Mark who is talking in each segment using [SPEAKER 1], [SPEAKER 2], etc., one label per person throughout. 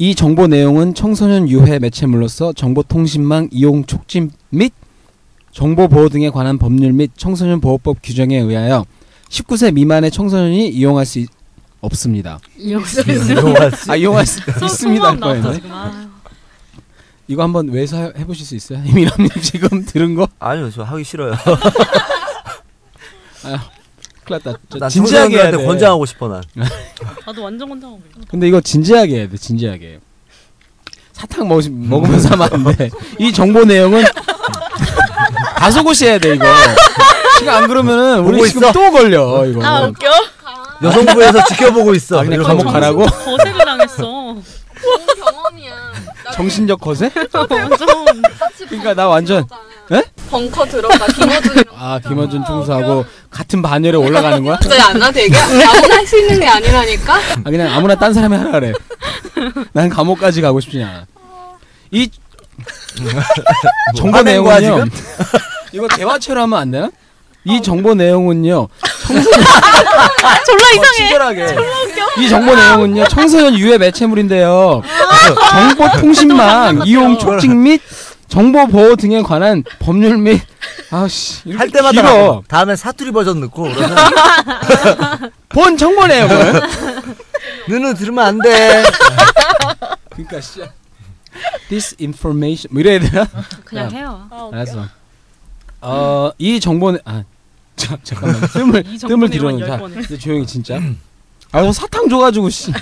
[SPEAKER 1] 이 정보 내용은 청소년 유해 매체물로서 정보통신망 이용 촉진 및 정보 보호 등에 관한 법률 및 청소년 보호법 규정에 의하여 19세 미만의 청소년이 이용할 수 있- 없습니다.
[SPEAKER 2] 이용수
[SPEAKER 3] 이용할 수
[SPEAKER 1] 아 이용할 수 있습니다. 네.
[SPEAKER 2] 성공한 나왔다
[SPEAKER 1] 거에는.
[SPEAKER 2] 지금. 아,
[SPEAKER 1] 이거 한번 외사 해보실 수 있어요? 이민아님 지금 들은 거?
[SPEAKER 3] 아니요 저 하기 싫어요.
[SPEAKER 1] 큰일 났다. 저
[SPEAKER 3] 난
[SPEAKER 1] 진지하게 해야 돼. 아.
[SPEAKER 3] 청소년들한테 권장하고 싶어 난.
[SPEAKER 2] 아, 나도 완전 건장하고 있어.
[SPEAKER 1] 근데 이거 진지하게 해야 돼. 진지하게. 사탕 먹으시, 먹으면서 하면 안 돼. 이 정보 내용은 다소곳이해야 돼 이거. 지금 안 그러면은
[SPEAKER 3] 보고
[SPEAKER 1] 우리 지금
[SPEAKER 3] 있어?
[SPEAKER 1] 또 걸려 이거.
[SPEAKER 2] 아 웃겨.
[SPEAKER 3] 여성부에서 지켜보고 있어.
[SPEAKER 1] 아, 그냥
[SPEAKER 3] 이러고.
[SPEAKER 1] 감옥 가라고?
[SPEAKER 2] 거세를 당했어. 아,
[SPEAKER 4] 좋은 경험이야. 나도
[SPEAKER 1] 정신적 거세?
[SPEAKER 2] 완전
[SPEAKER 4] 같이
[SPEAKER 1] 그러니까 나 완전
[SPEAKER 4] 벙커 들어가 김어준이랑
[SPEAKER 1] 아 김원준 총수하고 같은 반열에 올라가는 거야?
[SPEAKER 4] 갑자기 안 나한테 얘기야? 아무나 할 수 있는 게 아니라니까?
[SPEAKER 1] 아 그냥 아무나 딴 사람이 하라 그래. 난 감옥까지 가고 싶지 않아. 이 정보
[SPEAKER 3] 화낸 거야,
[SPEAKER 1] 내용은요. 이거 재화체로 하면 안 되나? 이 정보 내용은요.
[SPEAKER 2] 졸라 어, 이상해.
[SPEAKER 1] 친절하게. 이 정보 내용은요. 청소년 유해 매체물인데요. 그
[SPEAKER 3] 아,
[SPEAKER 1] 정보통신망 이용 촉진 및 정보 보호 등에 관한 법률 및 아씨 이렇게
[SPEAKER 3] 할 때마다
[SPEAKER 1] 길어.
[SPEAKER 3] 나고. 다음에 사투리 버전 넣고 그러면
[SPEAKER 1] 본 정보 내용은
[SPEAKER 3] 너는 들으면 안 돼.
[SPEAKER 1] 그러니까 씨. This information 뭐 이래야 되나?
[SPEAKER 2] 그냥 해요.
[SPEAKER 1] 알았어. 어, 이 정보는 아 자, 잠깐만 뜸을
[SPEAKER 2] 이
[SPEAKER 1] 뜸을
[SPEAKER 2] 정보는
[SPEAKER 1] 들여놓자.
[SPEAKER 2] 열 번에.
[SPEAKER 1] 이제 조용히 진짜. 아유 사탕 줘가지고 씨.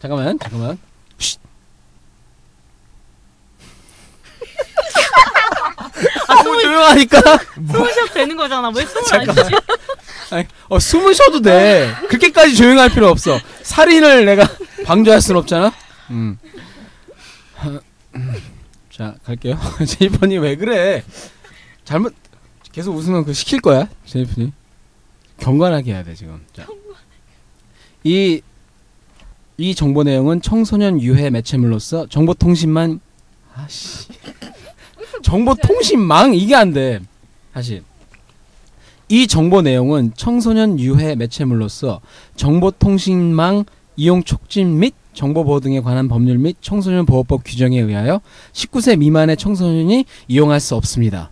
[SPEAKER 1] 잠깐만 잠깐만. 쉿.
[SPEAKER 2] 아,
[SPEAKER 1] 너무 조용하니까
[SPEAKER 2] 숨을 쉬어도 되는 거잖아. 왜 숨을 안
[SPEAKER 1] 잠깐만.
[SPEAKER 2] 쉬지?
[SPEAKER 1] 아니, 어, 숨을 쉬어도 돼 그렇게까지 조용할 필요 없어 살인을 내가 방조할 순 없잖아 음. 자 갈게요 제이퍼님 왜 그래 잘못 계속 웃으면 그 시킬 거야 제이퍼님 경건하게 해야 돼 지금 자. 이, 이 정보 내용은 청소년 유해 매체물로서 정보통신망 아씨 정보통신망 이게 안돼 사실 이 정보 내용은 청소년 유해 매체물로서 정보통신망 이용 촉진 및 정보 보호 등에 관한 법률 및 청소년 보호법 규정에 의하여 19세 미만의 청소년이 이용할 수 없습니다.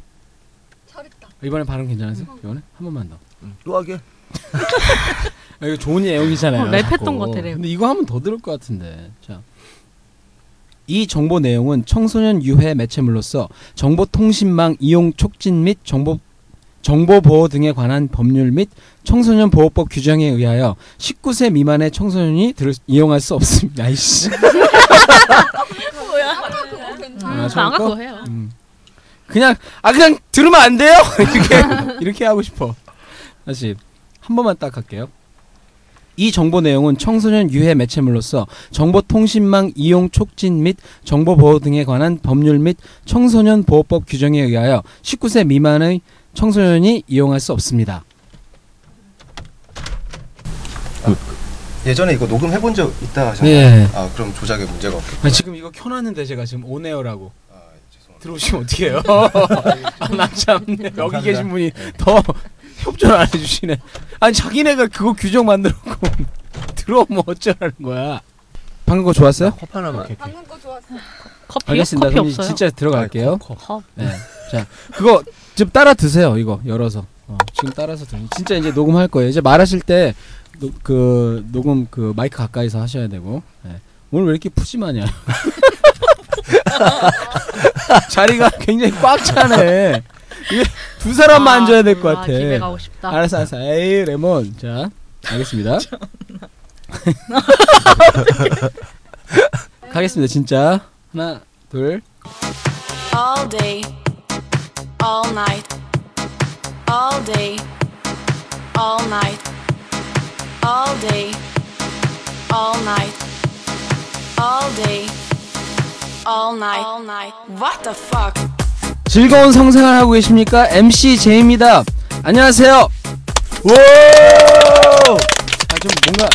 [SPEAKER 4] 잘했다.
[SPEAKER 1] 이번에 발음 괜찮으세요? 이번에 한 번만 더.
[SPEAKER 3] 음, 또 하게.
[SPEAKER 1] 아, 이거 좋은 내용이잖아요.
[SPEAKER 2] 어, 랩했던
[SPEAKER 1] 자꾸.
[SPEAKER 2] 것 같아, 랩.
[SPEAKER 1] 근데 이거 하면 더 들을 것 같은데. 자. 이 정보 내용은 청소년 유해 매체물로서 정보통신망 이용 촉진 및 정보 정보 보호 등에 관한 법률 및 청소년 보호법 규정에 의하여 19세 미만의 청소년이 들을, 수- 이용할 수 없습니다. 아이씨.
[SPEAKER 4] 뭐야? 아, 그거 괜찮아.
[SPEAKER 1] 아,
[SPEAKER 2] 음,
[SPEAKER 1] 저거
[SPEAKER 2] 나가
[SPEAKER 1] 꺼?
[SPEAKER 2] 그거 해요.
[SPEAKER 1] 음. 그냥 아 그냥 들으면 안 돼요? 이렇게 이렇게 하고 싶어. 다시 한 번만 딱 할게요. 이 정보 내용은 청소년 유해 매체물로서 정보통신망 이용 촉진 및 정보 보호 등에 관한 법률 및 청소년 보호법 규정에 의하여 19세 미만의 청소년이 이용할 수 없습니다.
[SPEAKER 5] 예전에 이거 녹음해 본 적 있다 하셨나요?
[SPEAKER 1] 네.
[SPEAKER 5] 아 그럼 조작에 문제가 없겠
[SPEAKER 1] 아, 지금 이거 켜놨는데 제가 지금 온에어라고
[SPEAKER 5] 아, 죄송합니다. 아, 예.
[SPEAKER 1] 들어오시면 어떡해요? 아나참 여기
[SPEAKER 5] 감사합니다. 네.
[SPEAKER 1] 계신 분이 더 협조를 안 해주시네. 아니 자기네가 그거 규정 만들었고 들어오면 어쩌라는 거야? 방금 거 좋았어요?
[SPEAKER 3] 컵 하나만.
[SPEAKER 4] 방금 거 좋았어.
[SPEAKER 2] 커피
[SPEAKER 1] 알겠습니다.
[SPEAKER 2] 커피
[SPEAKER 1] 그럼
[SPEAKER 2] 없어요.
[SPEAKER 1] 진짜 들어갈게요.
[SPEAKER 2] 컵.
[SPEAKER 1] 네. 자 그거 지금 따라 드세요. 이거 열어서 어, 지금 따라서 드세요. 진짜 이제 녹음할 거예요. 이제 말하실 때 그 녹음 그 마이크 가까이서 하셔야 되고 네. 오늘 왜 이렇게 푸짐하냐? 자리가 굉장히 꽉 차네. 이게 두 사람만 앉아야 될 것 같아.
[SPEAKER 2] 집에 가고 싶다.
[SPEAKER 1] 알았어, 알았어. 에이, 레몬. 자, 알겠습니다. 가겠습니다, 진짜. 하나, 둘.
[SPEAKER 6] all day, all night, all day, all night, all day, all night, all day, all night, all night. What the fuck?
[SPEAKER 1] 즐거운 성생활 하고 계십니까? MC 제입니다. 안녕하세요.
[SPEAKER 3] 오!
[SPEAKER 1] 아, 좀 뭔가,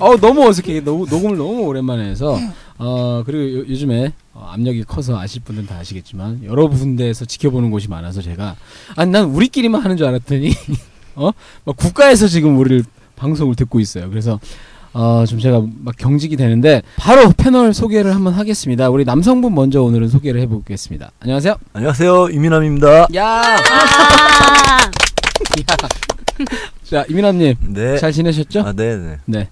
[SPEAKER 1] 어우, 너무 어색해. 너무, 녹음을 너무 오랜만에 해서. 어, 그리고 요, 요즘에 어, 압력이 커서 아실 분들은 다 아시겠지만, 여러 군데에서 지켜보는 곳이 많아서 제가. 아니, 난 우리끼리만 하는 줄 알았더니, 어? 막 국가에서 지금 우리를 방송을 듣고 있어요. 그래서, 어, 좀 제가 막 경직이 되는데 바로 패널 소개를 한번 하겠습니다. 우리 남성분 먼저 오늘은 소개를 해보겠습니다. 안녕하세요.
[SPEAKER 3] 안녕하세요 이민함입니다.
[SPEAKER 1] 야.
[SPEAKER 2] 아,
[SPEAKER 1] 자 이민아님
[SPEAKER 3] 네.
[SPEAKER 1] 잘 지내셨죠?
[SPEAKER 3] 아 네네.
[SPEAKER 1] 네.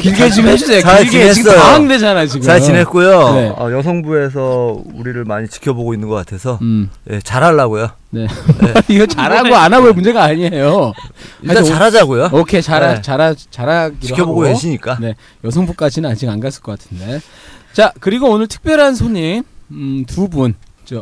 [SPEAKER 1] 길게 좀 해주세요.
[SPEAKER 3] 잘
[SPEAKER 1] 길게 지금
[SPEAKER 3] 지냈어요.
[SPEAKER 1] 당황되잖아 지금.
[SPEAKER 3] 잘 지냈고요.
[SPEAKER 1] 네.
[SPEAKER 3] 어, 여성부에서 우리를 많이 지켜보고 있는 것 같아서
[SPEAKER 1] 음.
[SPEAKER 3] 예, 잘하려고요.
[SPEAKER 1] 네. 이거 잘하고 안 하고의 문제가 아니에요.
[SPEAKER 3] 일단
[SPEAKER 1] 하여튼
[SPEAKER 3] 잘하자고요.
[SPEAKER 1] 오케이 잘하
[SPEAKER 3] 네.
[SPEAKER 1] 잘하 잘하기로
[SPEAKER 3] 지켜보고
[SPEAKER 1] 하고.
[SPEAKER 3] 계시니까.
[SPEAKER 1] 네 여성부까지는 아직 안 갔을 것 같은데. 자 그리고 오늘 특별한 손님 음, 두분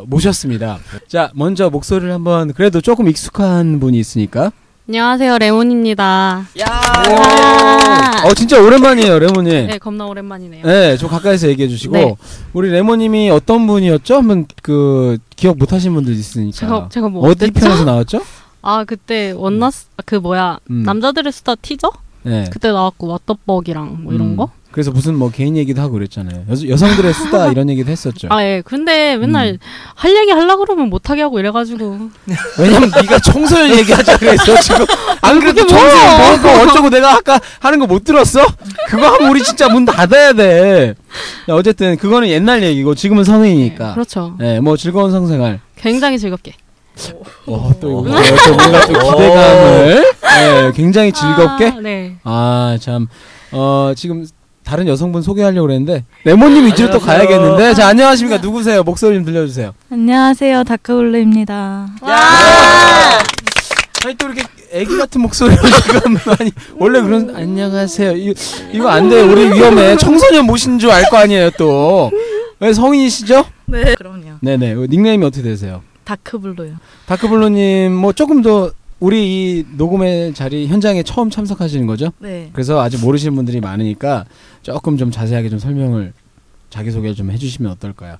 [SPEAKER 1] 모셨습니다. 자 먼저 목소리를 한번 그래도 조금 익숙한 분이 있으니까.
[SPEAKER 2] 안녕하세요 레몬입니다.
[SPEAKER 1] 야.
[SPEAKER 2] 아.
[SPEAKER 1] 어 진짜 오랜만이에요 레몬님.
[SPEAKER 2] 네 겁나 오랜만이네요.
[SPEAKER 1] 네, 저 가까이서 얘기해 주시고
[SPEAKER 2] 네.
[SPEAKER 1] 우리 레모님이 어떤 분이었죠? 한번 그 기억 못하신 분들 있으니까.
[SPEAKER 2] 제가 제가 뭐
[SPEAKER 1] 어디
[SPEAKER 2] 어땠죠?
[SPEAKER 1] 편에서 나왔죠?
[SPEAKER 2] 아 그때 원나스 아, 그 뭐야
[SPEAKER 1] 음.
[SPEAKER 2] 남자들의 수다 티저
[SPEAKER 1] 네.
[SPEAKER 2] 그때 나왔고 왓더벅이랑 뭐 이런
[SPEAKER 1] 음,
[SPEAKER 2] 거.
[SPEAKER 1] 그래서 무슨 뭐 개인 얘기도 하고 그랬잖아요. 여, 여성들의 수다 이런 얘기도 했었죠.
[SPEAKER 2] 아 예. 근데 맨날
[SPEAKER 1] 네. 음.
[SPEAKER 2] 할 얘기 하려 그러면 못하게 하고 이래가지고
[SPEAKER 1] 왜냐면 네가 청소년 얘기하자 그랬어 지금. 안 그래도
[SPEAKER 2] 그게 뭐야?
[SPEAKER 1] 청소년 보고 어쩌고 내가 아까 하는 거 못 들었어? 그거 하면 우리 진짜 문 닫아야 돼. 야, 어쨌든 그거는 옛날 얘기고 지금은 성인이니까.
[SPEAKER 2] 그렇죠.
[SPEAKER 1] 네, 뭐 즐거운 성생활.
[SPEAKER 2] 굉장히 즐겁게.
[SPEAKER 1] 어, 또 이거 또 뭔가 또 기대감을 예, 굉장히 즐겁게
[SPEAKER 2] 아, 네.
[SPEAKER 1] 아, 참. 어, 지금 다른 여성분 소개하려고 그랬는데 레몬님 위주로 또
[SPEAKER 3] 안녕하세요.
[SPEAKER 1] 가야겠는데. 자, 안녕하십니까? 누구세요? 목소리 좀 들려 주세요.
[SPEAKER 7] 안녕하세요, 다크블루입니다.
[SPEAKER 1] 아니 또 이렇게 애기 같은 목소리로 지금 아니 원래 그런 안녕하세요. 이, 이거 안 돼요. 우리 위험해. 청소년 모신 줄 알 거 아니에요, 또. 왜 성인이시죠?
[SPEAKER 7] 네. 그럼요.
[SPEAKER 1] 네, 네. 닉네임이 어떻게 되세요?
[SPEAKER 7] 다크블루요.
[SPEAKER 1] 다크블루 님, 뭐 조금 더 우리 이 녹음의 자리 현장에 처음 참석하시는 거죠?
[SPEAKER 7] 네.
[SPEAKER 1] 그래서 아직 모르시는 분들이 많으니까 조금 좀 자세하게 좀 설명을 자기 소개를 좀 해주시면 어떨까요?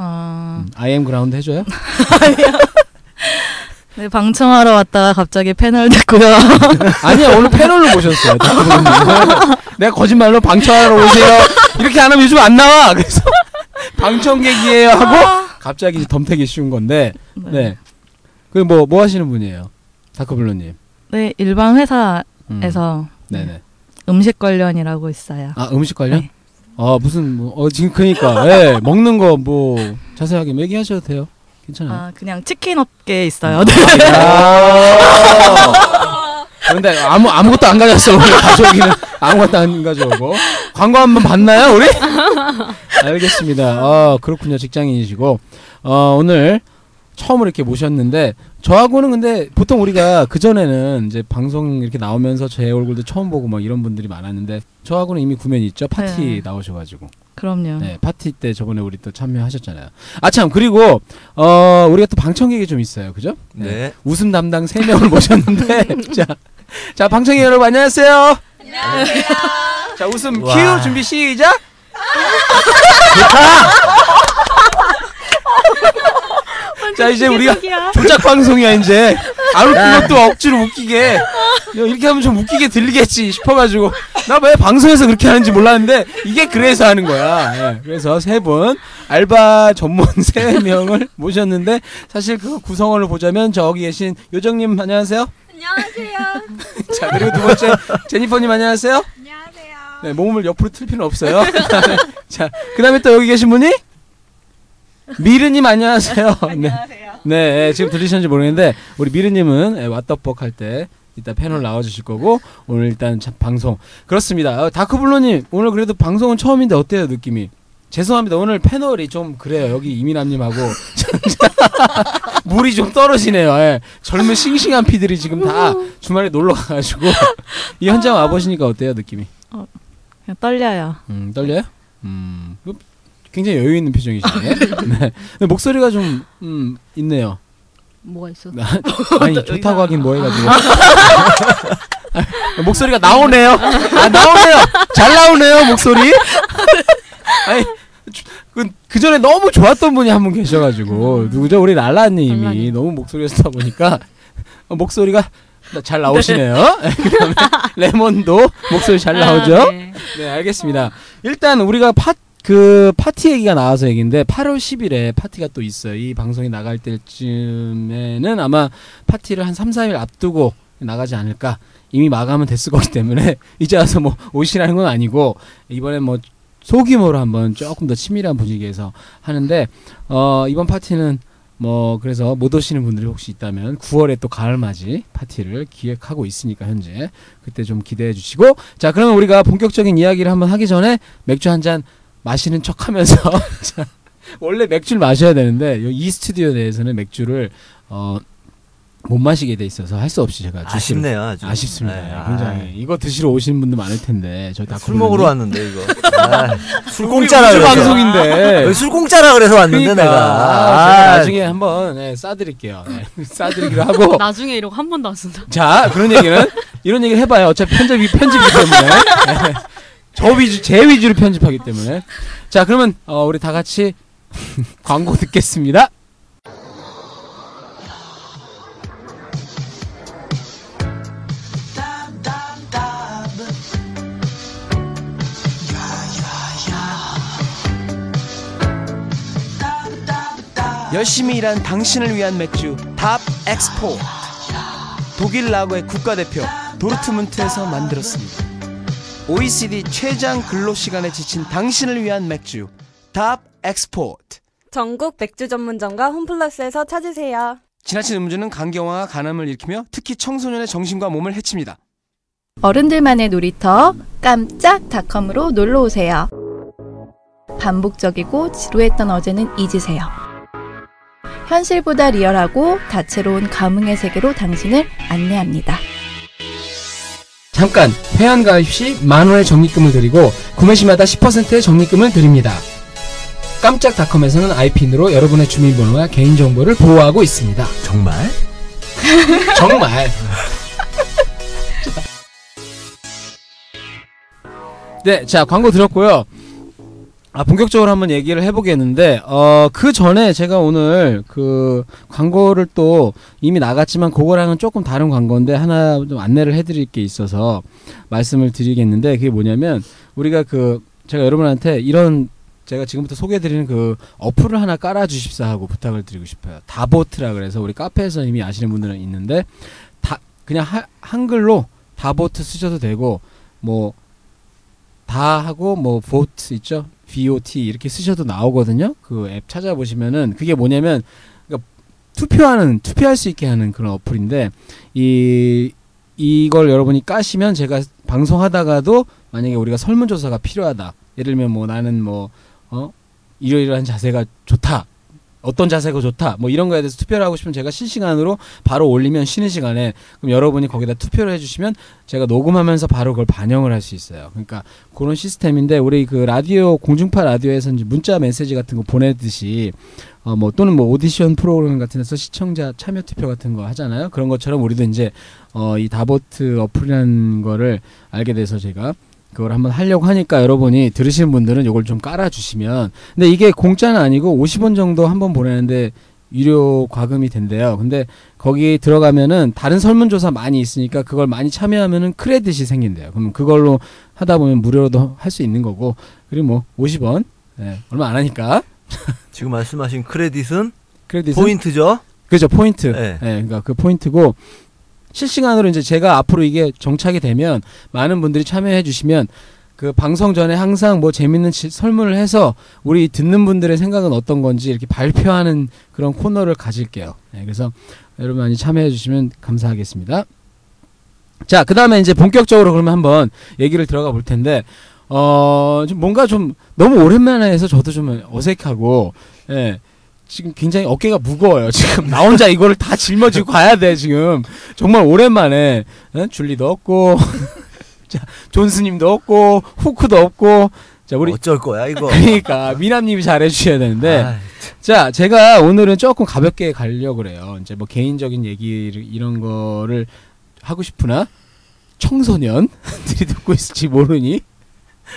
[SPEAKER 7] 어,
[SPEAKER 1] 음, I am ground 해줘요?
[SPEAKER 7] 네, 방청하러 왔다가 갑자기 패널 됐고요.
[SPEAKER 1] 아니야 오늘 패널로 모셨어요. 내가 거짓말로 방청하러 오세요. 이렇게 안 하면 요즘 안 나와. 그래서 방청객이에요
[SPEAKER 7] 아.
[SPEAKER 1] 하고 갑자기 덤태기 쉬운 건데. 네. 그뭐뭐 뭐 하시는 분이에요? 다크블루님.
[SPEAKER 7] 네, 일반 회사에서
[SPEAKER 1] 음, 네네.
[SPEAKER 7] 음식 관련이라고 있어요.
[SPEAKER 1] 아 음식 관련?
[SPEAKER 7] 네.
[SPEAKER 1] 아 무슨 뭐, 어 지금 그니까 예, 먹는 거 뭐 자세하게 얘기하셔도 돼요. 괜찮아요.
[SPEAKER 7] 아, 그냥 치킨 업계에 있어요.
[SPEAKER 1] 그런데 아. 아무 아무것도 안 가져왔어 우리 가족이는 아무것도 안 가져오고 광고 한번 봤나요 우리? 알겠습니다. 아 그렇군요 직장인이시고 어, 오늘 처음으로 이렇게 모셨는데 저하고는 근데 보통 우리가 그 전에는 이제 방송 이렇게 나오면서 제 얼굴도 처음 보고 막 이런 분들이 많았는데 저하고는 이미 구면 있죠 파티
[SPEAKER 7] 네.
[SPEAKER 1] 나오셔가지고
[SPEAKER 2] 음.
[SPEAKER 7] 그럼요.
[SPEAKER 1] 네, 파티 때 저번에 우리 또 참여하셨잖아요. 아 참 그리고 어 우리가 또 방청객이 좀 있어요, 그죠?
[SPEAKER 3] 네.
[SPEAKER 1] 웃음 담당 세 명을 모셨는데 자, 자 방청객 여러분 안녕하세요.
[SPEAKER 4] 안녕하세요.
[SPEAKER 1] 자 웃음
[SPEAKER 3] 와.
[SPEAKER 1] 큐 준비 시작. 자 이제 우리가
[SPEAKER 2] 개속이야.
[SPEAKER 1] 조작 방송이야 이제 안 웃긴 것도 억지로 웃기게 야, 이렇게 하면 좀 웃기게 들리겠지 싶어가지고 나 왜 방송에서 그렇게 하는지 몰랐는데 이게 그래서 하는 거야 예, 그래서 세 분 알바 전문 세 명을 모셨는데 사실 그 구성원을 보자면 저기 계신 요정님 안녕하세요
[SPEAKER 4] 안녕하세요.
[SPEAKER 1] 자 그리고 두 번째 제니퍼님 안녕하세요
[SPEAKER 4] 안녕하세요.
[SPEAKER 1] 네, 몸을 옆으로 틀 필요는 없어요. 자, 그 다음에 또 여기 계신 분이? 미르님 안녕하세요. 안녕하세요. 네, 네, 지금 들리셨는지 모르겠는데, 우리 미르님은 예, 왓더벅 할 때, 이따 패널 나와주실 거고, 오늘 일단 자, 방송. 그렇습니다. 어, 다크블루님, 오늘 그래도 방송은 처음인데 어때요, 느낌이? 죄송합니다. 오늘 패널이 좀 그래요. 여기 이민남님하고. 물이 좀 떨어지네요. 예. 젊은 싱싱한 피들이 지금 다 주말에 놀러 가가지고. 이 현장 와보시니까 어때요, 느낌이?
[SPEAKER 7] 그냥 떨려요.
[SPEAKER 1] 음, 떨려요? 음, 그- 굉장히 여유 있는 표정이시네. 네. 근데 목소리가 좀, 음, 있네요.
[SPEAKER 2] 뭐가 있어?
[SPEAKER 1] 나- 아니, 좋다고 하긴 뭐 해가지고. 아, 목소리가 나오네요. 아, 나오네요. 잘 나오네요, 목소리. 아니, 주- 그, 그 전에 너무 좋았던 분이 한 분 계셔가지고, 누구죠? 우리 음. 랄라님이
[SPEAKER 2] 랄라님.
[SPEAKER 1] 너무 목소리가 좋다 보니까, 어, 목소리가 나- 잘 나오시네요. 그 다음에 레몬도 목소리 잘 나오죠?
[SPEAKER 2] 아, 네.
[SPEAKER 1] 네, 알겠습니다. 일단 우리가 파, 그 파티 얘기가 나와서 얘기인데 8월 10일에 파티가 또 있어요. 이 방송이 나갈 때쯤에는 아마 파티를 한 3, 4일 앞두고 나가지 않을까. 이미 마감은 됐을 거기 때문에 이제 와서 뭐 오시라는 건 아니고 이번에 뭐 소규모로 한번 조금 더 치밀한 분위기에서 하는데 어 이번 파티는 뭐 그래서 못 오시는 분들이 혹시 있다면 9월에 또 가을맞이 파티를 기획하고 있으니까 현재 그때 좀 기대해 주시고 자 그러면 우리가 본격적인 이야기를 한번 하기 전에 맥주 한 잔 마시는 척하면서 자, 원래 맥주를 마셔야 되는데 요이 스튜디오 내에서는 맥주를 어 못 마시게 돼 있어서 할 수 없이 제가 주시를
[SPEAKER 3] 아쉽네요. 아주.
[SPEAKER 1] 아쉽습니다.
[SPEAKER 3] 네,
[SPEAKER 1] 예,
[SPEAKER 3] 아,
[SPEAKER 1] 굉장히 이거 드시러 오시는 분들 많을 텐데 저희 다
[SPEAKER 3] 술 먹으러 왔는데 이거. 아, 술
[SPEAKER 1] 공짜라
[SPEAKER 3] 공짜라 그래서.
[SPEAKER 1] 방송인데. 네.
[SPEAKER 3] 여기 술 공짜라 그래서 왔는데
[SPEAKER 1] 그러니까
[SPEAKER 3] 내가.
[SPEAKER 1] 아, 나중에 한번 예, 싸드릴게요. 예, 싸드리기로 하고
[SPEAKER 2] 나중에 이러고 한 번도 안 쓴다.
[SPEAKER 1] 자 그런 얘기는 이런 얘기를 해봐요. 어차피 편집이 편집이기 때문에 예. 저 위주 제 위주로 편집하기 때문에 자 그러면 어, 우리 다 같이 광고 듣겠습니다.
[SPEAKER 8] 열심히 일한 당신을 위한 맥주 답 엑스포 독일 라고의 국가대표 도르트문트에서 만들었습니다 OECD 최장 근로시간에 지친 당신을 위한 맥주 답 엑스포트
[SPEAKER 9] 전국 맥주 전문점과 홈플러스에서 찾으세요.
[SPEAKER 8] 지나친 음주는 간경화와 간암을 일으키며 특히 청소년의 정신과 몸을 해칩니다
[SPEAKER 10] 어른들만의 놀이터 깜짝닷컴으로 놀러 오세요. 반복적이고 지루했던 어제는 잊으세요. 현실보다 리얼하고 다채로운 감흥의 세계로 당신을 안내합니다.
[SPEAKER 1] 잠깐 회원 가입 시 만 원의 적립금을 드리고 구매 시마다 10%의 적립금을 드립니다. 깜짝닷컴에서는 아이핀으로 여러분의 주민번호와 개인정보를 보호하고 있습니다.
[SPEAKER 3] 아, 정말?
[SPEAKER 1] 정말. 네, 자 광고 들었고요. 아 본격적으로 한번 얘기를 해보겠는데 어그 전에 제가 오늘 그 광고를 또 이미 나갔지만 그거랑은 조금 다른 광고인데 하나 좀 안내를 해드릴 게 있어서 말씀을 드리겠는데 그게 뭐냐면 우리가 그 제가 여러분한테 이런 제가 지금부터 소개해드리는 그 어플을 하나 깔아주십사 하고 부탁을 드리고 싶어요. 다보트라 그래서 우리 카페에서 이미 아시는 분들은 있는데 다 그냥 하- 한글로 다보트 쓰셔도 되고 뭐 다하고 뭐 보트 있죠? VOT 이렇게 쓰셔도 나오거든요. 그 앱 찾아보시면은 그게 뭐냐면 그러니까 투표하는 투표할 수 있게 하는 그런 어플인데 이 이걸 여러분이 까시면 제가 방송하다가도 만약에 우리가 설문조사가 필요하다. 예를 들면 뭐 나는 뭐 어? 이러이러한 자세가 좋다. 어떤 자세가 좋다. 뭐 이런 거에 대해서 투표를 하고 싶으면 제가 실시간으로 바로 올리면 쉬는 시간에 그럼 여러분이 거기다 투표를 해주시면 제가 녹음하면서 바로 그걸 반영을 할 수 있어요. 그러니까 그런 시스템인데 우리 그 라디오 공중파 라디오에서 이제 문자 메시지 같은 거 보내듯이 어 뭐 또는 뭐 오디션 프로그램 같은 데서 시청자 참여 투표 같은 거 하잖아요. 그런 것처럼 우리도 이제 어 이 다보트 어플이라는 거를 알게 돼서 제가 그걸 한번 하려고 하니까 여러분이 들으시는 분들은 이걸 좀 깔아주시면 근데 이게 공짜는 아니고 50원 정도 한번 보내는데 유료 과금이 된대요. 근데 거기 들어가면은 다른 설문조사 많이 있으니까 그걸 많이 참여하면은 크레딧이 생긴대요. 그럼 그걸로 하다 보면 무료로도 할 수 있는 거고 그리고 뭐 50원 예, 얼마 안 하니까
[SPEAKER 3] 지금 말씀하신 크레딧은
[SPEAKER 1] 크레딧
[SPEAKER 3] 포인트죠.
[SPEAKER 1] 그죠 포인트.
[SPEAKER 3] 네.
[SPEAKER 1] 예, 그러니까 그 포인트고 실시간으로 이제 제가 앞으로 이게 정착이 되면 많은 분들이 참여해 주시면 그 방송 전에 항상 뭐 재밌는 지- 설문을 해서 우리 듣는 분들의 생각은 어떤 건지 이렇게 발표하는 그런 코너를 가질게요. 예, 그래서 여러분 많이 참여해 주시면 감사하겠습니다. 자, 그 다음에 이제 본격적으로 그러면 한번 얘기를 들어가 볼 텐데, 어, 좀 뭔가 좀 너무 오랜만에 해서 저도 좀 어색하고, 예, 지금 굉장히 어깨가 무거워요. 지금 나 혼자 이거를 다 짊어지고 가야 돼 지금 정말 오랜만에 응? 줄리도 없고 자 존스님도 없고 후크도 없고 자 우리 네.
[SPEAKER 3] 어쩔 거야 이거.
[SPEAKER 1] 그러니까 미남님이 잘해주셔야 되는데
[SPEAKER 3] 아,
[SPEAKER 1] 자, 제가 오늘은 조금 가볍게 가려고 그래요. 이제 뭐 개인적인 얘기를 이런 거를 하고 싶으나 청소년들이 듣고 있을지 모르니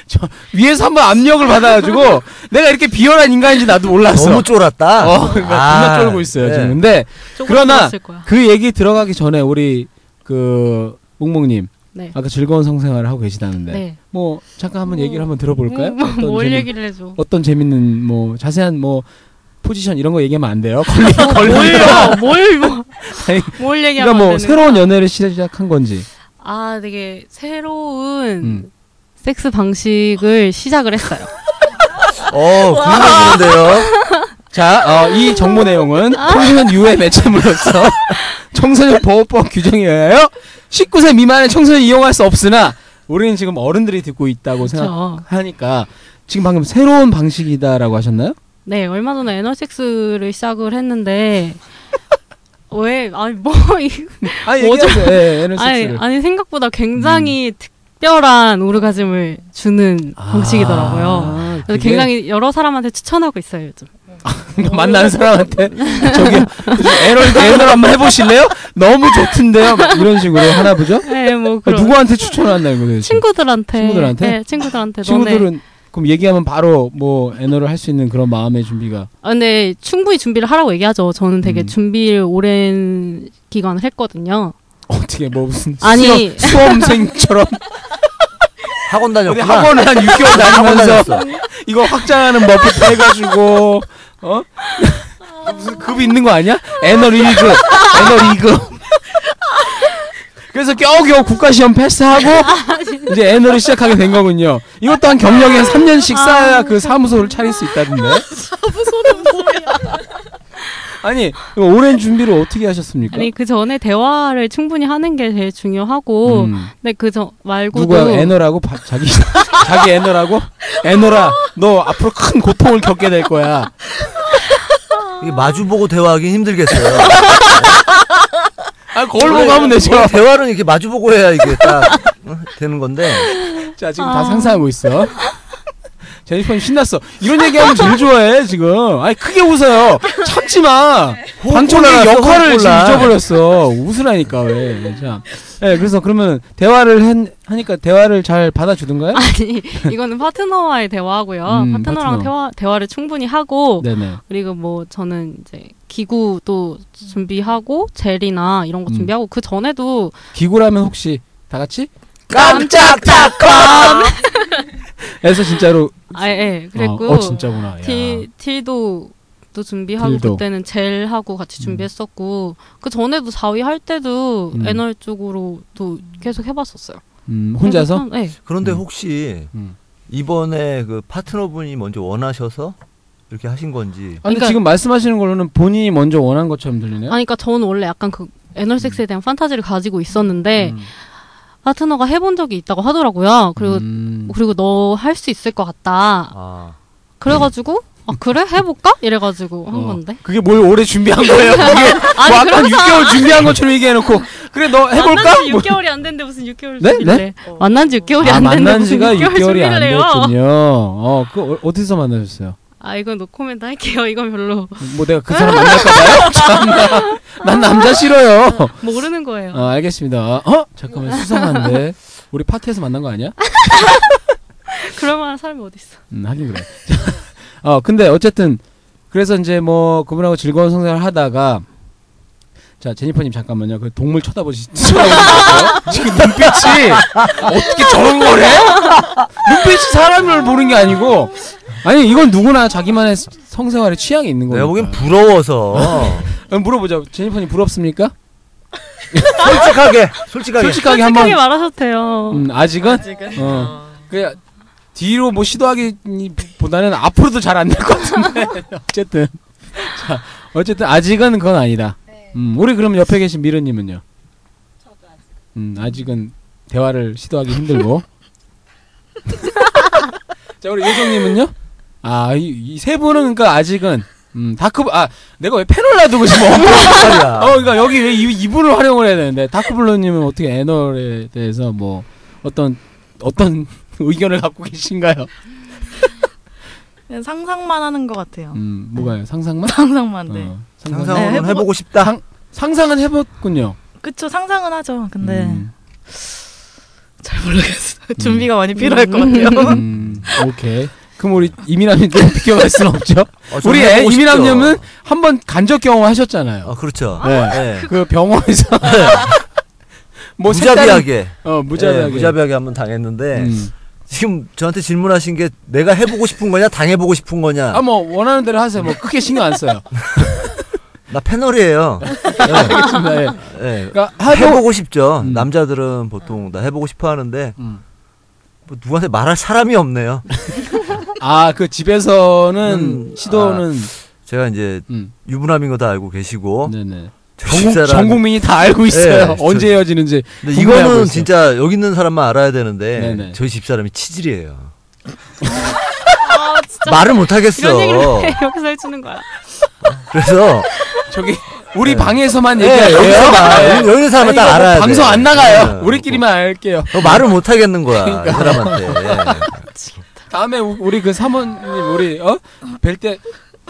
[SPEAKER 1] 저 위에서 한번 압력을 받아가지고 내가 이렇게 비열한 인간인지 나도 몰랐어.
[SPEAKER 3] 너무 쫄았다.
[SPEAKER 1] 어, 그러니까 겁나 쫄고 있어요
[SPEAKER 3] 네.
[SPEAKER 1] 지금. 근데
[SPEAKER 2] 조금
[SPEAKER 1] 그러나-
[SPEAKER 2] 들었을 거야.
[SPEAKER 1] 그 얘기 들어가기 전에 우리 그 몽몽님
[SPEAKER 2] 네.
[SPEAKER 1] 아까 즐거운 성생활을 하고 계시다는데
[SPEAKER 2] 네.
[SPEAKER 1] 뭐 잠깐 한번
[SPEAKER 2] 뭐,
[SPEAKER 1] 얘기를 한번 들어볼까요?
[SPEAKER 2] 음,
[SPEAKER 1] 어떤
[SPEAKER 2] 뭘
[SPEAKER 1] 재미-
[SPEAKER 2] 얘기를 해줘?
[SPEAKER 1] 어떤 재밌는 뭐 자세한 뭐 포지션 이런 거 얘기하면 안 돼요. 걸리 걸리.
[SPEAKER 2] 뭘요? 뭘 뭐?
[SPEAKER 1] 아니,
[SPEAKER 2] 뭘
[SPEAKER 1] 그러니까
[SPEAKER 2] 얘기하면
[SPEAKER 1] 뭐
[SPEAKER 2] 안 되는
[SPEAKER 1] 새로운
[SPEAKER 2] 거야?
[SPEAKER 1] 연애를 시작한 건지
[SPEAKER 2] 아, 되게 새로운
[SPEAKER 1] 음.
[SPEAKER 2] 섹스 방식을 시작을 했어요.
[SPEAKER 3] 어, 궁금해지는데요?
[SPEAKER 1] 자, 어, 이 정보 내용은
[SPEAKER 2] 아.
[SPEAKER 1] 청소년 유해 매체물로서 청소년 보호법 규정에 의하여 19세 미만의 청소년 이용할 수 없으나 우리는 지금 어른들이 듣고 있다고
[SPEAKER 2] 그렇죠.
[SPEAKER 1] 생각하니까 지금 방금 새로운 방식이다라고 하셨나요?
[SPEAKER 2] 네, 얼마 전에 에너섹스를 시작을 했는데 왜 아니 뭐 이-
[SPEAKER 1] 아,
[SPEAKER 2] 뭐죠?
[SPEAKER 1] 얘기하세요. 예,
[SPEAKER 2] 아니,
[SPEAKER 1] 에너섹스를. 음.
[SPEAKER 2] 아니 생각보다 굉장히 특별한 오르가즘을 주는 방식이더라고요.
[SPEAKER 1] 아,
[SPEAKER 2] 그래서
[SPEAKER 1] 그게
[SPEAKER 2] 굉장히 여러 사람한테 추천하고 있어요 요즘.
[SPEAKER 1] 만나는 사람한테 저기 에러 에러 한번 해보실래요? 너무 좋던데요. 막 이런 식으로 하나 보죠.
[SPEAKER 2] 네, 뭐 그런
[SPEAKER 1] 아, 누구한테 추천한다 이거 도대체?
[SPEAKER 2] 친구들한테
[SPEAKER 1] 친구들한테?
[SPEAKER 2] 네, 친구들한테 너네.
[SPEAKER 1] 친구들은 그럼 얘기하면 바로 뭐 애너를 할 수 있는 그런 마음의 준비가
[SPEAKER 2] 아, 근데 충분히 준비를 하라고 얘기하죠. 저는 되게
[SPEAKER 1] 음.
[SPEAKER 2] 준비를 오랜 기간을 했거든요.
[SPEAKER 1] 어떻게 뭐 무슨
[SPEAKER 2] 아니.
[SPEAKER 1] 수험, 수험생처럼
[SPEAKER 3] 학원
[SPEAKER 1] 어디
[SPEAKER 3] 다녔구나.
[SPEAKER 1] 학원을 한 6개월
[SPEAKER 3] 학원
[SPEAKER 1] 다니면서
[SPEAKER 3] 다녔어.
[SPEAKER 1] 이거 확장하는 머프트 해가지고 어 무슨 급 있는 거 아니야? 애너 1급, 애너 2급. 그래서 겨우겨우 국가시험 패스하고 이제 애너를 시작하게 된 거군요. 이것도 한 경력이 한 3년씩 쌓아야 그 사무소를 차릴 수 있다던데. 아니 이거 오랜 준비를 어떻게 하셨습니까?
[SPEAKER 2] 아니 그 전에 대화를 충분히 하는 게 제일 중요하고
[SPEAKER 1] 음.
[SPEAKER 2] 근데 그 전 말고도
[SPEAKER 1] 누구야 애너라고 바- 자기 자기 애너라고 애너라 너 앞으로 큰 고통을 겪게 될 거야
[SPEAKER 3] 이게 마주보고 대화하기 힘들겠어요.
[SPEAKER 1] 아 거울 보고 하면 되죠
[SPEAKER 3] 원래 대화는 이렇게 마주보고 해야 이게 딱 어, 되는 건데.
[SPEAKER 1] 자 지금
[SPEAKER 2] 아.
[SPEAKER 1] 다 상상하고 있어 제니퍼는 신났어 이런 얘기하면 제일 좋아해 지금 아니 크게 웃어요 참지 마
[SPEAKER 2] 네.
[SPEAKER 1] 방청객
[SPEAKER 3] 혼골라,
[SPEAKER 1] 역할을 지금
[SPEAKER 3] 혼골라.
[SPEAKER 1] 잊어버렸어 웃으라니까 왜자 네, 그래서 그러면 대화를 한, 하니까 대화를 잘 받아주던가요?
[SPEAKER 2] 아니 이거는 파트너와의 대화고요.
[SPEAKER 1] 음,
[SPEAKER 2] 파트너랑
[SPEAKER 1] 파트너.
[SPEAKER 2] 대화 대화를 충분히 하고
[SPEAKER 1] 네네
[SPEAKER 2] 그리고 뭐 저는 이제 기구도 준비하고 젤이나 이런 거
[SPEAKER 1] 음.
[SPEAKER 2] 준비하고 그 전에도
[SPEAKER 1] 기구라면 혹시 다 같이
[SPEAKER 3] 깜짝닷컴!
[SPEAKER 1] 에서 진짜로
[SPEAKER 2] 아예 그랬고
[SPEAKER 1] 어, 어 진짜구나 야.
[SPEAKER 2] 딜 딜도 또 준비하고
[SPEAKER 1] 딜도.
[SPEAKER 2] 그때는 젤하고 같이
[SPEAKER 1] 음.
[SPEAKER 2] 준비했었고 그 전에도 4위 할 때도
[SPEAKER 1] 음.
[SPEAKER 2] 애널 쪽으로 또 계속 해봤었어요.
[SPEAKER 1] 음, 혼자서
[SPEAKER 2] 그래서 참- 네.
[SPEAKER 3] 그런데
[SPEAKER 1] 음.
[SPEAKER 3] 혹시
[SPEAKER 1] 음.
[SPEAKER 3] 이번에 그 파트너분이 먼저 원하셔서 이렇게 하신 건지.
[SPEAKER 1] 아, 근데
[SPEAKER 2] 그러니까-
[SPEAKER 1] 지금 말씀하시는 걸로는 본인이 먼저 원한 것처럼 들리네요.
[SPEAKER 2] 아니 그러니까 저는 원래 약간 그 애널 섹스에 대한 판타지를 가지고 있었는데
[SPEAKER 1] 음.
[SPEAKER 2] 파트너가 해본 적이 있다고 하더라고요. 네. 그리고
[SPEAKER 1] 음.
[SPEAKER 2] 그리고 너 할 수 있을 것 같다.
[SPEAKER 3] 아.
[SPEAKER 2] 그래가지고 아 그래 해볼까? 이래가지고 한
[SPEAKER 1] 어.
[SPEAKER 2] 건데.
[SPEAKER 1] 그게 뭘 오래 준비한 거예요? 그게
[SPEAKER 2] 아니
[SPEAKER 1] 뭐 아까
[SPEAKER 2] 그럼
[SPEAKER 1] 6개월 준비한 것처럼 얘기해놓고 그래 너 해볼까?
[SPEAKER 2] 만난 지
[SPEAKER 1] 뭐.
[SPEAKER 2] 6개월이 안 됐는데 무슨 6개월
[SPEAKER 1] 네?
[SPEAKER 2] 준비를 해. 만난 지 6개월이
[SPEAKER 1] 아
[SPEAKER 2] 안 됐는데
[SPEAKER 1] 만난
[SPEAKER 2] 무슨
[SPEAKER 1] 지가
[SPEAKER 2] 6개월,
[SPEAKER 1] 6개월이 안
[SPEAKER 2] 준비를 해요.
[SPEAKER 1] 됐군요. 어, 그 어, 어디서 만나셨어요?
[SPEAKER 2] 아 이건 노코멘트 할게요. 이건 별로
[SPEAKER 1] 뭐 내가 그 사람 만날까 봐요? 참나. 난 남자 싫어요.
[SPEAKER 2] 모르는 거예요.
[SPEAKER 1] 아, 알겠습니다. 어? 잠깐만 수상한데. 우리 파티에서 만난 거 아니야?
[SPEAKER 2] 그럴 만한 사람이 어디 있어?
[SPEAKER 1] 음, 하긴 그래. 어, 근데 어쨌든 그래서 이제 뭐 그분하고 즐거운 성생활 하다가 자 제니퍼님 잠깐만요. 그 동물 쳐다보시 쳐다보시죠. 지금 눈빛이 어떻게 저런 걸 해? 눈빛이 사람을 보는 게 아니고 아니 이건 누구나 자기만의 성생활에 취향이 있는 거예요.
[SPEAKER 3] 내가 보기엔 부러워서.
[SPEAKER 1] 물어보자. 제니퍼님 부럽습니까?
[SPEAKER 3] 솔직하게. 솔직하게.
[SPEAKER 1] 솔직하게 한번
[SPEAKER 2] 솔직하게 말하셔도 돼요.
[SPEAKER 1] 음, 아직은? 어. 그 뒤로 뭐 시도하기보다는 앞으로도 잘 안 될 것 같은데. 어쨌든. 자, 어쨌든 아직은 그건 아니다. 음, 우리 그럼 옆에 계신 미르 님은요? 음, 아직은 대화를 시도하기 힘들고. 자, 우리 예정 님은요? 아, 이 세 분은 그러니까 아직은 음, 다크 아, 내가 왜 패널 놔두고 싶어?
[SPEAKER 3] 말이야.
[SPEAKER 1] 어, 그러니까 여기 왜 이, 이분을 활용을 해야 되는데 다크블루님은 어떻게 애널에 대해서 뭐 어떤 어떤 의견을 갖고 계신가요?
[SPEAKER 7] 그냥 상상만 하는 것 같아요.
[SPEAKER 1] 음, 뭐가요? 상상만?
[SPEAKER 7] 상상만 네.
[SPEAKER 1] 어, 상상은-
[SPEAKER 3] 상상은
[SPEAKER 7] 네, 해보고-
[SPEAKER 3] 해보고 싶다.
[SPEAKER 1] 상- 상상은 해봤군요.
[SPEAKER 7] 그쵸 상상은 하죠. 근데
[SPEAKER 1] 음,
[SPEAKER 7] 잘 모르겠어요. 준비가 많이 필요할 것 같아요.
[SPEAKER 1] 음, 오케이. 그럼 우리 이민아님도 비켜갈 순 없죠.
[SPEAKER 3] 어, 저는
[SPEAKER 1] 우리 애,
[SPEAKER 3] 해보고 싶죠.
[SPEAKER 1] 이민아님은 한 번 간접 경험하셨잖아요.
[SPEAKER 3] 아, 그렇죠.
[SPEAKER 1] 네.
[SPEAKER 3] 네.
[SPEAKER 1] 그 병원에서 뭐 색다른-
[SPEAKER 3] 무자비하게.
[SPEAKER 1] 어 무자비하게.
[SPEAKER 3] 예, 무자비하게 한번 당했는데
[SPEAKER 1] 음.
[SPEAKER 3] 지금 저한테 질문하신 게 내가 해보고 싶은 거냐 당해보고 싶은 거냐
[SPEAKER 1] 아 뭐 원하는 대로 하세요. 뭐 크게 신경 안 써요.
[SPEAKER 3] 나 패널이에요.
[SPEAKER 1] 알겠습니다. 예.
[SPEAKER 3] 예.
[SPEAKER 1] 그러니까 하도
[SPEAKER 3] 네. 해보고 싶죠.
[SPEAKER 1] 음.
[SPEAKER 3] 남자들은 보통 나 해보고 싶어 하는데
[SPEAKER 1] 음.
[SPEAKER 3] 뭐 누구한테 말할 사람이 없네요.
[SPEAKER 1] 아그 집에서는
[SPEAKER 3] 음,
[SPEAKER 1] 시도는
[SPEAKER 3] 제가 이제
[SPEAKER 1] 음,
[SPEAKER 3] 유부남인 거 다 알고 계시고
[SPEAKER 1] 네네.
[SPEAKER 3] 저
[SPEAKER 1] 전국,
[SPEAKER 3] 어? 집사람-
[SPEAKER 1] 전 국민이 다 알고 있어요.
[SPEAKER 3] 네,
[SPEAKER 1] 언제
[SPEAKER 3] 저-
[SPEAKER 1] 헤어지는지.
[SPEAKER 3] 근데
[SPEAKER 1] 궁금해하고 있어요.
[SPEAKER 3] 이거는 진짜 여기 있는 사람만 알아야 되는데
[SPEAKER 1] 네네.
[SPEAKER 3] 저희 집사람이 치질이에요.
[SPEAKER 2] 아, 진짜
[SPEAKER 3] 말을 못 하겠어.
[SPEAKER 2] 이런 얘기를 왜 여기서 해주는 거야?
[SPEAKER 3] 그래서
[SPEAKER 1] 저기 우리
[SPEAKER 3] 네.
[SPEAKER 1] 방에서만
[SPEAKER 3] 예,
[SPEAKER 1] 얘기해요.
[SPEAKER 3] 여기서만 여기 여기 있는 사람만 딱 알아야 돼.
[SPEAKER 1] 뭐 방송 안 나가요.
[SPEAKER 3] 예.
[SPEAKER 1] 우리끼리만 그러니까. 알게요.
[SPEAKER 3] 어, 말을 못 하겠는 거야 이 사람한테. 예.
[SPEAKER 1] 다음에 우- 우리 그 사모님 우리 어뵐때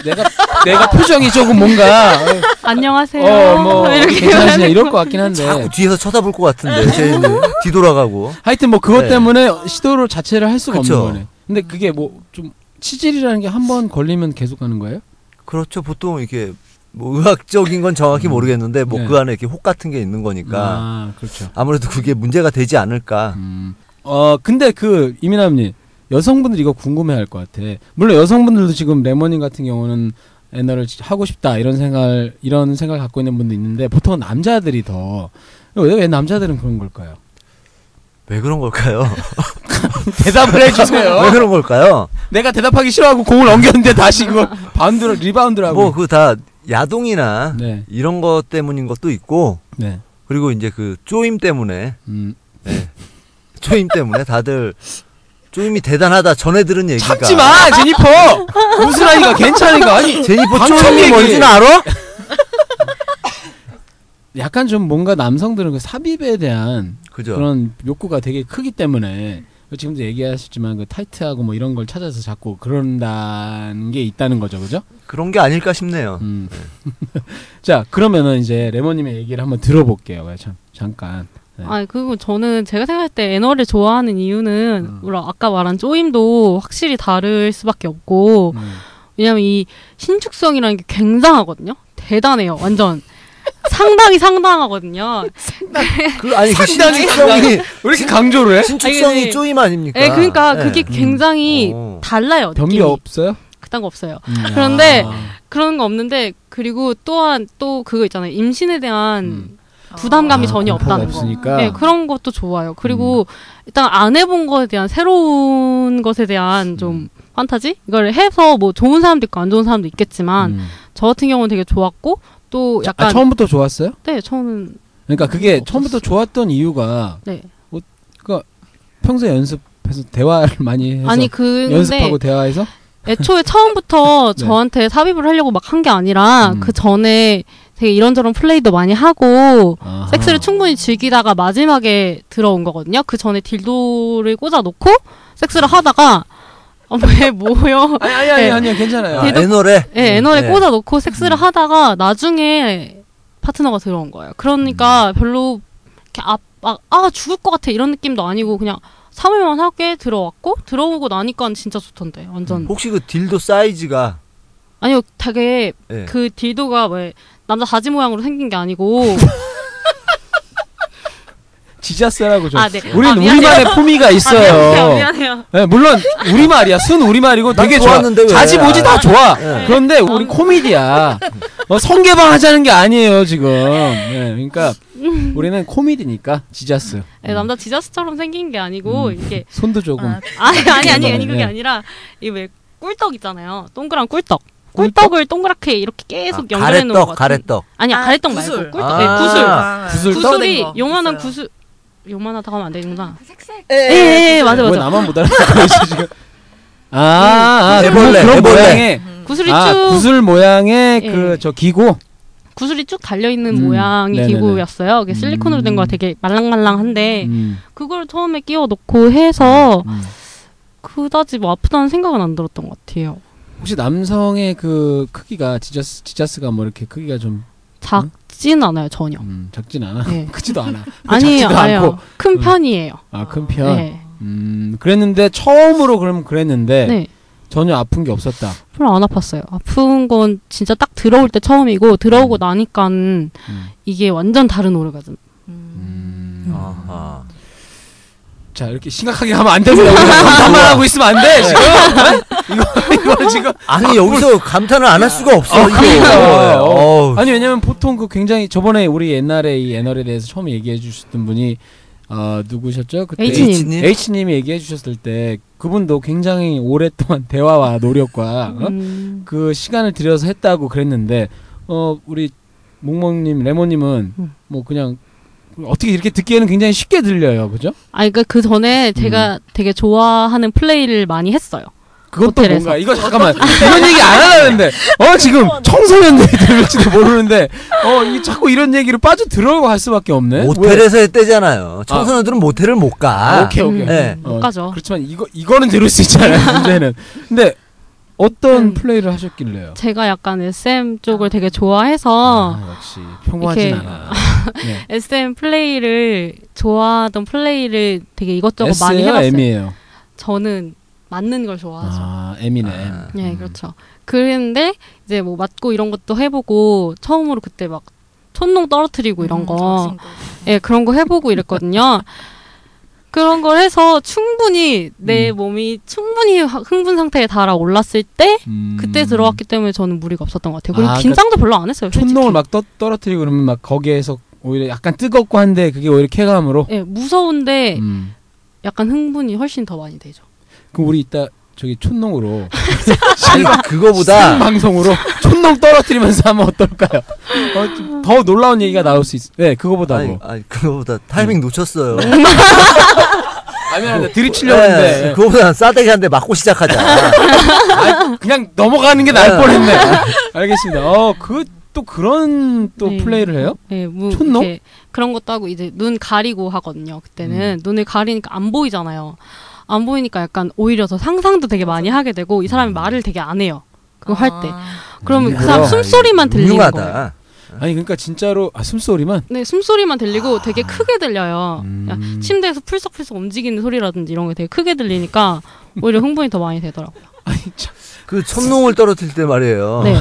[SPEAKER 1] 내가 내가 표정이 조금 뭔가 어,
[SPEAKER 2] 안녕하세요.
[SPEAKER 1] 어뭐 괜찮으시냐
[SPEAKER 2] 하는
[SPEAKER 1] 이럴
[SPEAKER 2] 거.
[SPEAKER 1] 것 같긴 한데
[SPEAKER 3] 예. 자꾸 뒤에서 쳐다볼 것 같은데 쟤 이제 뒤돌아가고
[SPEAKER 1] 하여튼 뭐 그것
[SPEAKER 3] 네.
[SPEAKER 1] 때문에 시도를 자체를 할 수가
[SPEAKER 3] 그쵸.
[SPEAKER 1] 없는 거네. 근데 그게 뭐 좀 치질이라는 게 한 번 걸리면 계속 가는 거예요?
[SPEAKER 3] 그렇죠. 보통 이렇게 뭐 의학적인 건 정확히 모르겠는데 뭐
[SPEAKER 1] 네.
[SPEAKER 3] 그 안에 이렇게 혹 같은 게 있는 거니까
[SPEAKER 1] 아 그렇죠.
[SPEAKER 3] 아무래도 그게 문제가 되지 않을까.
[SPEAKER 1] 음. 어 근데 그 이민아님 여성분들 이거 궁금해할 것 같아. 물론 여성분들도 지금 레모님 같은 경우는 애너를 지- 하고 싶다 이런 생각 이런 생각 갖고 있는 분도 있는데 보통 남자들이 더왜 왜 남자들은 그런 걸까요?
[SPEAKER 3] 왜 그런 걸까요?
[SPEAKER 1] 대답을 해주세요.
[SPEAKER 3] 왜 그런 걸까요?
[SPEAKER 1] 내가 대답하기 싫어하고 공을 옮겼는데 다시 이거 바운드로 리바운드를
[SPEAKER 3] 뭐
[SPEAKER 1] 하고.
[SPEAKER 3] 그 다 야동이나
[SPEAKER 1] 네,
[SPEAKER 3] 이런 것 때문인 것도 있고
[SPEAKER 1] 네,
[SPEAKER 3] 그리고 이제 그 쪼임 때문에
[SPEAKER 1] 음,
[SPEAKER 3] 쪼임 때문에 다들 쪼임이 대단하다 전에 들은 얘기가
[SPEAKER 1] 참지 마, 제니퍼. 무슨 아이가 괜찮은가? 아니,
[SPEAKER 3] 제니퍼
[SPEAKER 1] 방송
[SPEAKER 3] 쪼임이
[SPEAKER 1] 얘기.
[SPEAKER 3] 뭔지는 알아?
[SPEAKER 1] 약간 좀 뭔가 남성들은 그 삽입에 대한
[SPEAKER 3] 그죠.
[SPEAKER 1] 그런 욕구가 되게 크기 때문에 지금도 얘기하셨지만 그 타이트하고 뭐 이런 걸 찾아서 자꾸 그런다는 게 있다는 거죠, 그죠?
[SPEAKER 3] 그런 게 아닐까 싶네요.
[SPEAKER 1] 음. 자, 그러면은 이제 레모님의 얘기를 한번 들어볼게요. 왜 참, 잠깐.
[SPEAKER 2] 아니 그리고 저는 제가 생각할 때 애너를 좋아하는 이유는
[SPEAKER 1] 음.
[SPEAKER 2] 물론 아까 말한 쪼임도 확실히 다를 수밖에 없고
[SPEAKER 1] 음.
[SPEAKER 2] 왜냐면 이 신축성이라는 게 굉장하거든요. 대단해요. 완전 상당히 상당하거든요.
[SPEAKER 3] 그 아니 그
[SPEAKER 1] 상당히
[SPEAKER 3] 신축성이
[SPEAKER 1] 왜 이렇게 강조를 해?
[SPEAKER 3] 신축성이
[SPEAKER 2] 아니,
[SPEAKER 3] 쪼임 아닙니까?
[SPEAKER 2] 예, 그러니까
[SPEAKER 1] 네,
[SPEAKER 2] 그게
[SPEAKER 3] 예.
[SPEAKER 2] 굉장히
[SPEAKER 3] 오.
[SPEAKER 2] 달라요.
[SPEAKER 1] 변비
[SPEAKER 2] 느낌이.
[SPEAKER 1] 음. 어. 없어요?
[SPEAKER 2] 그딴 거 없어요.
[SPEAKER 1] 음.
[SPEAKER 2] 그런데
[SPEAKER 1] 아.
[SPEAKER 2] 그런 거 없는데 그리고 또한 또 그거 있잖아요. 임신에 대한
[SPEAKER 1] 음.
[SPEAKER 2] 부담감이
[SPEAKER 1] 아,
[SPEAKER 2] 전혀
[SPEAKER 1] 공포가
[SPEAKER 2] 없다는 거.
[SPEAKER 1] 없으니까.
[SPEAKER 2] 네, 그런 것도 좋아요. 그리고
[SPEAKER 1] 음.
[SPEAKER 2] 일단 안 해본 거에 대한 새로운 것에
[SPEAKER 1] 음.
[SPEAKER 2] 대한 좀 판타지? 이걸 해서 뭐 좋은 사람도 있고 안 좋은 사람도 있겠지만
[SPEAKER 1] 음.
[SPEAKER 2] 저 같은 경우는 되게 좋았고 또 약간
[SPEAKER 1] 아, 처음부터 좋았어요?
[SPEAKER 2] 네, 저는
[SPEAKER 1] 그러니까 그게
[SPEAKER 2] 없었어요.
[SPEAKER 1] 처음부터 좋았던 이유가 뭐,
[SPEAKER 2] 네.
[SPEAKER 1] 평소에 연습해서 대화를 많이 해서
[SPEAKER 2] 아니 근데
[SPEAKER 1] 연습하고 대화해서
[SPEAKER 2] 애초에 처음부터
[SPEAKER 1] 네.
[SPEAKER 2] 저한테 삽입을 하려고 막 한 게 아니라
[SPEAKER 1] 음.
[SPEAKER 2] 그 전에 되게 이런저런 플레이도 많이 하고
[SPEAKER 1] 아하.
[SPEAKER 2] 섹스를 충분히 즐기다가 마지막에 들어온 거거든요. 그 전에 딜도를 꽂아놓고 섹스를 하다가 어, 왜 뭐요?
[SPEAKER 1] 아니 아니 아니
[SPEAKER 2] 네.
[SPEAKER 1] 아니요 괜찮아요.
[SPEAKER 3] 아, 애널에
[SPEAKER 1] 음,
[SPEAKER 2] 예, 애널에
[SPEAKER 3] 네.
[SPEAKER 2] 꽂아놓고 섹스를 하다가 나중에 파트너가 들어온 거예요.
[SPEAKER 1] 음.
[SPEAKER 2] 그러니까 별로 이렇게 아, 아, 아, 죽을 것 같아 이런 느낌도 아니고 그냥 3일만 하게 들어왔고 들어오고 나니까 진짜 좋던데
[SPEAKER 1] 음.
[SPEAKER 2] 완전
[SPEAKER 3] 혹시 그 딜도 사이즈가
[SPEAKER 2] 아니요 되게
[SPEAKER 1] 네.
[SPEAKER 3] 예.
[SPEAKER 2] 그 딜도가 왜 남자 다지 모양으로 생긴 게 아니고
[SPEAKER 1] 지자스라고 좀.
[SPEAKER 2] 아, 네.
[SPEAKER 1] 우리
[SPEAKER 2] 아,
[SPEAKER 1] 는
[SPEAKER 2] 미안해요. 아,
[SPEAKER 1] 우리만의 품위가
[SPEAKER 2] 미안해요
[SPEAKER 1] 있어요.
[SPEAKER 2] 미안해요
[SPEAKER 1] 네, 물론 우리 말이야. 순 우리 말이고
[SPEAKER 3] 난
[SPEAKER 1] 되게 좋아.
[SPEAKER 3] 좋았는데 왜?
[SPEAKER 1] 자지보지 다 좋아.
[SPEAKER 3] 예.
[SPEAKER 1] 그런데 우리 코미디야. 어, 성개방 하자는 게 아니에요 지금. 네, 그러니까 우리는 코미디니까 지자스.
[SPEAKER 2] 예, 남자 디자스처럼 생긴 게 아니고
[SPEAKER 1] 음.
[SPEAKER 2] 이게
[SPEAKER 1] 손도 조금.
[SPEAKER 2] 아니 아니 아니 아니 그게
[SPEAKER 1] 네.
[SPEAKER 2] 아니라 이 왜 꿀떡 있잖아요 동그란 꿀떡 꿀떡을 동그랗게 이렇게 계속
[SPEAKER 3] 아,
[SPEAKER 2] 연결해 놓은 것 같은
[SPEAKER 3] 가래떡 가래떡
[SPEAKER 2] 아니
[SPEAKER 10] 아,
[SPEAKER 2] 가래떡
[SPEAKER 10] 구슬.
[SPEAKER 2] 말고 꿀떡
[SPEAKER 3] 아.
[SPEAKER 2] 네, 구슬
[SPEAKER 1] 구슬 떡?
[SPEAKER 2] 구슬이
[SPEAKER 10] 거
[SPEAKER 2] 요만한
[SPEAKER 10] 있어요.
[SPEAKER 2] 구슬 요만하다고 하면 안 되는구나
[SPEAKER 4] 색색
[SPEAKER 7] 네,
[SPEAKER 2] 예, 예, 예 맞아
[SPEAKER 1] 왜
[SPEAKER 2] 맞아
[SPEAKER 1] 나만 못 알아듣고 있어 지금. 아, 아 그런-
[SPEAKER 3] 애벌레,
[SPEAKER 1] 그런
[SPEAKER 3] 애벌레.
[SPEAKER 1] 모양의
[SPEAKER 2] 구슬이
[SPEAKER 1] 아,
[SPEAKER 2] 쭉
[SPEAKER 1] 구슬 모양의
[SPEAKER 2] 예.
[SPEAKER 1] 그 저 기고.
[SPEAKER 2] 구슬... 이쭉 달려 있는
[SPEAKER 1] 음,
[SPEAKER 2] 모양의
[SPEAKER 1] 네네네.
[SPEAKER 2] 기구였어요. 그게 실리콘으로 된
[SPEAKER 1] 음.
[SPEAKER 2] 거 되게 말랑말랑한데
[SPEAKER 1] 음,
[SPEAKER 2] 그걸 처음에 끼워 놓고 해서
[SPEAKER 1] 음.
[SPEAKER 2] 그다지 뭐 아프다는 생각은 안 들었던 것 같아요.
[SPEAKER 1] 혹시 남성의 그 크기가 지저스 지저스가 뭐 이렇게 크기가 좀
[SPEAKER 2] 작진 않아요 전혀.
[SPEAKER 1] 음, 작진 않아
[SPEAKER 2] 네.
[SPEAKER 1] 크지도 않아
[SPEAKER 2] 아니에요,
[SPEAKER 1] 작지도
[SPEAKER 2] 아니요.
[SPEAKER 1] 않고.
[SPEAKER 2] 큰
[SPEAKER 1] 음.
[SPEAKER 2] 편이에요.
[SPEAKER 1] 아 큰 편
[SPEAKER 2] 네.
[SPEAKER 1] 음, 그랬는데 처음으로 그럼 그랬는데
[SPEAKER 2] 네.
[SPEAKER 1] 전혀 아픈 게 없었다
[SPEAKER 2] 별로 안 아팠어요. 아픈 건 진짜 딱 들어올 때 처음이고 들어오고 나니까
[SPEAKER 1] 음.
[SPEAKER 2] 이게 완전 다른 오르가즘.
[SPEAKER 3] 아하.
[SPEAKER 2] 네.
[SPEAKER 1] 자 네? 이렇게 심각하게 하면 안 됩니다 우리 담만 하고 있으면 안돼 지금 이거 이거 지금
[SPEAKER 3] 아니 여기서 감탄을 안 할 수가 없어.
[SPEAKER 1] 아,
[SPEAKER 3] 이거.
[SPEAKER 1] 그러니까요.
[SPEAKER 3] 어우,
[SPEAKER 1] 아니 왜냐면 보통 그 굉장히 저번에 우리 옛날에 이 NR에 대해서 처음 얘기해 주셨던 분이 어, 누구셨죠? 그때
[SPEAKER 2] H님.
[SPEAKER 1] H님이 얘기해 주셨을 때 그분도 굉장히 오랫동안 대화와 노력과 어?
[SPEAKER 2] 음.
[SPEAKER 1] 그 시간을 들여서 했다고 그랬는데 어 우리 몽몽님 레모님은
[SPEAKER 7] 음.
[SPEAKER 1] 뭐 그냥 어떻게 이렇게 듣기에는 굉장히 쉽게 들려요, 그죠?
[SPEAKER 2] 아, 그러니까 그 전에 제가
[SPEAKER 1] 음.
[SPEAKER 2] 되게 좋아하는 플레이를 많이 했어요.
[SPEAKER 1] 그것도
[SPEAKER 2] 호텔에서. 네.
[SPEAKER 1] 뭔가 이거 잠깐만 이런 얘기 안 하려는데 어 지금 청소년들이 들을지도 모르는데 어 이게 자꾸 이런 얘기를 빠져 들어갈 수밖에 없네. 왜? 아,
[SPEAKER 3] 모텔에서 했대잖아요. 청소년들은 모텔을 못 가.
[SPEAKER 1] 오케이 오케이. 어,
[SPEAKER 2] 음.
[SPEAKER 3] 네.
[SPEAKER 2] 못 가죠.
[SPEAKER 1] 그렇지만 이거 이거는 들을 수 있잖아요. 문제는 근데 어떤
[SPEAKER 2] 음.
[SPEAKER 1] 플레이를 하셨길래요?
[SPEAKER 2] 제가 약간 SM 쪽을 되게 좋아해서
[SPEAKER 1] 아, 역시 평범하진
[SPEAKER 2] 어. 이렇게-
[SPEAKER 1] 않아. 네.
[SPEAKER 2] SM 플레이를 좋아하던 플레이를 되게 이것저것 많이
[SPEAKER 1] S예요,
[SPEAKER 2] 해봤어요.
[SPEAKER 1] M이에요.
[SPEAKER 2] 저는 맞는 걸 좋아하죠.
[SPEAKER 1] 아, M이네.
[SPEAKER 3] 아.
[SPEAKER 2] 예, 그렇죠. 그랬는데 이제 뭐 맞고 이런 것도 해보고 처음으로 그때 막 촌농 떨어뜨리고
[SPEAKER 1] 음,
[SPEAKER 2] 이런 거, 예, 그런 거 해보고 이랬거든요. 그런 걸 해서 충분히 내
[SPEAKER 1] 음.
[SPEAKER 2] 몸이 충분히 하- 흥분 상태에 달아올랐을 때
[SPEAKER 1] 음.
[SPEAKER 2] 네. 그때 들어왔기 때문에 저는 무리가 없었던 것 같아요. 그리고
[SPEAKER 1] 아, 그러니까
[SPEAKER 2] 긴장도 별로 안 했어요. 솔직히.
[SPEAKER 1] 촌농을 막 떠, 떨어뜨리고 그러면 막 거기에서 오히려 약간 뜨겁고 한데 그게 오히려 쾌감으로.
[SPEAKER 2] 예, 무서운데
[SPEAKER 1] 음.
[SPEAKER 2] 약간 흥분이 훨씬 더 많이 되죠.
[SPEAKER 1] 그럼 우리 이따 저기 촌농으로 생
[SPEAKER 3] 아니 그거보다
[SPEAKER 1] 방송으로 촌농 떨어뜨리면서 하면 어떨까요? 어, 좀더 놀라운 얘기가 나올 수 있어. 네, 그거보다
[SPEAKER 3] 아니,
[SPEAKER 1] 뭐.
[SPEAKER 3] 아니 그거보다 타이밍
[SPEAKER 1] 음.
[SPEAKER 3] 놓쳤어요.
[SPEAKER 1] 아, 미안한데 들이치려고 했는데
[SPEAKER 3] 그, 네, 그거보다 싸대기 한 대 맞고 시작하자.
[SPEAKER 1] 아, 그냥 넘어가는 게 나을
[SPEAKER 3] 네.
[SPEAKER 1] 뻔했네. 알겠습니다. 어, 그 또 그런 또
[SPEAKER 2] 네.
[SPEAKER 1] 플레이를 해요?
[SPEAKER 2] 예, 뭐
[SPEAKER 1] 촌농?
[SPEAKER 2] 이렇게 그런 것도 하고 이제 눈 가리고 하거든요.
[SPEAKER 1] 음.
[SPEAKER 2] 그때는 눈을 가리니까 안 보이잖아요. 안 보이니까 약간 오히려 더 상상도 되게 많이 하게 되고 이
[SPEAKER 1] 음.
[SPEAKER 2] 사람이 말을 되게 안 해요.
[SPEAKER 1] 아.
[SPEAKER 2] 그거 할 때. 그러면 그 사람
[SPEAKER 3] 뭐야,
[SPEAKER 2] 숨소리만
[SPEAKER 3] 아, 이거
[SPEAKER 2] 들리는
[SPEAKER 3] 훌륭하다.
[SPEAKER 2] 거예요.
[SPEAKER 1] 아니 그러니까 진짜로 아, 숨소리만
[SPEAKER 2] 네, 숨소리만 들리고 되게 크게 들려요.
[SPEAKER 1] 아. 음.
[SPEAKER 2] 그러니까 침대에서 풀썩풀썩 움직이는 소리라든지 이런 게 되게 크게 들리니까 오히려 흥분이 더 많이 되더라고요.
[SPEAKER 3] 그 촌농을 떨어뜨릴 때 말이에요.
[SPEAKER 2] 네.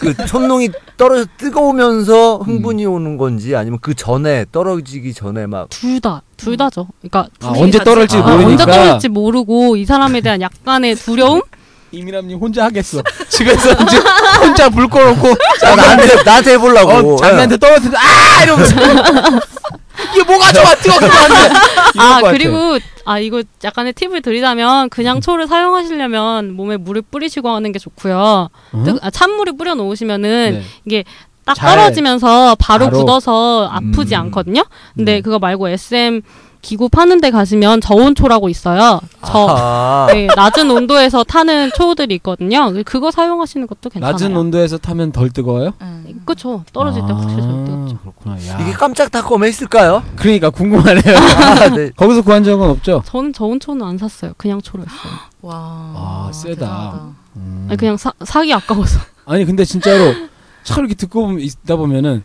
[SPEAKER 3] 그 촌농이 떨어져 뜨거우면서 흥분이 오는 건지 아니면 그 전에 떨어지기 전에 막
[SPEAKER 2] 둘 다, 둘 다죠. 그러니까
[SPEAKER 1] 아, 언제 떨어질지
[SPEAKER 2] 아,
[SPEAKER 1] 모르니까
[SPEAKER 2] 언제 떨어질지 모르고 이 사람에 대한 약간의 두려움?
[SPEAKER 1] 이민함님 혼자 하겠어. 집에서 이제 혼자 불 꺼놓고
[SPEAKER 3] 아, 나한테 나한테 해보려고.
[SPEAKER 1] 어, 장미한테 떨어뜨려 아 이러면서 이게 뭐가 좋아 뜨거 뜨거 안돼.
[SPEAKER 2] 아 그리고 아 이거 약간의 팁을 드리자면 그냥 초를 사용하시려면 몸에 물을 뿌리시고 하는 게 좋고요. 뜨- 아, 찬물을 뿌려 놓으시면은 딱
[SPEAKER 1] 음? 네. 잘-
[SPEAKER 2] 떨어지면서 바로,
[SPEAKER 1] 바로.
[SPEAKER 2] 굳어서 아프지
[SPEAKER 3] 음.
[SPEAKER 2] 않거든요. 근데
[SPEAKER 1] 네.
[SPEAKER 2] 그거 말고 SM 기구 파는 데 가시면 저온초라고 있어요. 저
[SPEAKER 3] 아,
[SPEAKER 2] 네, 낮은 온도에서 타는 초들이 있거든요. 그거 사용하시는 것도 괜찮아요.
[SPEAKER 1] 낮은 온도에서 타면 덜 뜨거워요? 아,
[SPEAKER 2] 그렇죠. 떨어질 때 확실히 덜 뜨겁죠.
[SPEAKER 1] 그렇구나.
[SPEAKER 3] 이게 깜짝 닦음했을까요?
[SPEAKER 1] 그러니까 궁금하네요.
[SPEAKER 3] 아, 네.
[SPEAKER 1] 거기서 구한 적은 없죠?
[SPEAKER 2] 저는 저온초는 안 샀어요. 그냥 초를 했어요.
[SPEAKER 10] 와.
[SPEAKER 1] 아,
[SPEAKER 2] 어,
[SPEAKER 1] 세다.
[SPEAKER 10] 대단하다.
[SPEAKER 2] 아니, 그냥 사, 사기 아까워서.
[SPEAKER 1] 아니 근데 진짜로 참 이렇게 듣고 보면 있다 보면은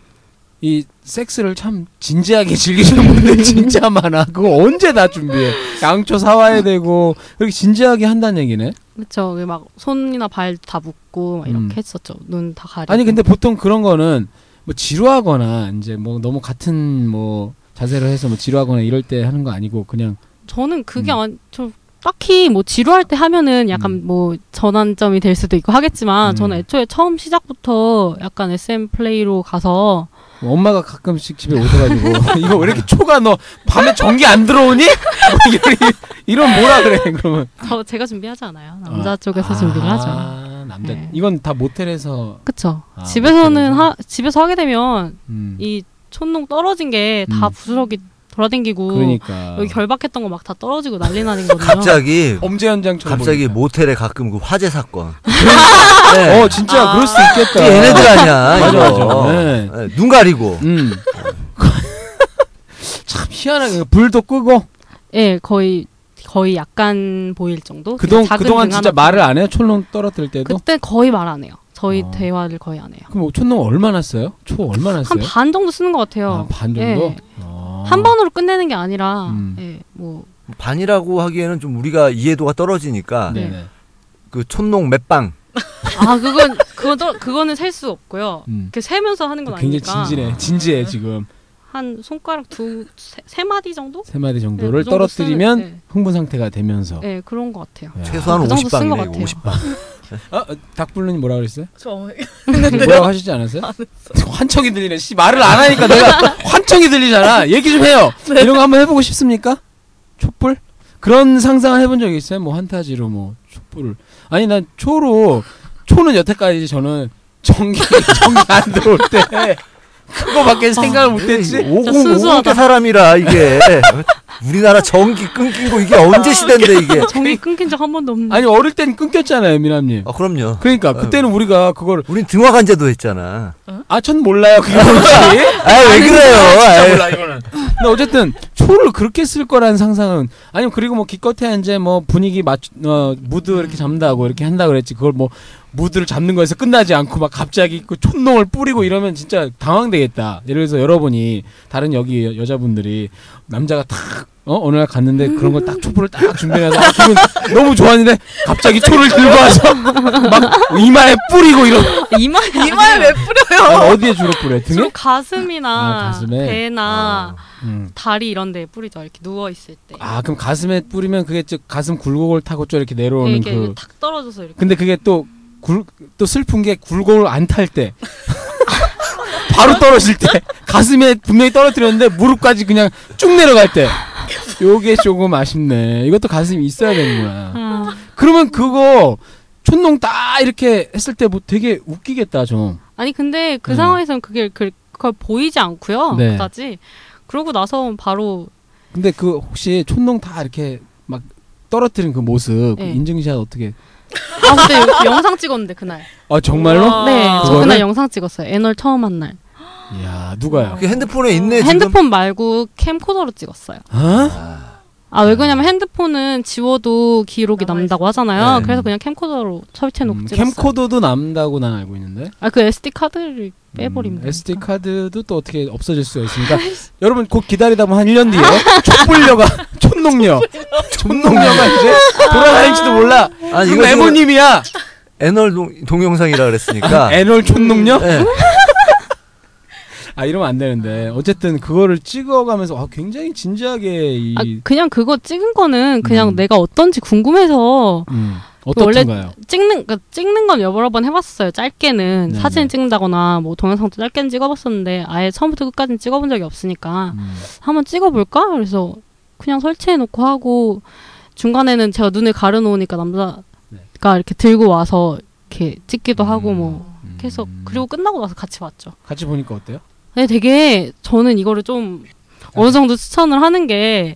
[SPEAKER 1] 이 섹스를 참 진지하게 즐기시는 분들 진짜 많아. 그거 언제 다 준비해? 양초 사와야 되고 그렇게 진지하게 한다는 얘기네.
[SPEAKER 2] 그렇죠. 막 손이나 발 다 묶고 막 이렇게
[SPEAKER 1] 음.
[SPEAKER 2] 했었죠. 눈 다 가리고.
[SPEAKER 1] 아니 근데 보통 그런 거는 뭐 지루하거나 이제 뭐 너무 같은 뭐 자세로 해서 뭐 지루하거나 이럴 때 하는 거 아니고 그냥
[SPEAKER 2] 저는 그게
[SPEAKER 1] 음.
[SPEAKER 2] 안, 저 딱히 뭐 지루할 때 하면은 약간
[SPEAKER 1] 음.
[SPEAKER 2] 뭐 전환점이 될 수도 있고 하겠지만
[SPEAKER 1] 음.
[SPEAKER 2] 저는 애초에 처음 시작부터 약간 SM 플레이로 가서
[SPEAKER 1] 뭐 엄마가 가끔씩 집에 오셔가지고 이거 왜 이렇게 초가 너 밤에 전기 안 들어오니? 뭐 이런 이런 뭐라 그래 그러면
[SPEAKER 2] 저 제가 준비하지 않아요. 남자
[SPEAKER 1] 아.
[SPEAKER 2] 쪽에서 준비를 하죠.
[SPEAKER 1] 아, 남자
[SPEAKER 2] 네.
[SPEAKER 1] 이건 다 모텔에서
[SPEAKER 2] 그쵸.
[SPEAKER 1] 아,
[SPEAKER 2] 집에서는
[SPEAKER 1] 그래서?
[SPEAKER 2] 하, 집에서 하게 되면
[SPEAKER 1] 음.
[SPEAKER 2] 이 촌농 떨어진 게 다
[SPEAKER 1] 음.
[SPEAKER 2] 부스러기 돌아댕기고
[SPEAKER 1] 그러니까
[SPEAKER 2] 뭐, 여기 결박했던 거 막 다 떨어지고 난리 나는 거든요
[SPEAKER 3] 갑자기
[SPEAKER 1] 범죄 현장처럼
[SPEAKER 3] 갑자기
[SPEAKER 1] 보이니까.
[SPEAKER 3] 어, 모텔에 가끔 그 화재 사건.
[SPEAKER 1] 어
[SPEAKER 2] 아.
[SPEAKER 1] 진짜 그럴 수 있겠다.
[SPEAKER 3] 이게 얘네들 아니야.
[SPEAKER 1] 맞아,
[SPEAKER 3] 이거.
[SPEAKER 1] 맞아. 네.
[SPEAKER 3] 네, 눈 가리고.
[SPEAKER 1] 음. 참 희한하게 불도 끄고
[SPEAKER 2] 예, 거의 거의 약간 보일 정도.
[SPEAKER 1] 그동
[SPEAKER 2] 작은
[SPEAKER 1] 그동안
[SPEAKER 2] 등
[SPEAKER 1] 진짜
[SPEAKER 2] 하나
[SPEAKER 1] 말을 안 해요. 촌농 떨어뜨릴 때도.
[SPEAKER 2] 그때 거의 말 안 해요. 저희
[SPEAKER 1] 아.
[SPEAKER 2] 대화를 거의 안 해요.
[SPEAKER 1] 그럼 촌농 얼마나 써요? 초 얼마나 써요?
[SPEAKER 2] 한 반 정도 쓰는 것 같아요.
[SPEAKER 1] 아, 반 정도.
[SPEAKER 2] 예.
[SPEAKER 1] 아.
[SPEAKER 2] 한 번으로 끝내는 게 아니라
[SPEAKER 1] 음.
[SPEAKER 2] 예, 뭐
[SPEAKER 3] 반이라고 하기에는 좀 우리가 이해도가 떨어지니까
[SPEAKER 1] 네네.
[SPEAKER 3] 그 촌농 맷방.
[SPEAKER 2] 아, 그건 그건 또- 그거는 셀 수 없고요.
[SPEAKER 1] 음.
[SPEAKER 2] 그 세면서 하는 건
[SPEAKER 1] 굉장히
[SPEAKER 2] 아니니까 네.
[SPEAKER 1] 진지해. 진지해 지금
[SPEAKER 2] 한 손가락 두세 세 마디 정도?
[SPEAKER 1] 세 마디
[SPEAKER 2] 네,
[SPEAKER 1] 정도를
[SPEAKER 2] 그 정도
[SPEAKER 1] 떨어뜨리면
[SPEAKER 2] 쓰는- 네.
[SPEAKER 1] 흥분 상태가 되면서
[SPEAKER 2] 예, 그런 것 같아요.
[SPEAKER 1] 야.
[SPEAKER 3] 최소한
[SPEAKER 2] 그 정도 쓴것
[SPEAKER 3] 50방이네.
[SPEAKER 2] 같아요.
[SPEAKER 3] 50방.
[SPEAKER 1] 어, 어, 닭블루님 뭐라 그랬어요? 네,
[SPEAKER 7] 저
[SPEAKER 1] 뭐라고 하시지 않았어요? 환청이 들리네. 씨 말을 안 하니까 내가 환청이 들리잖아. 얘기 좀 해요.
[SPEAKER 7] 네.
[SPEAKER 1] 이런 거 한번 해보고 싶습니까? 촛불? 그런 상상을 해본 적이 있어요? 뭐 한타지로 뭐 촛불을. 아니 난 초로 초는 여태까지 저는 전기 전기 안 들어올 때
[SPEAKER 3] 아,
[SPEAKER 1] 그거밖에 생각을
[SPEAKER 3] 네.
[SPEAKER 1] 못했지.
[SPEAKER 3] 5050대
[SPEAKER 2] 순수하다.
[SPEAKER 3] 사람이라 이게 우리나라 전기 끊긴 거 이게 언제 시대인데 이게.
[SPEAKER 2] 전기 끊긴 적 한 번도 없는데.
[SPEAKER 1] 아니 어릴 땐 끊겼잖아요, 미남님.
[SPEAKER 3] 아 그럼요.
[SPEAKER 1] 그러니까 그때는 우리가 그걸
[SPEAKER 3] 우린 등화관제도 했잖아.
[SPEAKER 1] 아 전 몰라요 그게 뭔지.
[SPEAKER 3] 아 왜 그래요? 아이.
[SPEAKER 5] 이거는.
[SPEAKER 1] 근데 어쨌든 초를 그렇게 쓸 거라는 상상은 아니면 그리고 뭐 기껏해야 이제 뭐 분위기 맞 어, 무드 이렇게 잡는다고 이렇게 한다 그랬지 그걸 뭐 무드를 잡는 거에서 끝나지 않고 막 갑자기 그 촛농을 뿌리고 이러면 진짜 당황되겠다. 예를 들어서 여러분이 다른 여기 여, 자분들이 남자가 탁 어? 어느 날 갔는데 그런 걸 딱 촛불을 딱 준비해서 아, 기분 너무 좋았는데 갑자기 초를 들고 와서 막 이마에 뿌리고 이러
[SPEAKER 2] 이마
[SPEAKER 7] 이마에 왜 뿌려요?
[SPEAKER 1] 아, 어디에 주로 뿌려? 등에?
[SPEAKER 2] 주로 가슴이나
[SPEAKER 1] 아, 가슴에?
[SPEAKER 2] 배나
[SPEAKER 1] 음.
[SPEAKER 2] 다리 이런 데 뿌리죠. 이렇게 누워 있을 때.
[SPEAKER 1] 아 그럼 가슴에 뿌리면 그게 즉 가슴 굴곡을 타고 쭉 이렇게 내려오는
[SPEAKER 2] 이게
[SPEAKER 1] 그
[SPEAKER 2] 탁 떨어져서 이렇게.
[SPEAKER 1] 근데 그게 또 굴 또 슬픈 게 굴곡을 안 탈 때 바로 떨어질 때 가슴에 분명히 떨어뜨렸는데 무릎까지 그냥 쭉 내려갈 때 요게 조금 아쉽네 이것도 가슴이 있어야 되는구나
[SPEAKER 2] 아,
[SPEAKER 1] 그러면 그거 촌농 다 이렇게 했을 때 뭐 되게 웃기겠다 좀
[SPEAKER 2] 아니 근데 그
[SPEAKER 1] 네.
[SPEAKER 2] 상황에서는 그게 그- 그걸 보이지 않고요.
[SPEAKER 1] 네.
[SPEAKER 2] 그다지. 그러고 나서 바로
[SPEAKER 1] 근데 그 혹시 촌농 다 이렇게 막 떨어뜨린 그 모습 그
[SPEAKER 2] 네.
[SPEAKER 1] 인증샷 어떻게
[SPEAKER 2] 아 근데 여- 영상 찍었는데 그날.
[SPEAKER 1] 아 정말로
[SPEAKER 2] 네, 저
[SPEAKER 1] 그거를?
[SPEAKER 2] 그날 영상 찍었어요. 애널 처음 한 날.
[SPEAKER 1] 이야 누가요
[SPEAKER 3] 그게 핸드폰에 있네 지금.
[SPEAKER 2] 핸드폰 말고 캠코더로 찍었어요.
[SPEAKER 1] 어?
[SPEAKER 2] 아 왜 그러냐면 핸드폰은 지워도 기록이 남다고 하잖아요.
[SPEAKER 3] 네.
[SPEAKER 2] 그래서 그냥 캠코더로 설치해 놓고
[SPEAKER 1] 음,
[SPEAKER 2] 찍었어요.
[SPEAKER 1] 캠코더도 남다고 난 알고 있는데
[SPEAKER 2] 아그 SD 카드를 빼버립니다.
[SPEAKER 1] 음, SD 카드도 또 어떻게 없어질 수가 있으니까 여러분 곧 기다리다 보면 한 1년 뒤에 촛불녀가 촛농녀 촛농녀가 이제 돌아다닐지도 몰라
[SPEAKER 3] 아
[SPEAKER 1] 그
[SPEAKER 3] 이거 지금
[SPEAKER 1] 레모님이야
[SPEAKER 3] 애널 동, 동영상이라 그랬으니까.
[SPEAKER 1] 애널 촛농녀
[SPEAKER 3] 예.
[SPEAKER 1] 아 이러면 안 되는데 어쨌든 그거를 찍어가면서 아, 굉장히 진지하게 이
[SPEAKER 2] 아 그냥 그거 찍은 거는 그냥
[SPEAKER 1] 음.
[SPEAKER 2] 내가 어떤지 궁금해서
[SPEAKER 1] 음,
[SPEAKER 2] 그 원래-
[SPEAKER 1] 어떻던가요
[SPEAKER 2] 찍는 그 찍는 건 여러 번 해봤어요. 짧게는
[SPEAKER 1] 네네.
[SPEAKER 2] 사진 찍는다거나 뭐 동영상도 짧게는 찍어봤었는데 아예 처음부터 끝까지 는 찍어본 적이 없으니까
[SPEAKER 1] 음.
[SPEAKER 2] 한번 찍어볼까? 그래서 그냥 설치해놓고 하고 중간에는 제가 눈을 가려놓으니까 남자가
[SPEAKER 1] 네.
[SPEAKER 2] 이렇게 들고 와서 이렇게 찍기도 하고
[SPEAKER 1] 음.
[SPEAKER 2] 뭐
[SPEAKER 1] 음.
[SPEAKER 2] 계속 그리고 끝나고 나서 같이 봤죠.
[SPEAKER 1] 같이 보니까 어때요
[SPEAKER 2] 근데 되게 저는 이거를 좀
[SPEAKER 1] 아.
[SPEAKER 2] 어느 정도 추천을 하는 게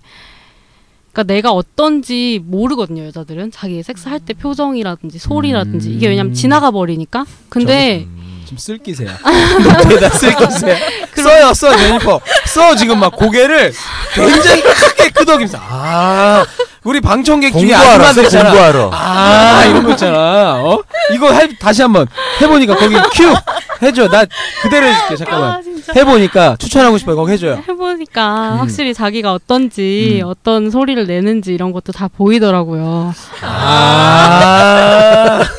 [SPEAKER 2] 그러니까 내가 어떤지 모르거든요 여자들은 자기 섹스할
[SPEAKER 1] 음.
[SPEAKER 2] 때 표정이라든지 소리라든지 이게 왜냐면 지나가 버리니까 근데
[SPEAKER 1] 지금 쓸기세요 대다 쓸기세요 써요 써 제니퍼 써 지금 막 고개를 굉장히 크게 끄덕이면서 아 우리 방청객 중에
[SPEAKER 3] 공부하러
[SPEAKER 1] 아줌마들
[SPEAKER 3] 왔어,
[SPEAKER 1] 있잖아
[SPEAKER 3] 공부하러.
[SPEAKER 1] 아 이런 거 있잖아 어 이거 해, 다시 한번 해보니까 거기 큐 해줘 나 그대로 해줄게 잠깐만
[SPEAKER 2] 아 진짜
[SPEAKER 1] 해보니까 추천하고 싶어요 거기 해줘요
[SPEAKER 2] 해보니까
[SPEAKER 1] 음.
[SPEAKER 2] 확실히 자기가 어떤지
[SPEAKER 1] 음.
[SPEAKER 2] 어떤 소리를 내는지 이런 것도 다 보이더라고요
[SPEAKER 1] 아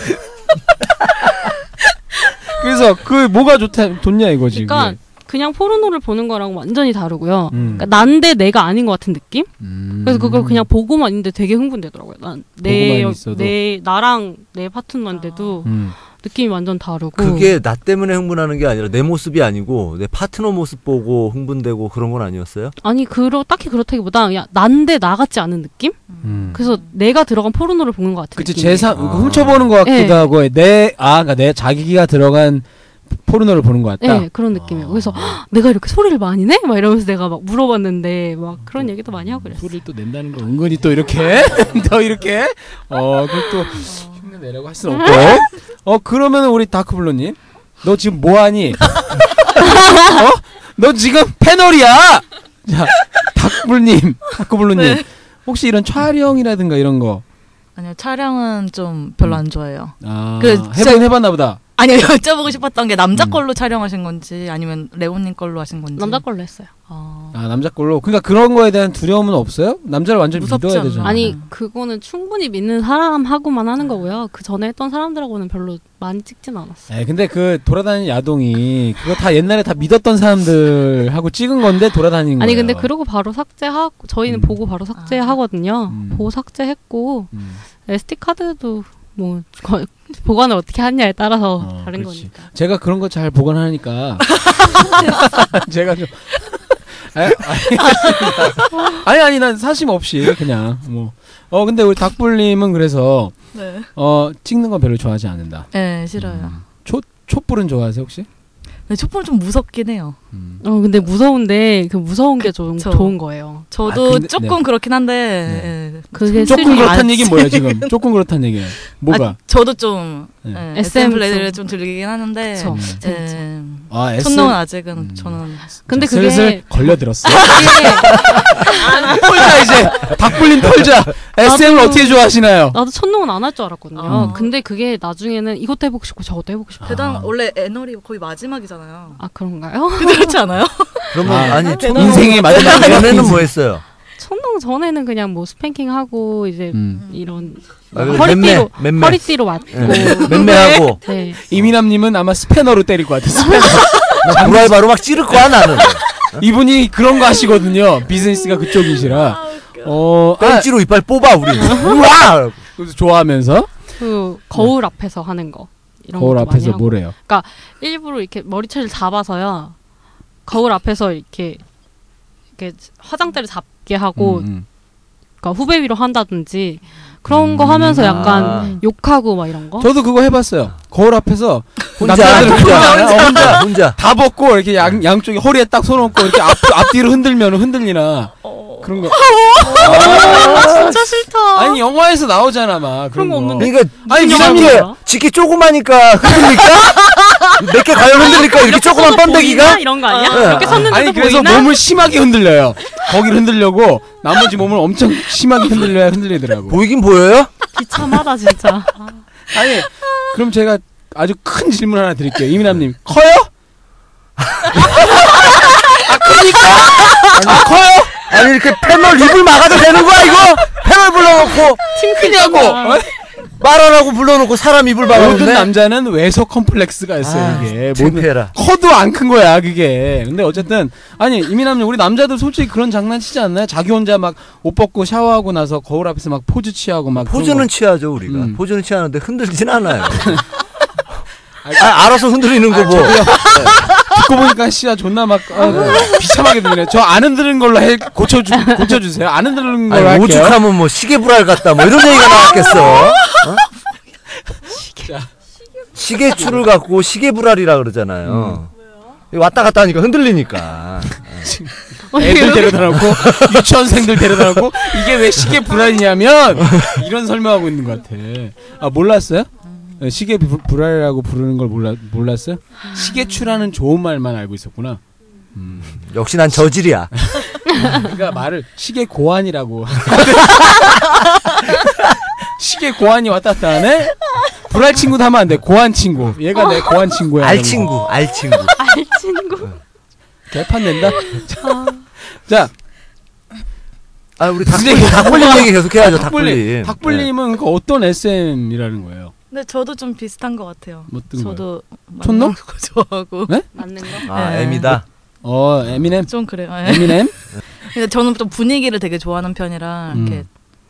[SPEAKER 1] 그래서 그 뭐가 좋다 좋냐 이거지
[SPEAKER 2] 그러니까 그냥 포르노를 보는 거랑 완전히 다르고요
[SPEAKER 1] 그게. 음.
[SPEAKER 2] 그러니까 난데 내가 아닌 것 같은 느낌?
[SPEAKER 1] 음.
[SPEAKER 2] 그래서 그걸 그냥 보고만 있는데 되게 흥분되더라고요. 난내
[SPEAKER 1] 보고만 있어도.
[SPEAKER 2] 내, 나랑 내 파트너인데도
[SPEAKER 1] 음.
[SPEAKER 2] 느낌이 완전 다르고
[SPEAKER 3] 그게 나 때문에 흥분하는 게 아니라 내 모습이 아니고 내 파트너 모습 보고 흥분되고 그런 건 아니었어요?
[SPEAKER 2] 아니 그러 딱히 그렇다기보다 그냥 난데 나 같지 않은 느낌?
[SPEAKER 1] 음.
[SPEAKER 2] 그래서 내가 들어간 포르노를 보는 것 같은
[SPEAKER 1] 그치
[SPEAKER 2] 느낌.
[SPEAKER 1] 제상
[SPEAKER 3] 아.
[SPEAKER 1] 훔쳐보는 것 같기도
[SPEAKER 2] 네.
[SPEAKER 7] 예.
[SPEAKER 1] 하고 내아 그러니까 내 자기가 들어간 포르노를 보는 것 같다.
[SPEAKER 7] 예.
[SPEAKER 2] 네 그런
[SPEAKER 1] 아.
[SPEAKER 2] 느낌이에요. 그래서 "헉, 내가 이렇게 소리를 많이 내? 막 이러면서 내가 막 물어봤는데 막 그런 얘기도 많이 하고 그랬어요.
[SPEAKER 1] 음. 소리를 또 낸다는 거 은근히 또 이렇게 더 이렇게 어 그걸 또 흉내 내려고 할 수는 없고 어 그러면 우리 다크블루님 너 지금 뭐하니? 어? 너 지금 패널이야? 자 다크블루님 다크블루님
[SPEAKER 7] 네.
[SPEAKER 1] 혹시 이런 촬영이라든가 이런 거
[SPEAKER 7] 아니요 촬영은 좀 별로 안 좋아해요.
[SPEAKER 1] 아,
[SPEAKER 7] 그
[SPEAKER 1] 해보긴
[SPEAKER 7] 진짜-
[SPEAKER 1] 해봤나 보다.
[SPEAKER 7] 아니요 여쭤보고 싶었던 게 남자
[SPEAKER 1] 음.
[SPEAKER 7] 걸로 촬영하신 건지 아니면 레오님 걸로 하신 건지.
[SPEAKER 2] 남자 걸로 했어요.
[SPEAKER 7] 아.
[SPEAKER 1] 아 남자 꼴로 그러니까 그런 거에 대한 두려움은 없어요? 남자를 완전히
[SPEAKER 7] 무섭지
[SPEAKER 1] 믿어야
[SPEAKER 7] 않나?
[SPEAKER 1] 되잖아.
[SPEAKER 2] 아니
[SPEAKER 7] 음.
[SPEAKER 2] 그거는 충분히 믿는 사람하고만 하는 거고요. 그 전에 했던 사람들하고는 별로 많이 찍진 않았어요.
[SPEAKER 1] 에 근데 그 돌아다니는 야동이 그거 다 옛날에 다 믿었던 사람들하고 찍은 건데 돌아다니는 거예요.
[SPEAKER 2] 아니 근데 그러고 바로 삭제하고 저희는
[SPEAKER 1] 음.
[SPEAKER 2] 보고 바로 삭제하거든요.
[SPEAKER 1] 음.
[SPEAKER 2] 보고 삭제했고
[SPEAKER 1] 음.
[SPEAKER 2] SD 카드도 뭐 거- 보관을 어떻게 하냐에 따라서
[SPEAKER 1] 어,
[SPEAKER 2] 다른
[SPEAKER 1] 그렇지.
[SPEAKER 2] 거니까.
[SPEAKER 1] 제가 그런 거 잘 보관하니까 제가 좀 아니, 아니, 아니 아니 난 사심 없이 그냥 뭐 어 근데 우리 닭불님은 그래서
[SPEAKER 7] 네.
[SPEAKER 1] 어 찍는 건 별로 좋아하지 않는다.
[SPEAKER 7] 네, 싫어요.
[SPEAKER 1] 음. 촛 촛불은 좋아하세요 혹시?
[SPEAKER 7] 네, 촛불 좀 무섭긴 해요.
[SPEAKER 1] 음.
[SPEAKER 2] 어 근데 무서운데 그 무서운 게 좀
[SPEAKER 7] 그쵸.
[SPEAKER 2] 좋은 거예요.
[SPEAKER 7] 저도
[SPEAKER 1] 아, 근데-
[SPEAKER 7] 조금
[SPEAKER 1] 네.
[SPEAKER 7] 그렇긴
[SPEAKER 1] 네.
[SPEAKER 7] 한데 예.
[SPEAKER 2] 그게
[SPEAKER 1] 조금
[SPEAKER 2] 스릴이
[SPEAKER 1] 그렇다는
[SPEAKER 2] 많지. 아,
[SPEAKER 1] 얘기 뭐예요 지금? 조금 그렇다는 얘기예요. 뭐가?
[SPEAKER 7] 저도 좀
[SPEAKER 1] 네.
[SPEAKER 2] SM
[SPEAKER 7] 예, SM 플레이를 좀 들리긴 하는데
[SPEAKER 2] 그쵸.
[SPEAKER 1] 음.
[SPEAKER 7] 예,
[SPEAKER 2] 그쵸.
[SPEAKER 1] 아 S
[SPEAKER 7] 촌놈은 아직은
[SPEAKER 1] 음.
[SPEAKER 7] 저는
[SPEAKER 2] 근데
[SPEAKER 1] 자,
[SPEAKER 2] 그게 아,
[SPEAKER 1] 슬슬 걸려 들었어.
[SPEAKER 2] 그게
[SPEAKER 1] 털자 아, 이제 닭불님 털자.
[SPEAKER 2] 아,
[SPEAKER 1] SM을 어떻게 좋아하시나요?
[SPEAKER 2] 나도 첫놈은 안 할 줄 알았거든요.
[SPEAKER 1] 아.
[SPEAKER 7] 어.
[SPEAKER 2] 근데 그게 나중에는 이것도 해보고 싶고 저것도 해보고 싶고.
[SPEAKER 7] 대단 원래 애널이 거의 마지막이잖아요.
[SPEAKER 2] 아 그런가요?
[SPEAKER 7] 그렇지 않아요?
[SPEAKER 3] 그러면
[SPEAKER 1] 아,
[SPEAKER 3] 아, 니
[SPEAKER 1] 인생의 마지막
[SPEAKER 3] 연애는 뭐 했어요?
[SPEAKER 2] 첫놈 전에는 그냥 뭐 스팽킹 하고 이제
[SPEAKER 1] 음.
[SPEAKER 2] 이런
[SPEAKER 3] 아, 그래서
[SPEAKER 2] 허리띠로
[SPEAKER 3] 맴매, 맴매.
[SPEAKER 2] 허리띠로 맞고.
[SPEAKER 1] 네.
[SPEAKER 3] 예. 맴매하고
[SPEAKER 2] 네.
[SPEAKER 1] 이민함님은 아마 스패너로 때릴 것 같아요. 스패너.
[SPEAKER 3] 나 브라이바로 막 찌를 거야 나는.
[SPEAKER 1] 아, 이분이 그런 거 하시거든요.
[SPEAKER 2] 음.
[SPEAKER 1] 비즈니스가
[SPEAKER 2] 아,
[SPEAKER 1] 그쪽이시라. 어, 아,
[SPEAKER 3] 뺀찌로 이빨 뽑아 우리. 우와.
[SPEAKER 1] 그래서 좋아하면서
[SPEAKER 2] 그 거울 앞에서 하는 거 이런
[SPEAKER 1] 네. 거울
[SPEAKER 2] 것도
[SPEAKER 1] 앞에서
[SPEAKER 2] 많이 하고.
[SPEAKER 1] 뭐래요?
[SPEAKER 2] 일부러 이렇게 머리채를 잡아서요 거울 앞에서 이렇게 이렇게 화장대를 잡게 하고
[SPEAKER 1] 음, 음.
[SPEAKER 2] 그러니까 후배 위로 한다든지 그런
[SPEAKER 1] 음.
[SPEAKER 2] 거 하면서 약간
[SPEAKER 3] 아.
[SPEAKER 2] 욕하고 막 이런 거
[SPEAKER 1] 저도 그거 해봤어요. 거울 앞에서
[SPEAKER 3] 혼자 어,
[SPEAKER 1] 남자들은
[SPEAKER 3] 혼자 혼자 혼자.
[SPEAKER 1] 다 벗고 이렇게 양, 양쪽에 허리에 딱 손 얹고 이렇게 앞, 앞뒤로 흔들면 흔들리나 그런 거.
[SPEAKER 2] 어.
[SPEAKER 1] 아.
[SPEAKER 2] 진짜 싫다
[SPEAKER 1] 아니 영화에서 나오잖아 막 그런,
[SPEAKER 2] 그런 거 없는데.
[SPEAKER 3] 그러니까
[SPEAKER 1] 아니
[SPEAKER 2] 무슨
[SPEAKER 1] 미남님
[SPEAKER 2] 영화야?
[SPEAKER 3] 이게 지키 조그마니까 흔들릴까? 몇 개 과연 흔들릴까? 이렇게 조그만 뻔데기가?
[SPEAKER 2] 이런 거 아니야?
[SPEAKER 3] 어.
[SPEAKER 2] 이렇게 섰는데도
[SPEAKER 1] 아니 그래서
[SPEAKER 2] 보이나?
[SPEAKER 1] 몸을 심하게 흔들려요. 거기를 흔들려고 나머지 몸을 엄청 심하게 흔들려야 흔들리더라고.
[SPEAKER 3] 보이긴 보여요?
[SPEAKER 2] 비참하다 진짜
[SPEAKER 1] 아니 그럼 제가 아주 큰 질문 하나 드릴게요
[SPEAKER 2] 네.
[SPEAKER 1] 이민아님 커요? 아 크니까 아 커요?
[SPEAKER 3] 아니 이렇게 패널 입을 막아도 되는 거야 이거? 패널 불러놓고
[SPEAKER 1] 크냐고
[SPEAKER 2] 아.
[SPEAKER 1] 어?
[SPEAKER 3] 말하라고 불러놓고 사람 입을
[SPEAKER 1] 모든
[SPEAKER 3] 막아놓네?
[SPEAKER 1] 남자는 외소 컴플렉스가 있어요
[SPEAKER 3] 아,
[SPEAKER 1] 이게 모든
[SPEAKER 3] 창피해라.
[SPEAKER 1] 커도 안 큰 거야 그게 근데 어쨌든 아니 이민아님 우리 남자들 솔직히 그런 장난치지 않나요? 자기 혼자 막 옷 벗고 샤워하고 나서 거울 앞에서 막 포즈 취하고 막 그런
[SPEAKER 3] 포즈는
[SPEAKER 1] 거.
[SPEAKER 3] 취하죠 우리가.
[SPEAKER 1] 음.
[SPEAKER 3] 포즈는 취하는데 흔들진 않아요. 아, 알아서 흔들리는 거 뭐.
[SPEAKER 1] 듣고 보니까 씨야 존나 막 어, 비참하게 들리네 저 안 흔드는 걸로 해 고쳐주 고쳐주세요 안 흔드는 걸로
[SPEAKER 3] 아니,
[SPEAKER 1] 할게요
[SPEAKER 3] 오죽하면 뭐 시계 불알 같다 뭐 이런 얘기가 나왔겠어. 어? 시계추를 갖고 시계 불알이라
[SPEAKER 1] 음.
[SPEAKER 3] 그러잖아요. 이거 왔다 갔다 하니까 흔들리니까.
[SPEAKER 1] 애들 데려다 놓고 유치원생들 데려다 놓고 이게 왜 시계 불안이냐면 이런 설명하고 있는 것 같아. 아 몰랐어요? 네, 시계 부, 불안이라고 부르는 걸 몰라 몰랐어요? 시계추라는 좋은 말만 알고 있었구나.
[SPEAKER 3] 역시 난 저질이야.
[SPEAKER 1] 그러니까 말을 시계 고안이라고. 시계 고안이 왔다 갔다 하네. 불알 친구도 하면 안 돼. 고안 친구. 얘가 내 고안 친구야.
[SPEAKER 3] 알 친구, 알 친구.
[SPEAKER 2] 알 친구
[SPEAKER 1] 개판 낸다. 자,
[SPEAKER 3] 아 우리
[SPEAKER 1] 무슨
[SPEAKER 3] 닭불
[SPEAKER 1] 얘기야?
[SPEAKER 3] 닭불님 얘기 계속해야죠. 네.
[SPEAKER 1] 닭불님.
[SPEAKER 3] 닭불님.
[SPEAKER 1] 닭불님은 그 어떤 SM이라는 거예요?
[SPEAKER 7] 근데 저도 좀 비슷한 것 같아요.
[SPEAKER 1] 뭐 어떤 거예요?
[SPEAKER 7] 저도
[SPEAKER 1] 촌놈?
[SPEAKER 7] 만나는 거 좋아하고
[SPEAKER 2] 맞는 거?
[SPEAKER 3] 네. 아
[SPEAKER 7] 네.
[SPEAKER 3] M이다.
[SPEAKER 1] 어, 에미넴.
[SPEAKER 7] 좀 그래요. 예.
[SPEAKER 1] 에미넴?
[SPEAKER 7] 근데 그러니까 저는 또 분위기를 되게 좋아하는 편이라
[SPEAKER 1] 음.
[SPEAKER 7] 이렇게,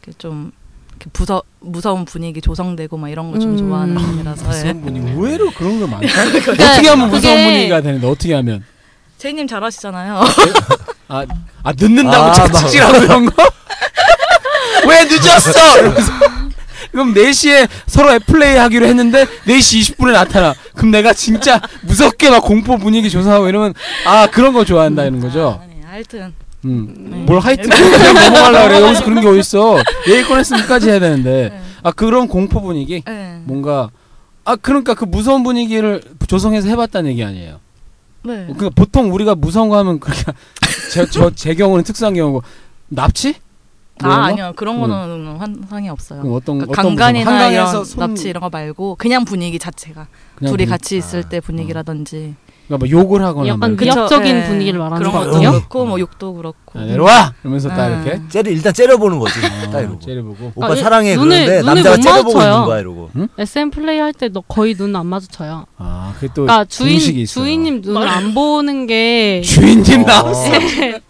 [SPEAKER 7] 이렇게 좀 이렇게 무서 무서운 분위기 조성되고 막 이런 거 좀
[SPEAKER 2] 음.
[SPEAKER 7] 좋아하는 편이라서 예.
[SPEAKER 1] 무서운 분위기. 의외로 그런 거 많다. 어떻게 하면 무서운
[SPEAKER 2] 그게-
[SPEAKER 1] 분위기가 되는데 어떻게 하면?
[SPEAKER 7] 제이님 잘하시잖아요.
[SPEAKER 1] 아, 아 늦는다고
[SPEAKER 3] 아,
[SPEAKER 1] 착착질하고 그런 거? 왜 늦었어? 이러면서. 그럼 4시에 서로 앱 플레이 하기로 했는데 4시 20분에 나타나. 그럼 내가 진짜 무섭게 막 공포 분위기 조성하고 이러면 아 그런 거 좋아한다는 거죠.
[SPEAKER 7] 아, 네, 하여튼
[SPEAKER 1] 음.
[SPEAKER 7] 네.
[SPEAKER 1] 뭘 하여튼 그냥 넘어가려고 그래. 여기서 그런 게 어딨어. 얘기 꺼냈으면까지 해야 되는데. 아 그런 공포 분위기?
[SPEAKER 7] 네.
[SPEAKER 1] 뭔가 아 그러니까 그 무서운 분위기를 조성해서 해봤다는 얘기 아니에요.
[SPEAKER 7] 네.
[SPEAKER 1] 그 보통 우리가 무서운 거 하면 그렇게 제저제 경우는 특수한 경우고 납치? 그런 거?
[SPEAKER 7] 아 아니요 그런 거는 환상이 없어요.
[SPEAKER 1] 그럼 어떤
[SPEAKER 7] 그러니까
[SPEAKER 1] 뭐. 음, 어떤 무서운 거?
[SPEAKER 7] 강간이나
[SPEAKER 1] 한강에서
[SPEAKER 7] 이런
[SPEAKER 1] 손-
[SPEAKER 7] 납치 이런 거 말고 그냥 분위기 자체가
[SPEAKER 1] 그냥
[SPEAKER 7] 둘이
[SPEAKER 1] 그-
[SPEAKER 7] 같이 있을 때 분위기라든지
[SPEAKER 1] 그러니까 뭐 욕을 하거나
[SPEAKER 2] 약간
[SPEAKER 1] 막
[SPEAKER 7] 그쵸,
[SPEAKER 2] 위협적인
[SPEAKER 7] 예.
[SPEAKER 2] 분위기를 말하는
[SPEAKER 7] 그런
[SPEAKER 2] 거거든요?
[SPEAKER 7] 것도 그렇고 뭐 욕도 그렇고
[SPEAKER 1] 야, 아, 내려와 이러면서 딱
[SPEAKER 7] 음.
[SPEAKER 1] 이렇게
[SPEAKER 3] 째려 일단 째려보는 거지. 딱
[SPEAKER 1] 어,
[SPEAKER 3] 이러고.
[SPEAKER 1] 째려보고
[SPEAKER 3] 오빠
[SPEAKER 2] 아, 이-
[SPEAKER 3] 사랑해
[SPEAKER 2] 눈을-
[SPEAKER 3] 그러는데
[SPEAKER 2] 눈을
[SPEAKER 3] 남자가
[SPEAKER 2] 못
[SPEAKER 3] 째려보고
[SPEAKER 2] 맞춰요.
[SPEAKER 3] 있는 거야 이러고.
[SPEAKER 2] SM 플레이 할 때 너 거의 눈 안 마주쳐요.
[SPEAKER 1] 아 그게 또
[SPEAKER 2] 그러니까 주인
[SPEAKER 1] 공식이 있어요.
[SPEAKER 2] 주인님 눈을 안 보는 게
[SPEAKER 1] 주인님
[SPEAKER 3] 어.
[SPEAKER 1] 나왔어
[SPEAKER 2] 안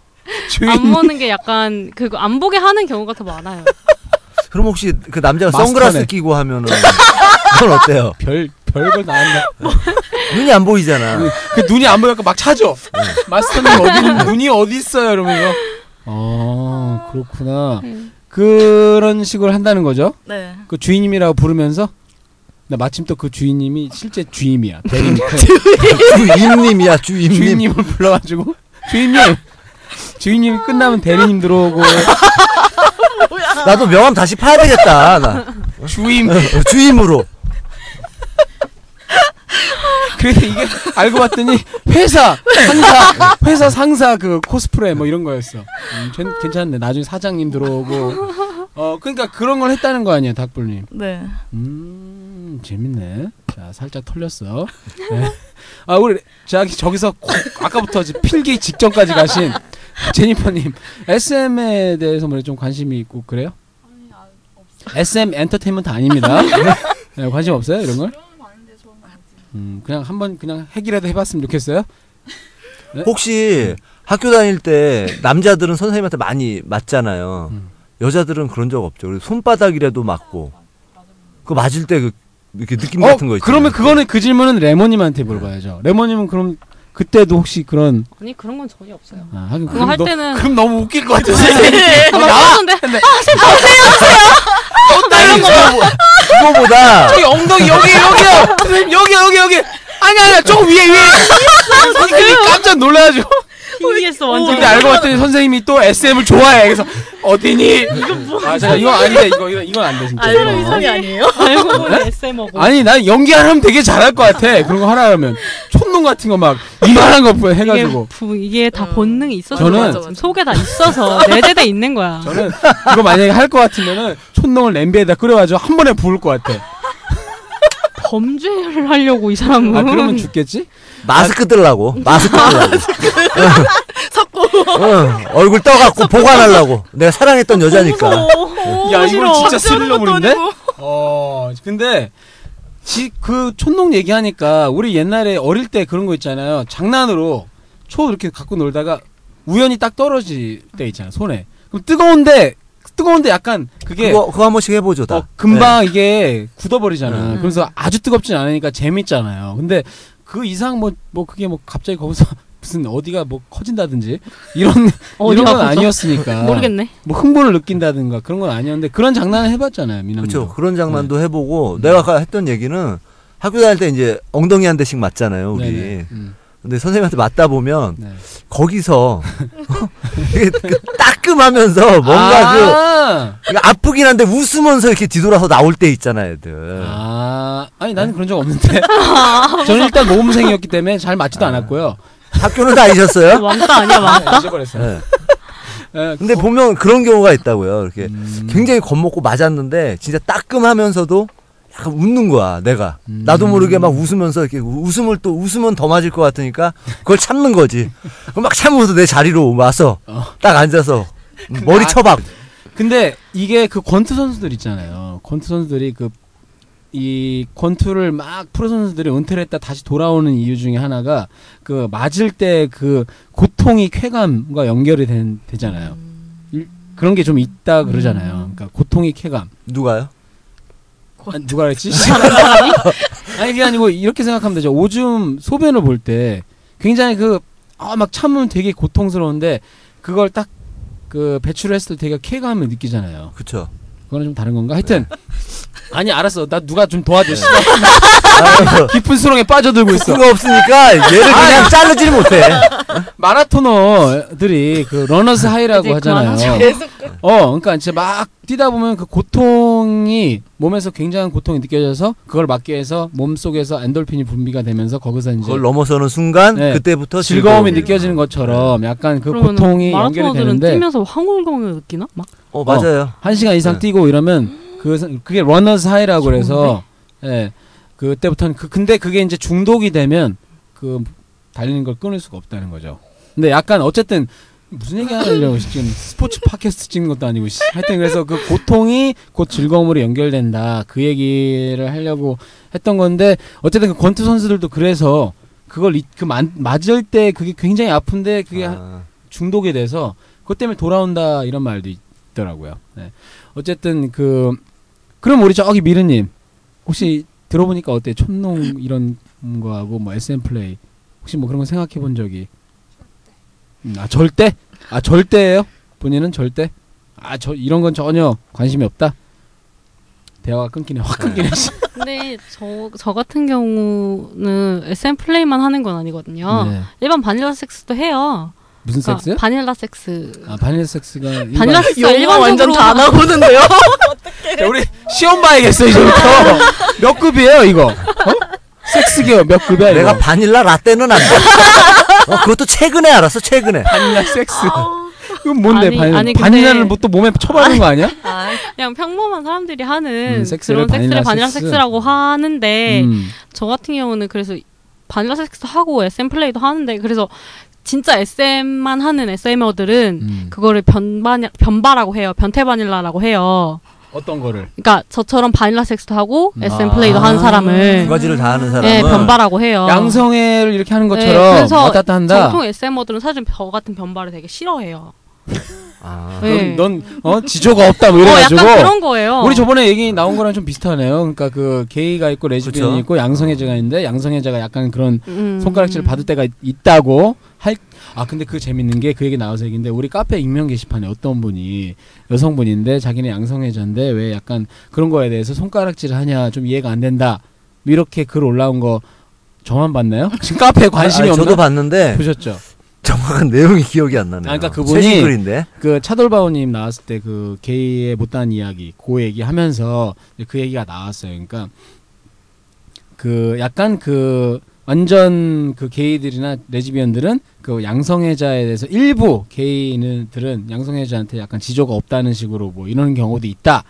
[SPEAKER 1] 주인
[SPEAKER 2] 보는 게 약간 그거 안 보게 하는 경우가 더 많아요.
[SPEAKER 3] 그럼 혹시 그 남자가
[SPEAKER 1] 마스터네.
[SPEAKER 3] 선글라스 끼고 하면은 그건 어때요?
[SPEAKER 1] 별 별걸 나왔네.
[SPEAKER 3] 눈이 안 보이잖아.
[SPEAKER 1] 그 눈이 안 보니까 막 찾죠. 마스터님 어디 눈이 어디 있어요? 이러면서. 아 그렇구나.
[SPEAKER 2] 음.
[SPEAKER 1] 그런 식으로 한다는 거죠.
[SPEAKER 7] 네.
[SPEAKER 1] 그 주인님이라고 부르면서 나 마침 또 그 주인님이 실제 주임이야. 대리님.
[SPEAKER 3] 주임님이야, 주임님.
[SPEAKER 1] 주인님을 불러가지고 주인님. 주인님이 끝나면 대리님 들어오고
[SPEAKER 3] 나도 명함 다시 파야 되겠다. 나.
[SPEAKER 1] 주임.
[SPEAKER 3] 어, 주임으로.
[SPEAKER 1] 그래서 이게 알고 봤더니 회사 상사 회사 상사 그 코스프레 뭐 이런 거였어. 음, 괜- 괜찮네. 나중에 사장님 들어오고 어 그러니까 그런 걸 했다는 거 아니에요, 닭불님.
[SPEAKER 7] 네.
[SPEAKER 1] 음 재밌네. 자 살짝 털렸어. 네. 아 우리 저기 저기서 콕, 아까부터 지금 필기 직전까지 가신 제니퍼님 SM에 대해서 뭐 좀 관심이 있고 그래요?
[SPEAKER 2] 아,
[SPEAKER 1] SM 엔터테인먼트 아닙니다. 네, 관심 없어요 이런 걸? 음 그냥 한번 그냥 핵이라도 해봤으면 좋겠어요.
[SPEAKER 3] 네? 혹시 학교 다닐 때 남자들은 선생님한테 많이 맞잖아요.
[SPEAKER 1] 음.
[SPEAKER 3] 여자들은 그런 적 없죠. 그리고 손바닥이라도 맞고. 그 맞을 때 그, 이렇게 느낌
[SPEAKER 1] 어
[SPEAKER 3] 같은 거 네. 있죠.
[SPEAKER 1] 그러면 그거는 그 질문은 레모님한테 물어봐야죠. 레모님은 그럼 그때도 혹시 그런
[SPEAKER 2] 아니 그런 건 전혀 없어요.
[SPEAKER 1] 아, 하긴
[SPEAKER 2] 그거 할
[SPEAKER 1] 너-
[SPEAKER 2] 때는 네,
[SPEAKER 1] 그럼 너무 웃길 것 같아 선생님.
[SPEAKER 2] 나왔는데
[SPEAKER 1] 아, 어,
[SPEAKER 3] 뭐, 그거보다
[SPEAKER 1] 저기 엉덩이 여기 여기요 선생님 여기 여기 여기 아니 아니 조금 위에 위에 선생님이 깜짝 놀라가지고 어,
[SPEAKER 2] TV에서 완전
[SPEAKER 1] 근데 알고 봤더니 선생님이 또 SM을 좋아해 그래서 어디니 이거 뭐아 잠깐 이거 아닌데 이거 이거 이건 안돼 진짜
[SPEAKER 7] 알고
[SPEAKER 1] 이거.
[SPEAKER 7] 이상이 아니에요?
[SPEAKER 2] 알고 보니 SM하고
[SPEAKER 1] 네? 아니 난 연기하면 되게 잘할 것 같아 그런 거 하라면 촌농 같은 거 막 이만한 거
[SPEAKER 2] 이게
[SPEAKER 1] 해가지고
[SPEAKER 2] 부, 이게 다
[SPEAKER 7] 음.
[SPEAKER 2] 본능이 있어서
[SPEAKER 1] 저는-
[SPEAKER 2] 그런 거야. 지금 속에 다 있어서 내재돼 있는 거야.
[SPEAKER 1] 저는 이거 만약에 할 것 같으면은 촌농을 냄비에다 끓여가지고 한 번에 부을 것 같아
[SPEAKER 2] 범죄를 하려고 이 사람은
[SPEAKER 1] 아 그러면 죽겠지
[SPEAKER 3] 마스크 들라고. 마스크 들라고.
[SPEAKER 7] 섞고.
[SPEAKER 3] 응. 얼굴 떠갖고 보관하려고. 내가 사랑했던 여자니까.
[SPEAKER 1] 야 이건 진짜 스릴러물인데 어 근데 지 그 촌농 얘기하니까 우리 옛날에 어릴 때 그런 거 있잖아요 장난으로 초 이렇게 갖고 놀다가 우연히 딱 떨어질 때 있잖아 손에 그럼 뜨거운데 뜨거운데 약간 그게
[SPEAKER 3] 그거, 그거 한 번씩 해보죠, 다.
[SPEAKER 1] 어, 금방
[SPEAKER 2] 네.
[SPEAKER 1] 이게 굳어버리잖아
[SPEAKER 7] 음.
[SPEAKER 1] 그래서 아주 뜨겁진 않으니까 재밌잖아요 근데 그 이상 뭐 뭐 그게 뭐 갑자기 거기서 무슨 어디가 뭐 커진다든지 이런 이런
[SPEAKER 2] 어디가
[SPEAKER 1] 건
[SPEAKER 2] 커져?
[SPEAKER 1] 아니었으니까
[SPEAKER 2] 모르겠네.
[SPEAKER 1] 뭐 흥분을 느낀다든가 그런 건 아니었는데 그런 장난을 해봤잖아요 미남
[SPEAKER 3] 그렇죠. 그런 장난도
[SPEAKER 1] 네.
[SPEAKER 3] 해보고 내가 아까 했던 얘기는 학교 다닐 때 이제 엉덩이 한 대씩 맞잖아요, 우리.
[SPEAKER 1] 음.
[SPEAKER 3] 근데 선생님한테 맞다 보면
[SPEAKER 1] 네.
[SPEAKER 3] 거기서 이게 그 따끔하면서 뭔가 그
[SPEAKER 1] 아~
[SPEAKER 3] 그러니까 아프긴 한데 웃으면서 이렇게 뒤돌아서 나올 때 있잖아요, 애들.
[SPEAKER 1] 아, 아니 나는 그런 적 없는데. 저는 일단 모험생이었기 때문에 잘 맞지도 않았고요.
[SPEAKER 3] 학교는 다니셨어요?
[SPEAKER 2] 왕따 아니야 왕따?
[SPEAKER 1] 아. 네, 잊어버렸어요.
[SPEAKER 3] 예. 근데 보면 그런 경우가 있다고요. 이렇게
[SPEAKER 1] 음.
[SPEAKER 3] 굉장히 겁먹고 맞았는데 진짜 따끔하면서도 약간 웃는 거야 내가
[SPEAKER 1] 음.
[SPEAKER 3] 나도 모르게 막 웃으면서 이렇게 우- 웃음을 또 웃으면 더 맞을 것 같으니까 그걸 참는 거지 그럼 막 참으면서 내 자리로 와서
[SPEAKER 1] 어.
[SPEAKER 3] 딱 앉아서 머리
[SPEAKER 1] 아,
[SPEAKER 3] 쳐박
[SPEAKER 1] 근데 이게 그 권투 선수들 있잖아요. 권투 선수들이 그 이 권투를 막 프로 선수들이 은퇴를 했다 다시 돌아오는 이유 중에 하나가 그 맞을 때 그 고통이 쾌감과 연결이 된, 되잖아요. 일- 그런 게 좀 있다 그러잖아요. 그러니까 고통이 쾌감.
[SPEAKER 3] 누가요?
[SPEAKER 1] 아, 누가 그랬지? 아니 그게 아니고 이렇게 생각하면 되죠. 오줌 소변을 볼 때 굉장히 그아막 참으면 되게 고통스러운데 그걸 딱 그 배출을 했을 때 되게 쾌감을 느끼잖아요.
[SPEAKER 3] 그쵸
[SPEAKER 1] 그거는 좀 다른 건가? 하여튼 아니 알았어. 나 누가 좀 도와줘. 씨발.
[SPEAKER 3] 아,
[SPEAKER 1] 깊은 수렁에 빠져들고 있어.
[SPEAKER 3] 친구 없으니까 얘를
[SPEAKER 1] 아, 네.
[SPEAKER 3] 그냥 자르질 못해
[SPEAKER 1] 마라토너들이 그 러너스 하이라고
[SPEAKER 2] 이제
[SPEAKER 1] 하잖아요. 어, 그러니까 이제 막 뛰다 보면 그 고통이 몸에서 굉장한 고통이 느껴져서 그걸 막기 위해서 몸 속에서 엔돌핀이 분비가 되면서 거기서 이제
[SPEAKER 3] 그걸 넘어서는 순간
[SPEAKER 1] 네.
[SPEAKER 3] 그때부터
[SPEAKER 1] 즐거움이
[SPEAKER 3] 즐거움이
[SPEAKER 1] 느껴지는 것처럼 약간 그
[SPEAKER 2] 그러면은
[SPEAKER 1] 고통이 연결이
[SPEAKER 2] 마라토너들은
[SPEAKER 1] 되는데
[SPEAKER 2] 뛰면서 황홀감을 느끼나? 막
[SPEAKER 3] 어 맞아요
[SPEAKER 1] 한 시간 이상
[SPEAKER 3] 네.
[SPEAKER 1] 뛰고 이러면 그 사- 그게 러너스 하이라고 그래서 예 그때부터는 그 근데 그게 이제 중독이 되면 그 달리는 걸 끊을 수가 없다는 거죠. 근데 약간 어쨌든 무슨 얘기 하려고 지금 스포츠 팟캐스트 찍는 것도 아니고 씨. 하여튼 그래서 그 고통이 곧 즐거움으로 연결된다 그 얘기를 하려고 했던 건데 어쨌든 그 권투 선수들도 그래서 그걸 이, 그 만, 맞을 때 그게 굉장히 아픈데 그게 한-
[SPEAKER 3] 아,
[SPEAKER 1] 중독이 돼서 그것 때문에 돌아온다 이런 말도 있더라고요. 네. 어쨌든 그 그럼 우리 저기 미르님 혹시 들어보니까 어때? 촌농 이런 거하고 뭐 SM 플레이 혹시 뭐 그런 거 생각해 본 적이? 음, 아 절대? 아 절대예요? 본인은 절대? 아 저 이런 건 전혀 관심이 없다. 대화가 끊기네. 확 끊기네. 씨.
[SPEAKER 2] 근데 저, 저 같은 경우는 SM 플레이만 하는 건 아니거든요.
[SPEAKER 1] 네.
[SPEAKER 2] 일반 바닐라 섹스도 해요.
[SPEAKER 1] 무슨
[SPEAKER 2] 그러니까
[SPEAKER 1] 섹스요?
[SPEAKER 2] 바닐라 섹스.
[SPEAKER 1] 아 바닐라 섹스가 일반-
[SPEAKER 2] 바닐라 섹스
[SPEAKER 7] 영어 완전 다 나오는데요?
[SPEAKER 1] 야, 우리 시험 봐야겠어 이제부터. 몇 급이에요 이거? 어? 섹스계요 몇 급이야 네, 이거?
[SPEAKER 3] 내가 바닐라 라떼는 안 돼. 어, 그것도 최근에 알았어, 최근에.
[SPEAKER 1] 바닐라 섹스. 이건 뭔데
[SPEAKER 2] 아. 아니,
[SPEAKER 1] 바닐라?
[SPEAKER 2] 아니, 근데-
[SPEAKER 1] 바닐라를 뭐또 몸에 쳐바르는 거 아니야?
[SPEAKER 2] 그냥 평범한 사람들이 하는
[SPEAKER 1] 음, 섹스를
[SPEAKER 2] 그런 섹스를
[SPEAKER 1] 바닐라
[SPEAKER 2] 바닐라
[SPEAKER 1] 섹스.
[SPEAKER 2] 섹스라고 하는데
[SPEAKER 1] 음.
[SPEAKER 2] 저 같은 경우는 그래서 바닐라 섹스도 하고 SM 플레이도 하는데 그래서 진짜 SM만 하는 SM어들은
[SPEAKER 1] 음.
[SPEAKER 2] 그거를 변바니, 변바라고 해요. 변태 바닐라라고 해요.
[SPEAKER 1] 어떤 거를?
[SPEAKER 2] 그러니까 저처럼 바닐라 섹스도 하고
[SPEAKER 1] 음.
[SPEAKER 2] SM 플레이도
[SPEAKER 3] 아.
[SPEAKER 2] 하는 사람을
[SPEAKER 3] 두 가지를 다 하는 사람은
[SPEAKER 2] 예, 변바라고 해요.
[SPEAKER 1] 양성애를 이렇게 하는
[SPEAKER 2] 네,
[SPEAKER 1] 것처럼
[SPEAKER 2] 그래서
[SPEAKER 1] 왔다 갔다 한다.
[SPEAKER 2] 정통 SM어들은 사실 저 같은 변바를 되게 싫어해요.
[SPEAKER 3] 아.
[SPEAKER 2] 네.
[SPEAKER 1] 넌, 넌 어, 지조가 없다 뭐
[SPEAKER 2] 어,
[SPEAKER 1] 이래가지고.
[SPEAKER 2] 약간 그런 거예요.
[SPEAKER 1] 우리 저번에 얘기 나온 거랑 좀 비슷하네요. 그러니까 그 게이가 있고 레즈비언이
[SPEAKER 3] 그쵸.
[SPEAKER 1] 있고 양성애자가 있는데 양성애자가 약간 그런
[SPEAKER 2] 음.
[SPEAKER 1] 손가락질을 받을 때가 있- 있다고 할. 아 근데 그 재밌는 게 그 얘기 나와서 얘기인데 우리 카페 익명 게시판에 어떤 분이 여성분인데 자기는 양성애자인데 왜 약간 그런 거에 대해서 손가락질을 하냐 좀 이해가 안 된다 이렇게 글 올라온 거 저만 봤나요? 지금 카페에 관심이
[SPEAKER 3] 아니,
[SPEAKER 1] 없나?
[SPEAKER 3] 저도 봤는데
[SPEAKER 1] 보셨죠?
[SPEAKER 3] 정확한 내용이 기억이 안 나네요.
[SPEAKER 1] 아, 그러니까 그분이-
[SPEAKER 3] 최신 글인데.
[SPEAKER 1] 그 차돌바오님 나왔을 때 그 게이의 못다한 이야기 그 얘기 하면서 이제 그 얘기가 나왔어요. 그러니까 그 약간 그 완전 그 게이들이나 레즈비언들은 그 양성애자에 대해서 일부 게이들은 양성애자한테 약간 지조가 없다는 식으로 뭐 이런 경우도 있다.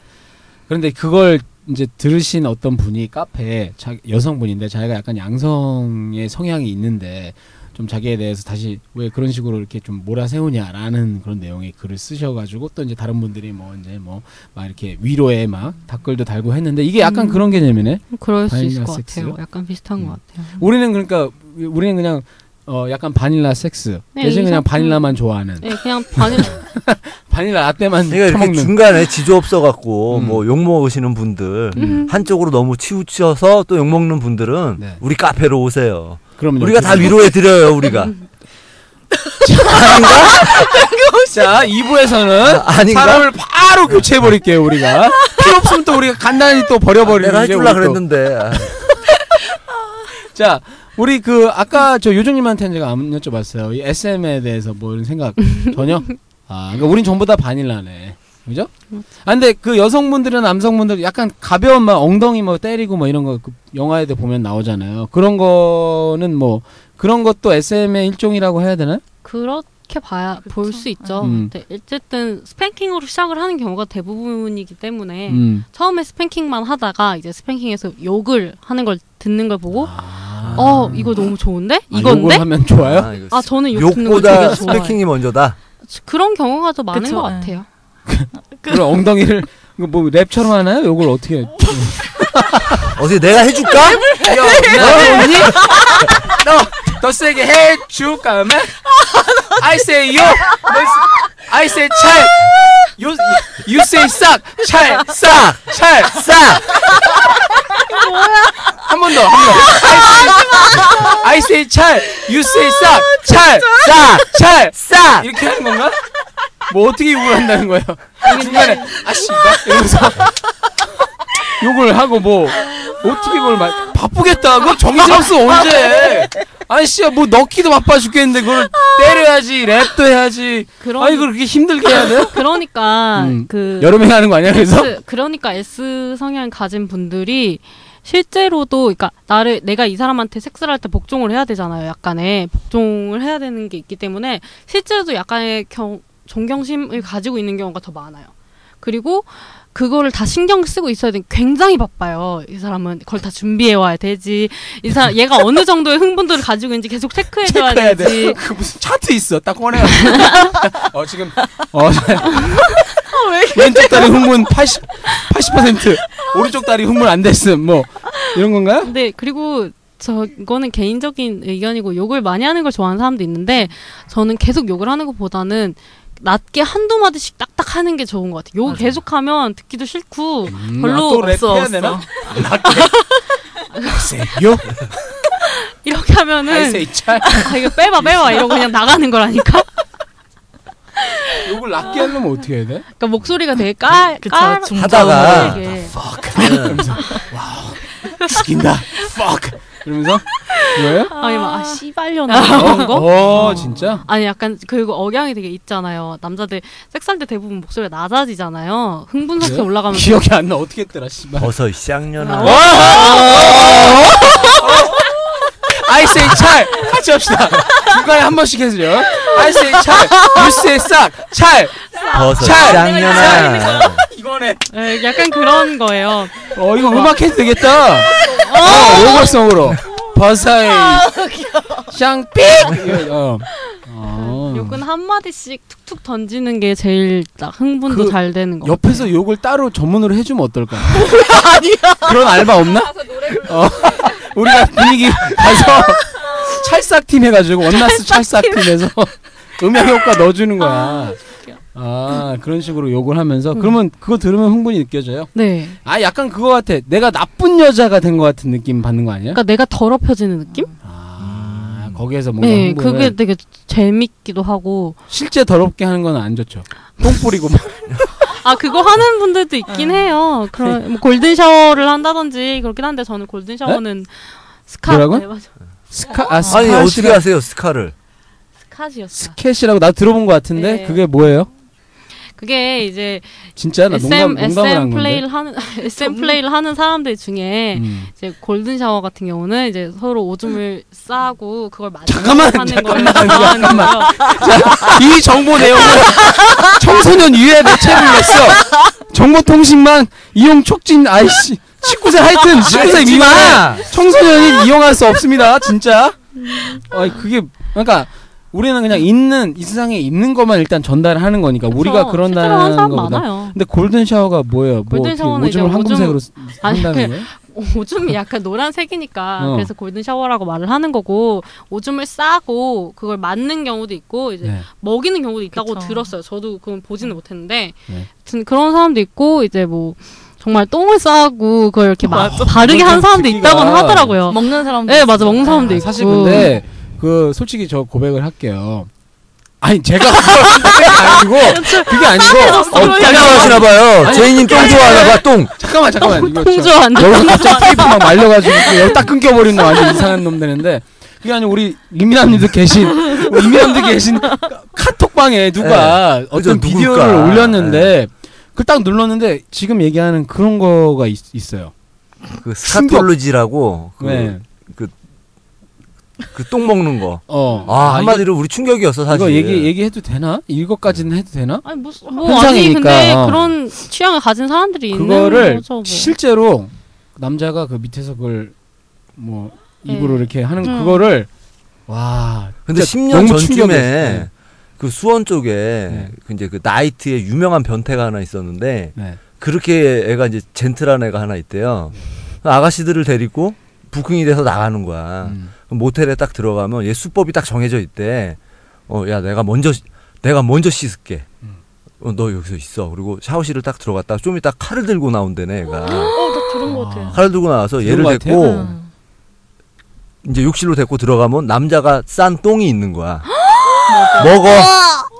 [SPEAKER 1] 그런데 그걸 이제 들으신 어떤 분이 카페에 자, 여성분인데 자기가 약간 양성의 성향이 있는데 좀 자기에 대해서 다시 왜 그런 식으로 이렇게 좀 몰아세우냐라는 그런 내용의 글을 쓰셔가지고 또 이제 다른 분들이 뭐 이제 뭐 막 이렇게 위로에 막 댓글도 달고 했는데 이게 약간
[SPEAKER 2] 음.
[SPEAKER 1] 그런 개념이네.
[SPEAKER 2] 그럴 수
[SPEAKER 1] 바닐라
[SPEAKER 2] 있을 것
[SPEAKER 1] 섹스요?
[SPEAKER 2] 같아요. 약간 비슷한
[SPEAKER 1] 음.
[SPEAKER 2] 것 같아요.
[SPEAKER 1] 우리는 그러니까 우리는 그냥 어 약간 바닐라 섹스
[SPEAKER 2] 네,
[SPEAKER 1] 대신
[SPEAKER 2] 이
[SPEAKER 1] 그냥
[SPEAKER 2] 상품-
[SPEAKER 1] 바닐라만 좋아하는
[SPEAKER 2] 네, 그냥 바닐라
[SPEAKER 1] 바닐라 라떼만
[SPEAKER 3] 그러니까 이렇게
[SPEAKER 1] 처먹는
[SPEAKER 3] 중간에 지조 없어갖고
[SPEAKER 1] 음.
[SPEAKER 3] 뭐 욕 먹으시는 분들
[SPEAKER 1] 음.
[SPEAKER 3] 한쪽으로 너무 치우쳐서 또 욕 먹는 분들은
[SPEAKER 1] 네.
[SPEAKER 3] 우리 카페로 오세요.
[SPEAKER 1] 그럼
[SPEAKER 3] 우리가 다 위로해 드려요 우리가.
[SPEAKER 1] 자 2부에서는
[SPEAKER 3] 아, 아닌가?
[SPEAKER 1] 사람을 바로 교체해 버릴게요 우리가 필요 없으면 또 우리가 간단히 또 버려버리는
[SPEAKER 3] 내가
[SPEAKER 1] 게
[SPEAKER 3] 해줄라
[SPEAKER 1] 우리 또-
[SPEAKER 3] 그랬는데. 아.
[SPEAKER 1] 자, 우리 그 아까 저 요정님한테 제가 안 여쭤봤어요. 이 SM에 대해서 뭐 이런 생각 전혀. 아, 그러니까 우린 전부 다 바닐라네. 그죠? 아, 근데 그 여성분들이나 남성분들 약간 가벼운 막 엉덩이 뭐 때리고 뭐 이런 거 그 영화에도 보면 나오잖아요. 그런 거는 뭐 그런 것도 SM의 일종이라고 해야 되나?
[SPEAKER 2] 그렇게 봐야 볼 수 있죠.
[SPEAKER 1] 음.
[SPEAKER 2] 근데 어쨌든 스팽킹으로 시작을 하는 경우가 대부분이기 때문에
[SPEAKER 1] 음.
[SPEAKER 2] 처음에 스팽킹만 하다가 이제 스팽킹에서 욕을 하는 걸 듣는 걸 보고
[SPEAKER 1] 아.
[SPEAKER 2] 어 이거 너무 좋은데
[SPEAKER 1] 아,
[SPEAKER 2] 이건데
[SPEAKER 1] 요걸 하면 좋아요?
[SPEAKER 3] 아, 이거
[SPEAKER 2] 아, 저는 욕 듣는 거
[SPEAKER 3] 욕보다
[SPEAKER 2] 되게 좋아해요.
[SPEAKER 3] 스펙킹이 먼저다.
[SPEAKER 2] 그런 경우가 더 많은
[SPEAKER 7] 그쵸,
[SPEAKER 2] 것
[SPEAKER 7] 예.
[SPEAKER 2] 같아요.
[SPEAKER 1] 그럼 엉덩이를 이거 뭐 랩처럼 하나요? 요걸 어떻게? 해?
[SPEAKER 3] 어떻게 내가 해줄까? 뭐?
[SPEAKER 1] 언니? 너, 더 세게 해줄까, 면 I say yo, 너 s- I say 찰, you, you say 싹, 찰, 싹, 찰, 싹. 한 번 더, 한 번. 더. I say 찰, you say 싹, 찰, 싹, 찰, 싹. 이렇게 하는 건가? 뭐 어떻게 욕을 한다는 거예요? 중간에 아씨 이러면서 욕을 하고 뭐 어떻게 그걸 말 바쁘겠다 그거 정신없어 언제 아씨야 뭐 넣기도 바빠 죽겠는데 그걸 때려야지 랩도 해야지
[SPEAKER 2] 그런
[SPEAKER 1] 아니 아. 그걸 그렇게 힘들게 해야 돼요?
[SPEAKER 2] 그러니까
[SPEAKER 1] 음.
[SPEAKER 2] 그
[SPEAKER 1] 여름에 하는 거 아니야 그래서?
[SPEAKER 2] S, 그러니까 S 성향 가진 분들이 실제로도 그러니까 나를 내가 이 사람한테 섹스를 할 때 복종을 해야 되잖아요. 약간의 복종을 해야 되는 게 있기 때문에 실제로도 약간의 경, 존경심을 가지고 있는 경우가 더 많아요. 그리고 그거를 다 신경 쓰고 있어야 되는 굉장히 바빠요. 이 사람은 그걸 다 준비해 와야 되지. 이 사람 얘가 어느 정도의 흥분도를 가지고 있는지 계속 체크해 줘야
[SPEAKER 1] 체크해야 돼.
[SPEAKER 2] 되지.
[SPEAKER 1] 그 무슨 차트 있어. 딱 꺼내가지고. 어, 지금. 어, 아, 왼쪽 다리 흥분 80, 80%. 오른쪽 다리 흥분 안 됐음. 뭐, 이런 건가요?
[SPEAKER 2] 근데 그리고 저 이거는 개인적인 의견이고 욕을 많이 하는 걸 좋아하는 사람도 있는데 저는 계속 욕을 하는 것보다는 낮게 한두 마디씩 딱딱 하는 게 좋은
[SPEAKER 1] 음.
[SPEAKER 2] 것 같아요. 욕 계속하면 듣기도 싫고 별로
[SPEAKER 1] 아, 또 랩해야
[SPEAKER 2] 없어,
[SPEAKER 1] 되나? say yo.
[SPEAKER 2] 이렇게 하면은
[SPEAKER 1] I say 잘.
[SPEAKER 2] 아 이거 빼봐 빼봐 이러고 그냥 나가는 거라니까.
[SPEAKER 1] 욕을 낮게 하려면 어떻게 해야 돼?
[SPEAKER 2] 그러니까 목소리가 되게 깔
[SPEAKER 1] 그쵸, 아,
[SPEAKER 2] 깔.
[SPEAKER 1] 중저음으로
[SPEAKER 2] 깔- 이게.
[SPEAKER 1] 아, 이러면서 와우 죽인다. Fuck. 이러면서 뭐예요?
[SPEAKER 2] 아니 막아 씨발려나 이런 거.
[SPEAKER 1] 어, 어, 진짜?
[SPEAKER 2] 아니 약간 그리고 억양이 되게 있잖아요. 남자들 섹스할 때 대부분 목소리가 낮아지잖아요. 흥분 상태
[SPEAKER 1] 그래요?
[SPEAKER 2] 올라가면
[SPEAKER 1] 기억이 안 나. 어떻게 했더라, 씨발.
[SPEAKER 3] 어서 쌍년아.
[SPEAKER 1] 와! 아이스의 찰 같이 합시다. 중간에 한 번씩 해주려. 아이스의 찰, 뉴스의 싹, 찰,
[SPEAKER 2] 아,
[SPEAKER 3] 버섯
[SPEAKER 1] 찰,
[SPEAKER 3] 쌍년아.
[SPEAKER 1] 찰. 이거네.
[SPEAKER 2] 예, 약간 그런 거예요.
[SPEAKER 1] 어 이거 음악 해도
[SPEAKER 2] 아,
[SPEAKER 1] 되겠다. 어, 로고송으로 버사이
[SPEAKER 2] 아.
[SPEAKER 1] 샹삑. 이거, 어. 어.
[SPEAKER 2] 욕은 한 마디씩 툭툭 던지는 게 제일 딱 흥분도
[SPEAKER 1] 그
[SPEAKER 2] 잘 되는 거.
[SPEAKER 1] 옆에서 욕을 따로 전문으로 해주면 어떨까? 아니야. 그런 알바 없나? 어, 우리가 분위기 가서 찰싹 팀 해가지고 원나스 찰싹 팀에서 음향 효과 넣어주는 거야. 아 그런 식으로 욕을 하면서 그러면 그거 들으면 흥분이 느껴져요.
[SPEAKER 2] 네.
[SPEAKER 1] 아 약간 그거 같아. 내가 나쁜 여자가 된 것 같은 느낌 받는 거 아니야?
[SPEAKER 2] 그러니까 내가 더럽혀지는 느낌?
[SPEAKER 1] 아, 거기에서 음, 뭔가
[SPEAKER 2] 네,
[SPEAKER 1] 흥분을
[SPEAKER 2] 그게 되게 재밌기도 하고.
[SPEAKER 1] 실제 더럽게 하는 건 안 좋죠. 똥 뿌리고 막
[SPEAKER 2] 아 그거 하는 분들도 있긴 해요.
[SPEAKER 1] 네.
[SPEAKER 2] 그런 뭐 골든 샤워를 한다든지 그렇긴 한데 저는 골든 샤워는 스카
[SPEAKER 1] 네? 뭐라고요?
[SPEAKER 2] 네, 맞아.
[SPEAKER 1] 스카 아
[SPEAKER 3] 아니 어떻게
[SPEAKER 1] 스카시라
[SPEAKER 3] 하세요 스카를?
[SPEAKER 2] 스카시였어.
[SPEAKER 1] 스캐시라고 나 들어본 것 같은데
[SPEAKER 2] 네.
[SPEAKER 1] 그게 뭐예요?
[SPEAKER 2] 그게 이제
[SPEAKER 1] 진짜 아, 나 농담,
[SPEAKER 2] SM
[SPEAKER 1] 농담을 한 건데.
[SPEAKER 2] SM 네, 플레이를 하는 SM 플레이를 하는 사람들 중에
[SPEAKER 1] 음.
[SPEAKER 2] 이제 골든 샤워 같은 경우는 이제 서로 오줌을 싸고 그걸 맞는
[SPEAKER 1] 잠깐만,
[SPEAKER 2] 하는 걸
[SPEAKER 1] 잠깐만,
[SPEAKER 2] 좋아하는
[SPEAKER 1] 잠깐만.
[SPEAKER 2] 거예요.
[SPEAKER 1] 자, 이 정보 내용은 청소년 유해 매체물로서 정보통신만 이용 촉진 아이씨 19세 하여튼 19세 미만 청소년이 이용할 수 없습니다 진짜. 아 그게 그러니까 우리는 그냥 있는 이 세상에 있는 것만 일단 전달하는 거니까 우리가
[SPEAKER 2] 그래서 실제로 하는
[SPEAKER 1] 그런다는
[SPEAKER 2] 사람
[SPEAKER 1] 거보다
[SPEAKER 2] 많아요.
[SPEAKER 1] 근데 골든 샤워가 뭐예요? 뭐
[SPEAKER 2] 골든
[SPEAKER 1] 어떻게
[SPEAKER 2] 샤워는 이제
[SPEAKER 1] 오줌을 황금색으로
[SPEAKER 2] 오줌-
[SPEAKER 1] 쓰-
[SPEAKER 2] 아니,
[SPEAKER 1] 한다는
[SPEAKER 2] 그-
[SPEAKER 1] 거예요?
[SPEAKER 2] 오줌이 약간 노란색이니까
[SPEAKER 1] 어.
[SPEAKER 2] 그래서 골든 샤워라고 말을 하는 거고 오줌을 싸고 그걸 맞는 경우도 있고 이제
[SPEAKER 1] 네.
[SPEAKER 2] 먹이는 경우도 있다고
[SPEAKER 7] 그쵸.
[SPEAKER 2] 들었어요. 저도 그건 보지는 못했는데
[SPEAKER 1] 네.
[SPEAKER 2] 아무튼 그런 사람도 있고 이제 뭐 정말 똥을 싸고 그걸 이렇게 막 바르게
[SPEAKER 1] 그건
[SPEAKER 2] 한 사람도
[SPEAKER 1] 듣기가- 뭐,
[SPEAKER 2] 있다고는 하더라고요.
[SPEAKER 7] 먹는 사람도
[SPEAKER 2] 네 맞아 먹는 사람도
[SPEAKER 1] 아,
[SPEAKER 2] 있고
[SPEAKER 1] 사실 근데 그 솔직히 저 고백을 할게요. 아니 제가 그게 아니고 그게 아니고
[SPEAKER 2] 싸매졌어,
[SPEAKER 1] 어,
[SPEAKER 2] 그러니까.
[SPEAKER 3] 쌍년하시나 봐요.
[SPEAKER 1] 아니,
[SPEAKER 3] 제이님 똥 좋아하나 봐 똥.
[SPEAKER 1] 잠깐만
[SPEAKER 2] 뭐
[SPEAKER 1] 잠깐만 이거 저-
[SPEAKER 2] 통조 안
[SPEAKER 1] 여기서 갑자기 테이프 막 말려가지고 그 여기 딱 끊겨버리는 완전 이상한 놈 되는데 그게 아니고 우리 이민아님도 계신 이민아님도 계신 카톡방에 누가
[SPEAKER 3] 네.
[SPEAKER 1] 어떤
[SPEAKER 3] 그죠, 누굴까? 네.
[SPEAKER 1] 비디오를 올렸는데 그걸 딱 눌렀는데 지금 얘기하는 그런 거가 있, 있어요.
[SPEAKER 3] 그 스카톨로지라고
[SPEAKER 1] 네.
[SPEAKER 3] 그 그 똥 먹는 거.
[SPEAKER 1] 어. 아,
[SPEAKER 3] 아 한마디로 우리 충격이었어
[SPEAKER 1] 이거,
[SPEAKER 3] 사실.
[SPEAKER 1] 이거 얘기 얘기해도 되나? 이거까지는 해도 되나?
[SPEAKER 2] 아니 무슨 뭐 아니
[SPEAKER 1] 현상이니까.
[SPEAKER 2] 근데 그런 취향을 가진 사람들이 있는
[SPEAKER 1] 그거를
[SPEAKER 2] 거죠. 뭐.
[SPEAKER 1] 실제로 남자가 그 밑에서 그걸 뭐 입으로
[SPEAKER 2] 네.
[SPEAKER 1] 이렇게 하는
[SPEAKER 2] 음.
[SPEAKER 1] 그거를 와
[SPEAKER 3] 근데
[SPEAKER 1] 진짜
[SPEAKER 3] 10년
[SPEAKER 1] 너무
[SPEAKER 3] 전쯤에
[SPEAKER 1] 충격이었어요. 네.
[SPEAKER 3] 그 수원 쪽에 그 이제 그 나이트에 유명한 변태가 하나 있었는데
[SPEAKER 1] 네.
[SPEAKER 3] 그렇게 애가 이제 젠틀한 애가 하나 있대요. 아가씨들을 데리고 부킹이 돼서 나가는 거야.
[SPEAKER 1] 음.
[SPEAKER 3] 그럼 모텔에 딱 들어가면 얘 수법이 딱 정해져 있대. 어, 야, 내가 먼저, 씻- 내가 먼저 씻을게. 어, 너 여기서 있어. 그리고 샤워실을 딱 들어갔다. 좀 이따 칼을 들고 나온대네, 얘가.
[SPEAKER 7] 어나 들은 것 어. 같아.
[SPEAKER 3] 칼을 들고 나와서
[SPEAKER 1] 들은
[SPEAKER 3] 얘를
[SPEAKER 1] 것 같아요?
[SPEAKER 3] 데리고 음. 이제 욕실로 데리고 들어가면 남자가 싼 똥이 있는 거야. 먹어,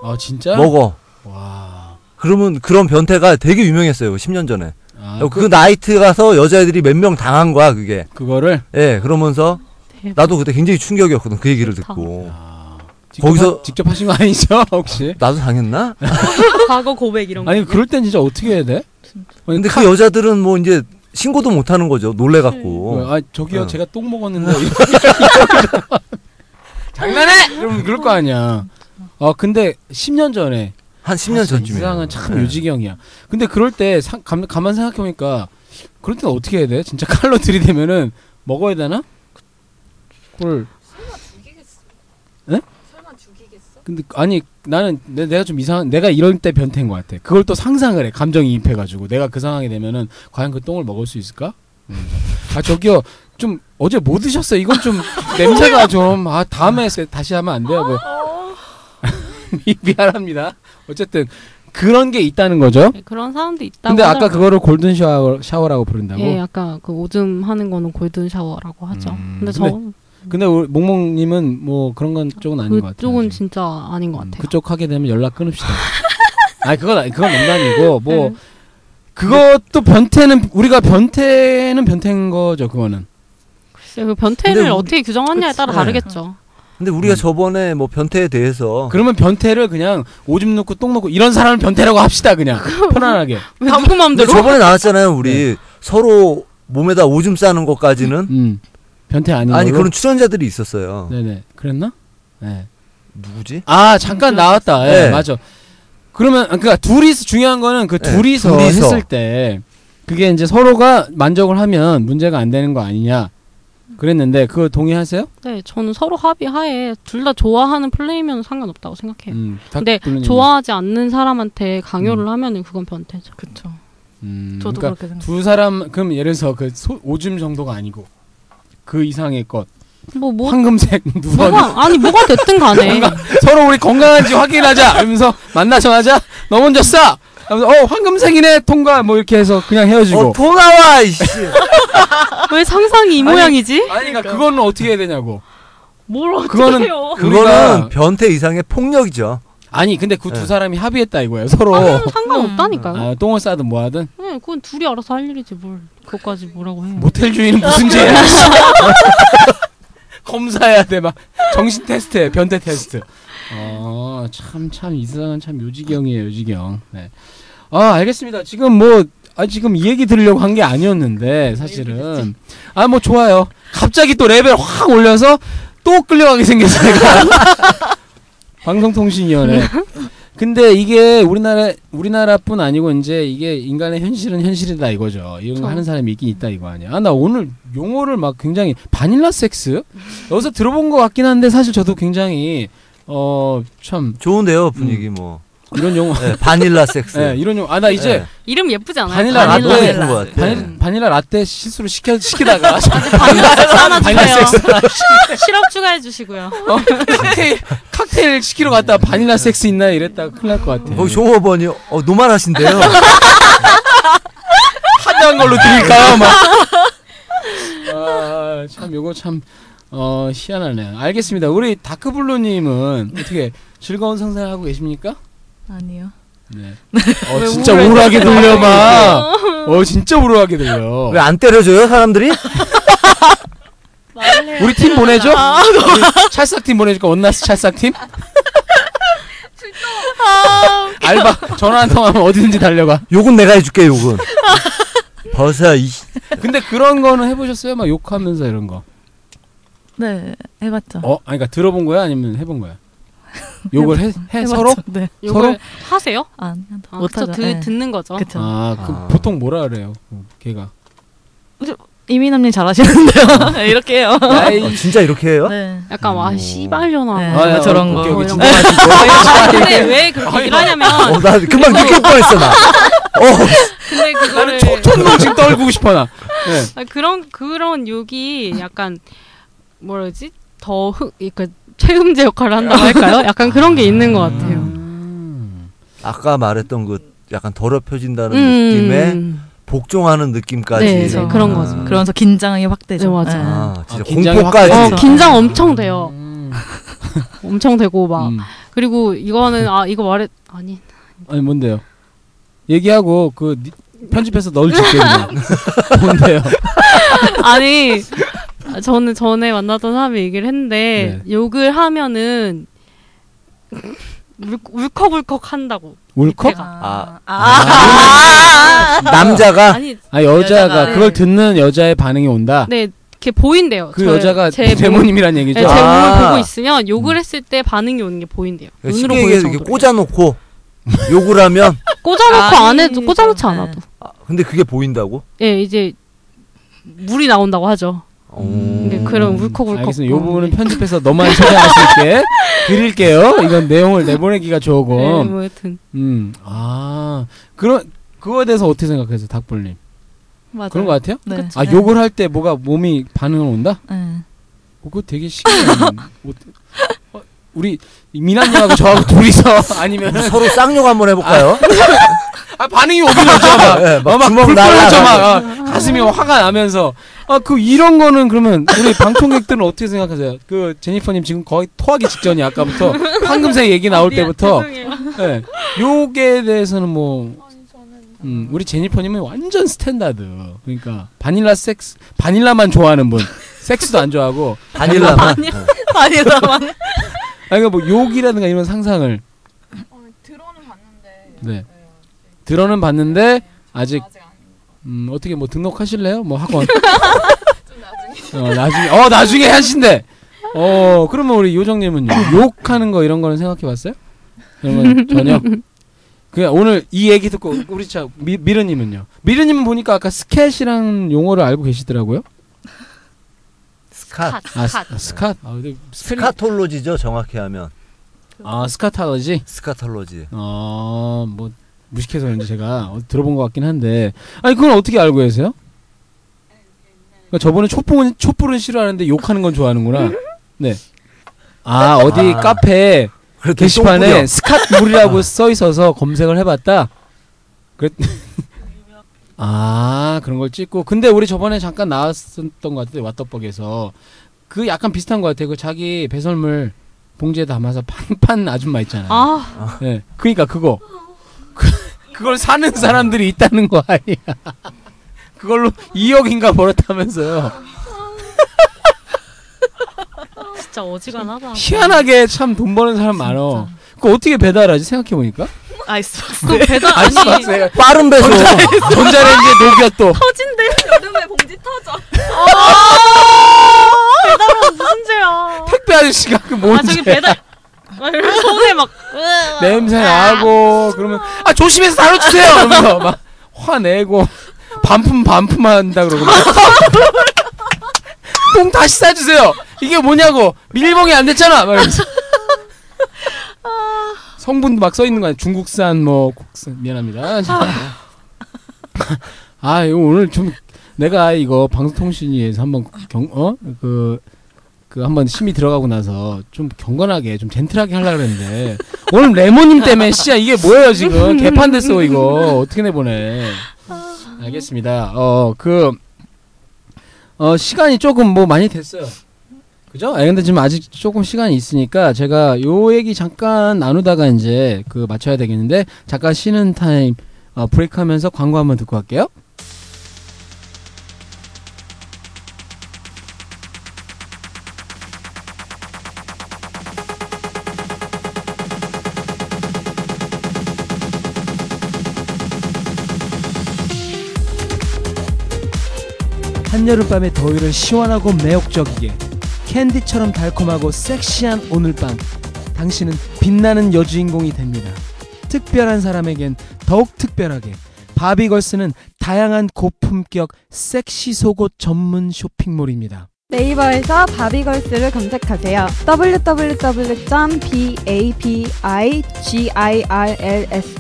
[SPEAKER 1] 아 진짜?
[SPEAKER 3] 먹어.
[SPEAKER 1] 와.
[SPEAKER 3] 그러면 그런 변태가 되게 유명했어요. 10년 전에.
[SPEAKER 1] 아,
[SPEAKER 3] 그, 나이트 가서 여자애들이 몇 명 당한 거야, 그게.
[SPEAKER 1] 그거를
[SPEAKER 3] 예, 그러면서
[SPEAKER 2] 대박.
[SPEAKER 3] 나도 그때 굉장히 충격이었거든. 그 얘기를
[SPEAKER 2] 좋다.
[SPEAKER 3] 듣고.
[SPEAKER 1] 아, 직접
[SPEAKER 3] 거기서-
[SPEAKER 1] 하, 직접 하신 거 아니죠 혹시?
[SPEAKER 3] 나도 당했나?
[SPEAKER 2] 과거 고백 이런 거.
[SPEAKER 1] 아니 그럴 땐 진짜 어떻게 해야 돼?
[SPEAKER 3] 근데 그 여자들은 뭐 이제 신고도 못 하는 거죠. 놀래 갖고.
[SPEAKER 1] 아 저기요
[SPEAKER 3] 어.
[SPEAKER 1] 제가 똥 먹었는데 장난해? 그럼 그럴 거 아니야. 아 근데 10년 전에
[SPEAKER 3] 한 10년 네. 전쯤에.
[SPEAKER 1] 아, 그 이상은 참 요지경이야. 근데 그럴 때 상, 감, 가만 생각해보니까 그럴 때 어떻게 해야 돼? 진짜 칼로 들이대면은 먹어야 되나? 그걸 설마 죽이겠어? 네? 근데 아니 나는 내, 내가 좀 이상한 내가 이럴 때 변태인 것 같아. 그걸 또 상상을 해 감정이입해가지고 내가 그 상황이 되면은 과연 그 똥을 먹을 수 있을까? 음. 아 저기요 좀 어제 뭐 드셨어요? 이건 좀 냄새가 좀 아 다음에 세- 다시 하면 안 돼요? 뭐. 미- 미안합니다. 어쨌든 그런 게 있다는 거죠.
[SPEAKER 2] 네, 그런 사람도 있다고.
[SPEAKER 1] 근데 아까
[SPEAKER 2] 하더라고요.
[SPEAKER 1] 그거를 골든 샤워, 샤워라고 부른다고.
[SPEAKER 2] 예, 아까 그 오줌 하는 거는 골든 샤워라고 하죠.
[SPEAKER 1] 음,
[SPEAKER 2] 근데 저
[SPEAKER 1] 근데 우리 몽몽님은 뭐 그런 건 쪽은 아닌 것 같아요. 음,
[SPEAKER 2] 그쪽은 진짜 아닌 것 같아요.
[SPEAKER 1] 그쪽 하게 되면 연락 끊읍시다. 아니 그건 아니- 그건 농담이고 뭐
[SPEAKER 2] 네.
[SPEAKER 1] 그것도 변태는 우리가 변태는 변태인 거죠 그거는.
[SPEAKER 2] 글쎄요, 그 변태를
[SPEAKER 3] 근데 우리-
[SPEAKER 2] 어떻게 규정하냐에 따라
[SPEAKER 3] 그치.
[SPEAKER 2] 다르겠죠.
[SPEAKER 1] 네.
[SPEAKER 3] 근데
[SPEAKER 1] 음.
[SPEAKER 3] 우리가 저번에 뭐 변태에
[SPEAKER 7] 어.
[SPEAKER 3] 대해서
[SPEAKER 1] 그러면 변태를 그냥 오줌 넣고 똥 넣고 이런 사람을 변태라고 합시다 그냥 편안하게.
[SPEAKER 2] 왜 아무
[SPEAKER 3] 근데
[SPEAKER 2] 마음대로?
[SPEAKER 3] 저번에 나왔잖아요. 우리
[SPEAKER 1] 네.
[SPEAKER 3] 서로 몸에다 오줌 싸는 것까지는
[SPEAKER 7] 음.
[SPEAKER 1] 음. 변태 아닌
[SPEAKER 3] 아니
[SPEAKER 1] 걸로?
[SPEAKER 3] 그런 출연자들이 있었어요.
[SPEAKER 1] 네네 그랬나? 네.
[SPEAKER 3] 누구지?
[SPEAKER 1] 아 잠깐 나왔다. 예,
[SPEAKER 3] 네.
[SPEAKER 1] 맞아. 그러면 그러니까 둘이서 중요한 거는 그
[SPEAKER 3] 네,
[SPEAKER 1] 둘이서,
[SPEAKER 3] 둘이서.
[SPEAKER 1] 했을 때 그게 이제 서로가 만족을 하면 문제가 안 되는 거 아니냐. 그랬는데 그거 동의하세요?
[SPEAKER 2] 네, 저는 서로 합의하에 둘 다 좋아하는 플레이면 상관없다고
[SPEAKER 7] 예.
[SPEAKER 2] 생각해요.
[SPEAKER 1] 음. 박 음.
[SPEAKER 2] 근데
[SPEAKER 1] 부르님.
[SPEAKER 2] 좋아하지 않는 사람한테 강요를 하면은 그건 변태죠.
[SPEAKER 7] 그렇죠.
[SPEAKER 1] 음,
[SPEAKER 7] 저도
[SPEAKER 1] 그러니까
[SPEAKER 7] 그렇게 생각해요.
[SPEAKER 1] 두 사람 그럼 예를 들어서 그 소, 오줌 정도가 아니고 그 이상의 것
[SPEAKER 2] 뭐 뭐.
[SPEAKER 1] 황금색 누런
[SPEAKER 2] 뭐가 아니 뭐가 됐든 간에
[SPEAKER 1] 건강- 서로 우리 건강한지 확인하자 이러면서 만나자마자 너 먼저 싸 하면서 어 황금색이네 통과 뭐 이렇게 해서 그냥 헤어지고
[SPEAKER 3] 어 돌아와 이씨.
[SPEAKER 2] 왜 상상이 뭐- 이 모양이지?
[SPEAKER 1] 아니 그러니까 그거는 어떻게 해야 되냐고
[SPEAKER 2] 뭘
[SPEAKER 1] 그거는-
[SPEAKER 2] 어떡해요?
[SPEAKER 1] 우리가-
[SPEAKER 3] 그거는 변태 이상의 폭력이죠. 아,
[SPEAKER 1] 아니 근데 그 두
[SPEAKER 3] 네.
[SPEAKER 1] 사람이 합의했다 이거예요 서로
[SPEAKER 2] 하면 상관없다니까요.
[SPEAKER 1] 아, 똥을 싸든 뭐 하든
[SPEAKER 2] 네, 그건 둘이 알아서 할 일이지 뭘 그것까지 뭐라고 해.
[SPEAKER 1] 모텔 주인은 무슨 죄야 검사해야 돼 막 정신 테스트 해 변태 테스트 어참참 이상한 참 요지경이에요 요지경 네아 알겠습니다 지금 뭐 아, 지금 이 얘기 들으려고 한 게 아니었는데 사실은 아 뭐 좋아요 갑자기 또 레벨 확 올려서 또 끌려가게 생겼어 내가 방송통신위원회 근데 이게 우리나라 우리나라뿐 아니고 이제 이게 인간의 현실은 현실이다 이거죠. 이런 거
[SPEAKER 2] 그쵸.
[SPEAKER 1] 하는 사람이 있긴 있다 이거 아니야. 아 나 오늘 용어를 막 굉장히 바닐라 섹스 여기서 들어본 것 같긴 한데 사실 저도 굉장히 어 참
[SPEAKER 3] 좋은데요 분위기 뭐
[SPEAKER 1] 이런 용어
[SPEAKER 3] 네, 바닐라 섹스.
[SPEAKER 1] 예, 음. 이런 용어 아 나 이제
[SPEAKER 3] 네.
[SPEAKER 2] 이름 예쁘지 않아요?
[SPEAKER 1] 바닐라
[SPEAKER 3] 바닐라
[SPEAKER 1] 라떼
[SPEAKER 3] 예쁜 것 같아.
[SPEAKER 1] 바닐라,
[SPEAKER 3] 네.
[SPEAKER 1] 바닐라 라떼 실수로 시켜 시키다가 어,
[SPEAKER 2] 바닐라 섹스 하나
[SPEAKER 1] 바닐라
[SPEAKER 2] 주세요.
[SPEAKER 1] 섹스 하나
[SPEAKER 2] 시럽 추가해 주시고요.
[SPEAKER 1] 어, 칵테일 칵테일 시키러 갔다 가 바닐라 섹스 있나 이랬다 가 큰일 날 것 같아.
[SPEAKER 3] 거기 종업원이 어 노말하신데요.
[SPEAKER 1] 하단 걸로 드릴까요? 뭐? 막. 아, 참 요거 참 어, 희한하네요. 알겠습니다. 우리 다크블루 님은 어떻게 즐거운 상상을 하고 계십니까?
[SPEAKER 7] 아니요.
[SPEAKER 1] 네. 어, 진짜 우울하게 들려 막. 어, 진짜 우울하게 들려.
[SPEAKER 3] 왜 안 때려줘요 사람들이?
[SPEAKER 1] 우리 팀 보내줘? 우리 찰싹 팀 보내줄까? 원나스 찰싹 팀? 알바 전화 한 통하면 어디든지 달려가.
[SPEAKER 3] 욕은 내가 해줄게 욕은. 버사 이.
[SPEAKER 1] 근데 그런 거는 해보셨어요? 막 욕하면서 이런 거.
[SPEAKER 7] 네, 해봤죠.
[SPEAKER 1] 어, 아니 그러니까 들어본 거야? 아니면 해본 거야? 욕을 해, 해
[SPEAKER 7] 해봤죠.
[SPEAKER 1] 서로?
[SPEAKER 7] 네.
[SPEAKER 1] 서로?
[SPEAKER 2] 이걸 하세요?
[SPEAKER 7] 아,
[SPEAKER 2] 아,
[SPEAKER 7] 못하죠.
[SPEAKER 2] 그쵸, 드,
[SPEAKER 7] 네.
[SPEAKER 2] 듣는 거죠.
[SPEAKER 7] 그쵸.
[SPEAKER 1] 아, 그
[SPEAKER 3] 아.
[SPEAKER 1] 보통 뭐라 그래요? 걔가.
[SPEAKER 7] 이민남님 잘하시는데요. 이렇게 해요.
[SPEAKER 1] 아. 아이,
[SPEAKER 3] 어, 진짜 이렇게 해요?
[SPEAKER 7] 네.
[SPEAKER 2] 약간 와뭐
[SPEAKER 3] 음.
[SPEAKER 2] 씨발려나.
[SPEAKER 7] 네.
[SPEAKER 1] 아,
[SPEAKER 7] 아, 저런
[SPEAKER 1] 오케이,
[SPEAKER 7] 거.
[SPEAKER 1] 오케이,
[SPEAKER 7] 이런
[SPEAKER 1] 진짜
[SPEAKER 2] 아, 근데 왜 그렇게 일하냐면
[SPEAKER 3] 어, 나 금방 느낄 뻔했어 나. 어,
[SPEAKER 2] 근데 그거를
[SPEAKER 1] 촌놈 지금 떨구고 싶어 나. 네.
[SPEAKER 2] 아, 그런 그런 욕이 약간 뭐라지 더 흥, 그러니까 체음제 역할을 한다고 할까요? 약간 그런 게 있는 것 같아요.
[SPEAKER 1] 음.
[SPEAKER 3] 아까 말했던 그 약간 더럽혀진다는 느낌에
[SPEAKER 2] 음,
[SPEAKER 3] 복종하는 느낌까지.
[SPEAKER 2] 네, 네, 그런
[SPEAKER 3] 아.
[SPEAKER 2] 거죠.
[SPEAKER 7] 그러면서 긴장이 확대죠.
[SPEAKER 2] 네, 맞아.
[SPEAKER 3] 아, 진짜
[SPEAKER 1] 아, 긴장이
[SPEAKER 3] 공포까지.
[SPEAKER 2] 어,
[SPEAKER 7] 그렇죠.
[SPEAKER 2] 긴장 엄청 돼요.
[SPEAKER 1] 음.
[SPEAKER 2] 엄청 되고 막
[SPEAKER 1] 음.
[SPEAKER 2] 그리고 이거는 아 이거 말해 아니
[SPEAKER 1] 아니 뭔데요? 얘기하고 그 니- 편집해서 넣을 줄게 그냥. 뭔데요?
[SPEAKER 2] 아니 저는 전에 만났던 사람이 얘기를 했는데 욕을 하면은 울, 울컥울컥 한다고.
[SPEAKER 1] 울컥?
[SPEAKER 2] 밑에가.
[SPEAKER 3] 아,
[SPEAKER 7] 아.
[SPEAKER 3] 남자가
[SPEAKER 2] 아니
[SPEAKER 1] 아 여자가
[SPEAKER 7] 여자가,
[SPEAKER 1] 그걸
[SPEAKER 7] 네.
[SPEAKER 1] 듣는 여자의 반응이 온다.
[SPEAKER 2] 네 이렇게 보인대요.
[SPEAKER 1] 그
[SPEAKER 2] 저의-
[SPEAKER 1] 여자가
[SPEAKER 2] 제 몸-
[SPEAKER 1] 대모님이란 얘기죠.
[SPEAKER 2] 네, 제
[SPEAKER 3] 아. 그러니까
[SPEAKER 2] 몸을 보고 있으면 욕을 했을 때 반응이 오는 게 보인대요. 눈으로
[SPEAKER 3] 쉽게
[SPEAKER 2] 보일
[SPEAKER 3] 얘기해서 이렇게
[SPEAKER 2] 정도로.
[SPEAKER 3] 꽂아놓고 욕을 하면
[SPEAKER 2] 꽂아놓고 안 해도
[SPEAKER 7] 아니,
[SPEAKER 2] 꽂아놓지
[SPEAKER 7] 네.
[SPEAKER 2] 않아도.
[SPEAKER 3] 아, 근데 그게 보인다고?
[SPEAKER 2] 예 이제 물이 나온다고 하죠.
[SPEAKER 3] 오.
[SPEAKER 2] 네, 그런 울컥울컥.
[SPEAKER 1] 알겠습니다. 이 부분은 편집해서 너만 찾아갈 수 있게 드릴게요. 이건 내용을 내보내기가 조금.
[SPEAKER 2] 네, 뭐 여튼
[SPEAKER 1] 음. 아 그런 그거에 대해서 어떻게 생각하세요, 닭볼님?
[SPEAKER 7] 맞아.
[SPEAKER 1] 그런 거 같아요?
[SPEAKER 7] 네.
[SPEAKER 1] 아 욕을 할 때 뭐가 몸이 반응을 온다?
[SPEAKER 7] 네.
[SPEAKER 1] 그거 되게 신기한. 뭐, 어, 우리 미나님하고 저하고 둘이서 아니면
[SPEAKER 3] 서로 쌍욕 한번 해볼까요?
[SPEAKER 1] 아 반응이 오긴 하죠 막,
[SPEAKER 3] 예,
[SPEAKER 1] 어,
[SPEAKER 3] 막
[SPEAKER 1] 막
[SPEAKER 3] 주먹
[SPEAKER 1] 불편하죠 막
[SPEAKER 3] 날라.
[SPEAKER 1] 아, 가슴이 막 화가 나면서 아 그 이런 거는 그러면 우리 방청객들은 어떻게 생각하세요? 그 제니퍼님 지금 거의 토하기 직전이 아까부터 황금색 얘기
[SPEAKER 2] 어,
[SPEAKER 1] 나올
[SPEAKER 7] 아,
[SPEAKER 1] 때부터 예 요게 대해서는 뭐 음, 우리 제니퍼님은 완전 스탠다드 그러니까 바닐라 섹스 바닐라만 좋아하는 분 섹스도 안 좋아하고
[SPEAKER 3] 바닐라만.
[SPEAKER 7] 바닐라만.
[SPEAKER 1] 아니 그러니까 뭐 욕이라든가 이런 상상을 어, 네. 들어는 봤는데 아직 음, 어떻게 뭐 등록하실래요? 뭐 학원. 어, 나중에. 어, 나중에 하신대. 어, 그러면 우리 요정 님은요. 욕하는 거 이런 거는 생각해 봤어요? 그러면 전혀 그냥 오늘 이 얘기 듣고 우리 차 미, 미르 님은요. 미르 님은 보니까 아까 스캣이라는 용어를 알고 계시더라고요.
[SPEAKER 3] 스카
[SPEAKER 1] 아, 스- 아, 스캣. 아, 근데 스펠링-
[SPEAKER 3] 스카톨로지죠 정확히 하면
[SPEAKER 1] 아, 스카타거지.
[SPEAKER 3] 스카톨로지.
[SPEAKER 1] 어, 뭐 무식해서 그런지 제가 어- 들어본 것 같긴 한데 아니 그건 어떻게 알고 계세요? 그러니까 저번에 촛불은 촛불은 싫어하는데 욕하는 건 좋아하는구나. 네. 아 어디
[SPEAKER 3] 아.
[SPEAKER 1] 카페
[SPEAKER 3] 그래도
[SPEAKER 1] 게시판에
[SPEAKER 3] 똥꾸려.
[SPEAKER 1] 스캇물이라고 써 있어서 검색을 해봤다. 그랬. 아 그런 걸 찍고 근데 우리 저번에 잠깐 나왔었던 것 같은데 왓더벅에서 그 약간 비슷한 것 같아요. 그 자기 배설물 봉지에 담아서 판판 아줌마 있잖아요.
[SPEAKER 2] 아,
[SPEAKER 1] 예. 그러니까 그거. 그, 그걸 사는 사람들이 있다는 거 아니야. 그걸로 2억인가 벌었다면서요.
[SPEAKER 2] 진짜 어지간하다.
[SPEAKER 1] 희한하게 참 돈 버는 사람 많어. 그거 어떻게 배달하지 생각해 보니까?
[SPEAKER 7] 아이스박스.
[SPEAKER 2] 그 배달 아니
[SPEAKER 1] 아니
[SPEAKER 3] 빠른 배송.
[SPEAKER 1] 어, 전자레인지 녹여 또.
[SPEAKER 2] 터진대.
[SPEAKER 4] 여름에 봉지 터져.
[SPEAKER 2] 배달은 무슨 죄야?
[SPEAKER 1] 택배 아저씨가 그
[SPEAKER 2] 아
[SPEAKER 1] 뭔지.
[SPEAKER 2] 저기 배달. 아, 이러면서 손에 막
[SPEAKER 7] 아,
[SPEAKER 1] 냄새 나고 그러면 아 조심해서 다뤄주세요. 그러면서 막 화내고 반품 반품한다 그러고 막 똥 다시 싸주세요. 이게 뭐냐고 밀봉이 안 됐잖아. 막 이러면서. 성분도 막 써 있는 거 아니야? 중국산 뭐 국산 미안합니다. 아 이거 오늘 좀 내가 이거 방송통신위에서 한번 경어그 그 한번 심이 들어가고 나서 좀 경건하게 좀 젠틀하게 하려고 그랬는데 오늘 레모님 때문에 씨야 이게 뭐예요 지금 개판 됐어 이거 어떻게 내보내 알겠습니다 어 그 어 시간이 조금 뭐 많이 됐어요 그죠? 아 근데 지금 아직 조금 시간이 있으니까 제가 요 얘기 잠깐 나누다가 이제 그 맞춰야 되겠는데 잠깐 쉬는 타임 어, 브레이크 하면서 광고 한번 듣고 갈게요 한여름밤의 더위를 시원하고 매혹적이게 캔디처럼 달콤하고 섹시한 오늘 밤 당신은 빛나는 여주인공이 됩니다 특별한 사람에겐 더욱 특별하게 바비걸스는 다양한 고품격 섹시 속옷 전문 쇼핑몰입니다
[SPEAKER 9] 네이버에서 바비걸스를 검색하세요.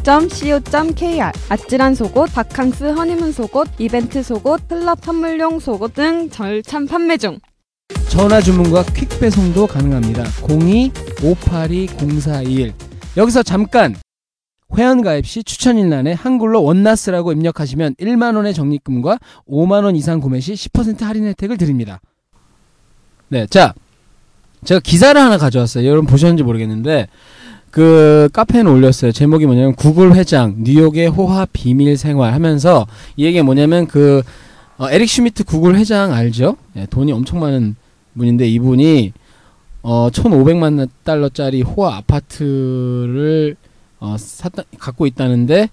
[SPEAKER 9] www.babigirls.co.kr 아찔한 속옷, 바캉스 허니문 속옷, 이벤트 속옷, 클럽 선물용 속옷 등 절찬 판매 중.
[SPEAKER 1] 전화 주문과 퀵 배송도 가능합니다 02-582-0421 여기서 잠깐 회원 가입 시 추천일란에 한글로 원나스라고 입력하시면 1만 원의 적립금과 5만 원 이상 구매 시 10% 할인 혜택을 드립니다. 네, 자 제가 기사를 하나 가져왔어요. 여러분 보셨는지 모르겠는데 그 카페에 올렸어요. 제목이 뭐냐면 구글 회장 뉴욕의 호화 비밀 생활 하면서 이 얘기 뭐냐면 그 어, 에릭 슈미트 구글 회장 알죠? 예, 돈이 엄청 많은 분인데 이분이 어 1,500만 달러짜리 호화 아파트를 어, 샀다, 갖고 있다는데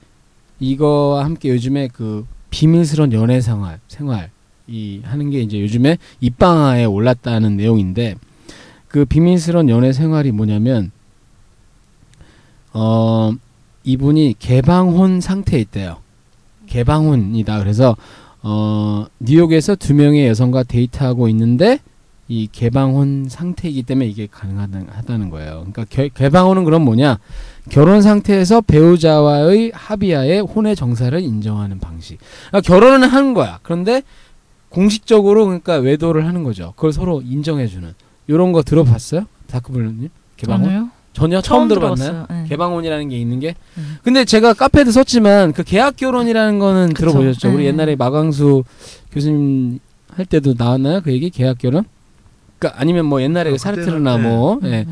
[SPEAKER 1] 이거와 함께 요즘에 그 비밀스러운 연애 생활 생활 이 하는 게 이제 요즘에 입방아에 올랐다는 내용인데 그 비밀스러운 연애 생활이 뭐냐면 어 이분이 개방혼 상태에 있대요. 개방혼이다. 그래서 어 뉴욕에서 두 명의 여성과 데이트하고 있는데 이 개방혼 상태이기 때문에 이게 가능하다는 거예요. 그러니까 개, 개방혼은 그럼 뭐냐? 결혼 상태에서 배우자와의 합의하에 혼의 정사를 인정하는 방식. 그러니까 결혼은 하는 거야. 그런데 공식적으로 그러니까 외도를 하는 거죠. 그걸 서로 인정해주는. 이런 거 들어봤어요? 다크블루님? 개방혼?
[SPEAKER 7] 아니요.
[SPEAKER 1] 전혀 처음,
[SPEAKER 7] 처음
[SPEAKER 1] 들어봤나요?
[SPEAKER 7] 들어봤어요. 네.
[SPEAKER 1] 개방혼이라는 게 있는 게. 근데 제가 카페에도 썼지만 그 계약 결혼이라는 거는 들어보셨죠? 우리
[SPEAKER 7] 네.
[SPEAKER 1] 옛날에 마광수 교수님 할 때도 나왔나요? 그 얘기 계약 결혼? 그러니까 아니면 뭐 옛날에 그 사르트르나 뭐.
[SPEAKER 7] 음.
[SPEAKER 1] 예.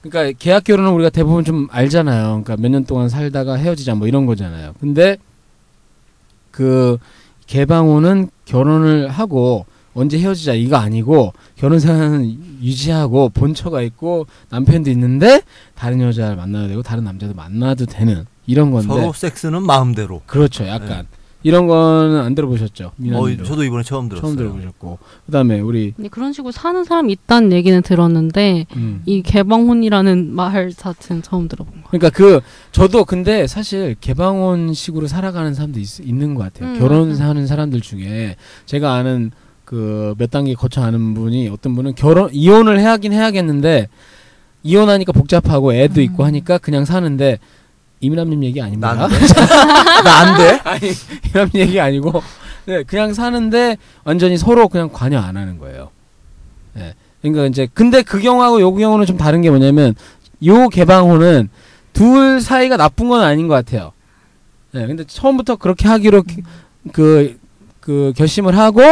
[SPEAKER 1] 그러니까 계약 결혼은 우리가 대부분 좀 알잖아요. 그러니까 몇 년 동안 살다가 헤어지자 뭐 이런 거잖아요. 근데 그 개방호는 결혼을 하고 언제 헤어지자 이거 아니고 결혼 생활은 유지하고 본처가 있고 남편도 있는데 다른 여자를 만나도 되고 다른 남자도 만나도 되는 이런 건데
[SPEAKER 3] 서로 섹스는 마음대로.
[SPEAKER 1] 그렇죠 약간 이런 거는 안 들어보셨죠?
[SPEAKER 3] 어, 저도 이번에 처음 들었어요.
[SPEAKER 1] 처음 들어보셨고 그다음에 우리
[SPEAKER 2] 근데 그런 식으로 사는 사람이 있다는 얘기는 들었는데
[SPEAKER 1] 음.
[SPEAKER 2] 이 개방혼이라는 말 자체는 처음 들어본 것
[SPEAKER 1] 그러니까 그 저도 근데 사실 개방혼식으로 살아가는 사람도 있, 있는 것 같아요.
[SPEAKER 2] 음,
[SPEAKER 1] 결혼하는 사람들 중에 제가 아는 그 몇 단계 거쳐 아는 분이 어떤 분은 결혼 이혼을 해야긴 해야겠는데 이혼하니까 복잡하고 애도
[SPEAKER 2] 음.
[SPEAKER 1] 있고 하니까 그냥 사는데 이민아님 얘기 아닙니다.
[SPEAKER 3] 나안 돼?
[SPEAKER 1] 아니 이민아님 얘기 아니고 네, 그냥 사는데 완전히 서로 그냥 관여 안 하는 거예요. 예. 그러니까 이제 근데 그 경우하고 요 경우는 좀 다른 게 뭐냐면 요 개방호는 둘 사이가 나쁜 건 아닌 것 같아요. 예. 근데 처음부터 그렇게 하기로 그그 그 결심을 하고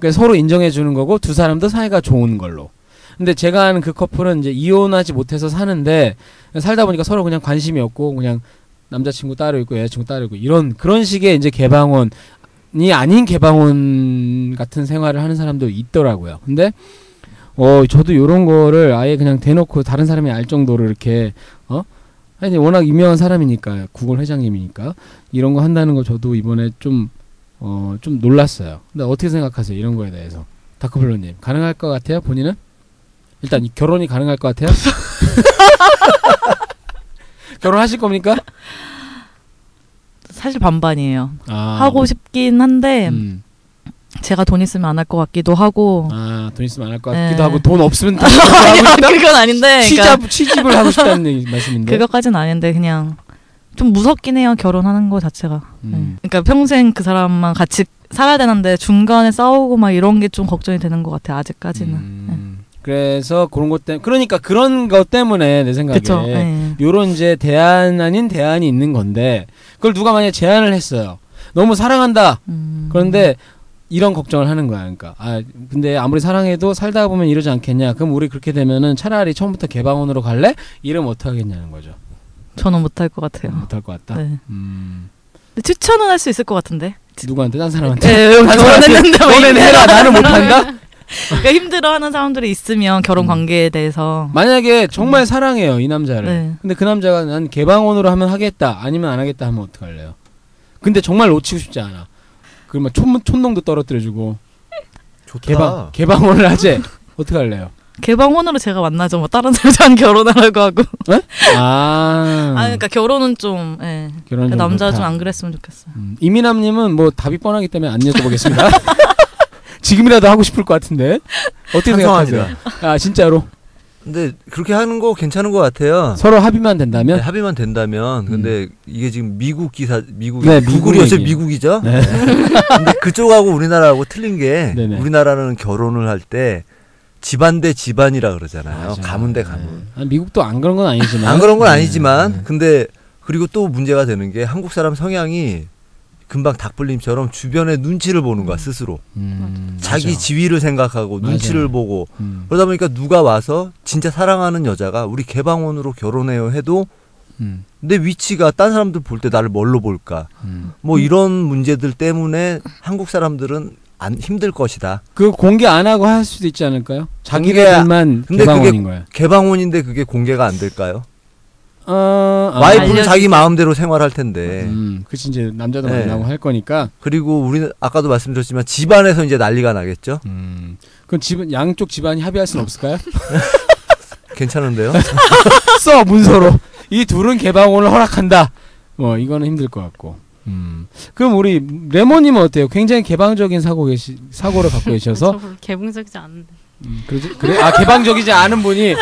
[SPEAKER 1] 그 서로 인정해 주는 거고 두 사람도 사이가 좋은 걸로. 근데 제가 아는 그 커플은 이제 이혼하지 못해서 사는데 살다 보니까 서로 그냥 관심이 없고 그냥 남자친구 따로 있고 여자친구 따로 있고 이런 그런 식의 이제 개방혼 이 아닌 개방혼 같은 생활을 하는 사람도 있더라고요. 근데 어 저도 요런 거를 아예 그냥 대놓고 다른 사람이 알 정도로 이렇게 어 아니 워낙 유명한 사람이니까 구글 회장님이니까 이런 거 한다는 거 저도 이번에 좀 어, 좀 놀랐어요. 근데 어떻게 생각하세요? 이런 거에 대해서 다크블루님 가능할 것 같아요? 본인은 일단 이 결혼이 가능할 것 같아요? 결혼하실 겁니까?
[SPEAKER 7] 사실 반반이에요.
[SPEAKER 1] 아,
[SPEAKER 7] 하고 싶긴 한데
[SPEAKER 1] 음.
[SPEAKER 7] 제가 돈 있으면 안 할 것 같기도 하고.
[SPEAKER 1] 아돈 있으면 안 할 것 같기도
[SPEAKER 7] 음. 네.
[SPEAKER 1] 하고 돈 없으면 또
[SPEAKER 7] 아니요,
[SPEAKER 1] 하고 싶다?
[SPEAKER 7] 그건 아닌데,
[SPEAKER 1] 취잡
[SPEAKER 7] 그러니까.
[SPEAKER 1] 취집을 하고 싶다는 얘기 말씀인데
[SPEAKER 7] 그것까진 아닌데 그냥 좀 무섭긴 해요 결혼하는 거 자체가.
[SPEAKER 1] 음.
[SPEAKER 7] 네. 그러니까 평생 그 사람만 같이 살아야 되는데 중간에 싸우고 막 이런 게 좀 걱정이 되는 것 같아 요 아직까지는.
[SPEAKER 1] 음.
[SPEAKER 7] 네.
[SPEAKER 1] 그래서 그런 것 때문에 그러니까 그런 것 때문에 내 생각에
[SPEAKER 7] 그쵸, 예.
[SPEAKER 1] 요런 이제 대안 아닌 대안이 있는 건데 그걸 누가 만약에 제안을 했어요 너무 사랑한다
[SPEAKER 7] 음.
[SPEAKER 1] 그런데 이런 걱정을 하는 거야 그러니까 아 근데 아무리 사랑해도 살다 보면 이러지 않겠냐 그럼 우리 그렇게 되면은 차라리 처음부터 개방원으로 갈래 이러면 어떡하겠냐는 거죠
[SPEAKER 7] 저는 못할 것 같아요.
[SPEAKER 1] 못할 것 같다
[SPEAKER 7] 네.
[SPEAKER 1] 음.
[SPEAKER 7] 근데 추천은 할 수 있을 것 같은데.
[SPEAKER 1] 누구한테 딴 사람한테
[SPEAKER 7] 예,
[SPEAKER 1] 딴 사람한테
[SPEAKER 7] 결혼했는데 왜
[SPEAKER 1] 너넨 해라 나는 못한다
[SPEAKER 7] 그러니까 힘들어하는 사람들이 있으면 결혼
[SPEAKER 1] 음.
[SPEAKER 7] 관계에 대해서
[SPEAKER 1] 만약에 정말 사랑해요 이 남자를
[SPEAKER 7] 네.
[SPEAKER 1] 근데 그 남자가 난 개방원으로 하면 하겠다 아니면 안 하겠다 하면 어떡할래요 근데 정말 놓치고 싶지 않아 그러면 촌, 촌농도 떨어뜨려주고
[SPEAKER 3] 좋다.
[SPEAKER 1] 개방, 개방원을 하재 어떡할래요
[SPEAKER 7] 개방혼으로 제가 만나죠. 뭐 다른 사람 결혼하라고 하고.
[SPEAKER 1] 에? 아,
[SPEAKER 7] 아, 그러니까 결혼은 좀 예.
[SPEAKER 1] 결혼은 좀
[SPEAKER 7] 남자
[SPEAKER 1] 그렇다.
[SPEAKER 7] 좀 안 그랬으면 좋겠어요.
[SPEAKER 1] 음, 이민남님은 뭐 답이 뻔하기 때문에 안 여쭤보겠습니다 지금이라도 하고 싶을 것 같은데 어떻게
[SPEAKER 3] 찬성합니다.
[SPEAKER 1] 생각하세요 아 진짜로
[SPEAKER 3] 근데 그렇게 하는 거 괜찮은 것 같아요.
[SPEAKER 1] 서로 합의만 된다면
[SPEAKER 3] 네, 합의만 된다면 근데 이게 지금 미국 기사 미국
[SPEAKER 1] 음. 네, 미국
[SPEAKER 3] 구글이었어요
[SPEAKER 1] 얘기예요.
[SPEAKER 3] 미국이죠.
[SPEAKER 1] 네.
[SPEAKER 3] 근데 그쪽하고 우리나라하고 틀린 게
[SPEAKER 1] 네네.
[SPEAKER 3] 우리나라는 결혼을 할 때 집안 대 집안이라 그러잖아요. 가문 대 가문.
[SPEAKER 1] 아, 미국도 안 그런 건 아니지만
[SPEAKER 3] 안 그런 건
[SPEAKER 1] 네.
[SPEAKER 3] 아니지만 근데 그리고 또 문제가 되는 게 한국 사람 성향이 금방 닭불림처럼 주변의 눈치를 보는
[SPEAKER 1] 음.
[SPEAKER 3] 거야 스스로. 자기
[SPEAKER 1] 맞아.
[SPEAKER 3] 지위를 생각하고
[SPEAKER 1] 맞아요.
[SPEAKER 3] 눈치를 보고
[SPEAKER 1] 음.
[SPEAKER 3] 그러다 보니까 누가 와서 진짜 사랑하는 여자가 우리 개방원으로 결혼해요 해도
[SPEAKER 1] 음.
[SPEAKER 3] 내 위치가 딴 사람들 볼 때 나를 뭘로 볼까
[SPEAKER 1] 음.
[SPEAKER 3] 뭐 이런 문제들 때문에 한국 사람들은 안 힘들 것이다.
[SPEAKER 1] 그 공개 안 하고 할 수도 있지 않을까요? 자기네들만
[SPEAKER 3] 근데
[SPEAKER 1] 개방원인
[SPEAKER 3] 그게
[SPEAKER 1] 거예요.
[SPEAKER 3] 개방원인데 그게 공개가 안 될까요?
[SPEAKER 1] 어, 아,
[SPEAKER 3] 와이프는 자기 마음대로 생활할 텐데.
[SPEAKER 1] 음, 그치 이제 남자도
[SPEAKER 3] 네.
[SPEAKER 1] 만나고 할 거니까.
[SPEAKER 3] 그리고 우리는 아까도 말씀드렸지만 집안에서 이제 난리가 나겠죠.
[SPEAKER 1] 음.
[SPEAKER 3] 음.
[SPEAKER 1] 그럼 집 양쪽 집안이 합의할 수는 없을까요?
[SPEAKER 3] 괜찮은데요?
[SPEAKER 1] 써 문서로 이 둘은 개방원을 허락한다. 뭐 이거는 힘들 것 같고. 음. 그럼 우리 레몬님은 어때요? 굉장히 개방적인 사고 계시 사고를 갖고 계셔서
[SPEAKER 2] 같아요. 개봉적이지 않은데.
[SPEAKER 1] 음, 그러지 그래 아 개방적이지 않은 분이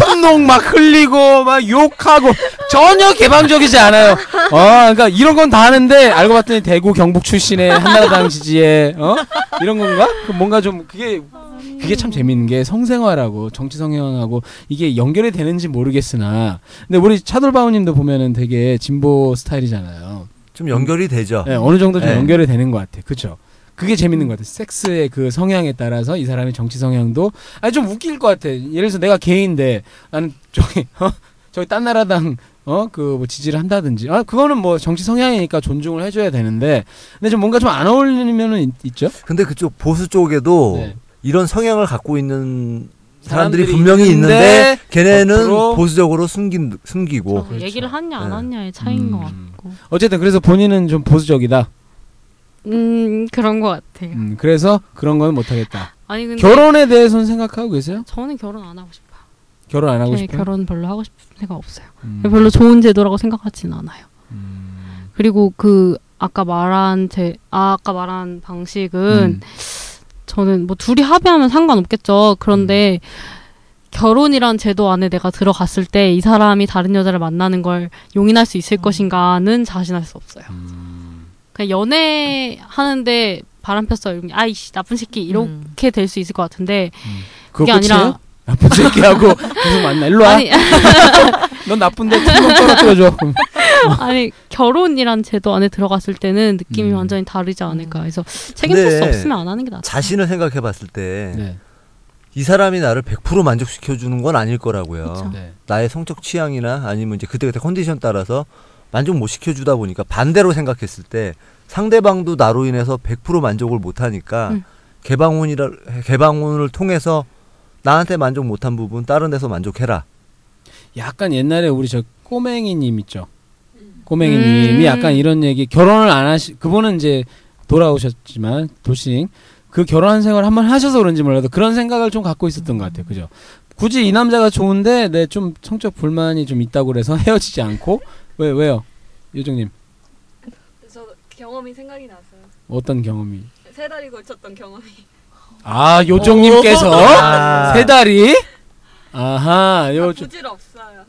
[SPEAKER 1] 촌농 막 흘리고 막 욕하고 전혀 개방적이지 않아요. 아 그러니까 이런 건 다 하는데 알고 봤더니 대구 경북 출신의 한나라당 지지에 어 이런 건가? 그럼 뭔가 그 좀 그게 그게 참 재밌는 게 성생활하고 정치 성향하고 이게 연결이 되는지 모르겠으나 근데 우리 차돌바오님도 보면은 되게 진보 스타일이잖아요.
[SPEAKER 3] 좀 연결이 되죠.
[SPEAKER 1] 네, 어느 정도 좀
[SPEAKER 3] 네.
[SPEAKER 1] 연결이 되는 것 같아. 그렇죠. 그게 재밌는 것 같아. 섹스의 그 성향에 따라서 이 사람의 정치 성향도 아니 좀 웃길 것 같아. 예를 들어서 내가 게이인데 나는 저기 어? 저기 딴 나라당 어 그 뭐 지지를 한다든지 아 그거는 뭐 정치 성향이니까 존중을 해줘야 되는데 근데 좀 뭔가 좀 안 어울리면은 있, 있죠.
[SPEAKER 3] 근데 그쪽 보수 쪽에도
[SPEAKER 1] 네.
[SPEAKER 3] 이런 성향을 갖고 있는
[SPEAKER 1] 사람들이
[SPEAKER 3] 사람들이 분명히 있는데,
[SPEAKER 1] 있는데
[SPEAKER 3] 걔네는
[SPEAKER 1] 앞으로- 아, 그렇죠.
[SPEAKER 3] 보수적으로 숨긴
[SPEAKER 1] 뭐,
[SPEAKER 3] 숨기고
[SPEAKER 2] 얘기를 하냐 안
[SPEAKER 3] 네.
[SPEAKER 2] 하냐의 차이인
[SPEAKER 1] 음.
[SPEAKER 2] 것 같고.
[SPEAKER 1] 어쨌든 그래서 본인은 좀 보수적이다.
[SPEAKER 2] 음 그런 것 같아요.
[SPEAKER 1] 음, 그래서 그런 건 못하겠다.
[SPEAKER 2] 아니 근데
[SPEAKER 1] 결혼에 대해서는 생각하고 계세요?
[SPEAKER 2] 저는 결혼 안 하고 싶어요.
[SPEAKER 1] 결혼 안 하고
[SPEAKER 2] 네,
[SPEAKER 1] 싶어요? 음.
[SPEAKER 2] 결혼 별로 하고 싶은 생각 없어요. 별로 좋은 제도라고 생각하진 않아요. 그리고 그 아까 말한 제 아, 아까 말한
[SPEAKER 1] 음.
[SPEAKER 2] 방식은 저는 뭐 둘이 합의하면 상관없겠죠. 그런데 결혼이란 제도 안에 내가 들어갔을 때 이 사람이 다른 여자를 만나는 걸 용인할 수
[SPEAKER 1] 음.
[SPEAKER 2] 있을 것인가는 자신할 수 없어요. 그냥 연애 하는데 바람 폈어. 이러면 아이씨 나쁜 새끼 이렇게 될 수 있을 것 같은데
[SPEAKER 1] 그거
[SPEAKER 2] 그게 아니라
[SPEAKER 1] 끝이에요? 나쁜 새끼하고 계속 만나. 일로 와.
[SPEAKER 2] 아니.
[SPEAKER 1] 넌 나쁜데 퉁퉁 떨어뜨려줘.
[SPEAKER 2] 아니 결혼이란 제도 안에 들어갔을 때는 느낌이
[SPEAKER 1] 음.
[SPEAKER 2] 완전히 다르지 않을까
[SPEAKER 9] 음.
[SPEAKER 2] 해서 책임질 수
[SPEAKER 3] 근데
[SPEAKER 2] 없으면 안 하는 게 낫죠.
[SPEAKER 3] 자신을 생각해 봤을 때
[SPEAKER 1] 네.
[SPEAKER 3] 이 사람이 나를 100% 만족시켜 주는 건 아닐 거라고요.
[SPEAKER 1] 네.
[SPEAKER 3] 나의 성적 취향이나 아니면 이제 그때그때 컨디션 따라서 만족 못 시켜 주다 보니까 반대로 생각했을 때 상대방도 나로 인해서 100% 만족을 못 하니까
[SPEAKER 2] 음.
[SPEAKER 3] 개방혼이라 개방혼을 통해서 나한테 만족 못한 부분 다른 데서 만족해라.
[SPEAKER 1] 약간 옛날에 우리 저 꼬맹이님 있죠. 꼬맹이님이
[SPEAKER 2] 음.
[SPEAKER 1] 약간 이런 얘기 결혼을 안 하시 그분은 이제 돌아오셨지만 도시잉 그 결혼 생활 한번 하셔서 그런지 몰라도 그런 생각을 좀 갖고 있었던 것 같아요. 그죠? 굳이 이 남자가 좋은데 내 좀 성적 불만이 좀 있다고 그래서 헤어지지 않고 왜 왜요? 요정님
[SPEAKER 11] 저 경험이 생각이 나서요.
[SPEAKER 1] 어떤 경험이?
[SPEAKER 11] 세 달이 걸쳤던 경험이.
[SPEAKER 1] 아 요정님께서 어?
[SPEAKER 11] 오. 아.
[SPEAKER 1] 세 다리 아하 요
[SPEAKER 11] 부질없어요.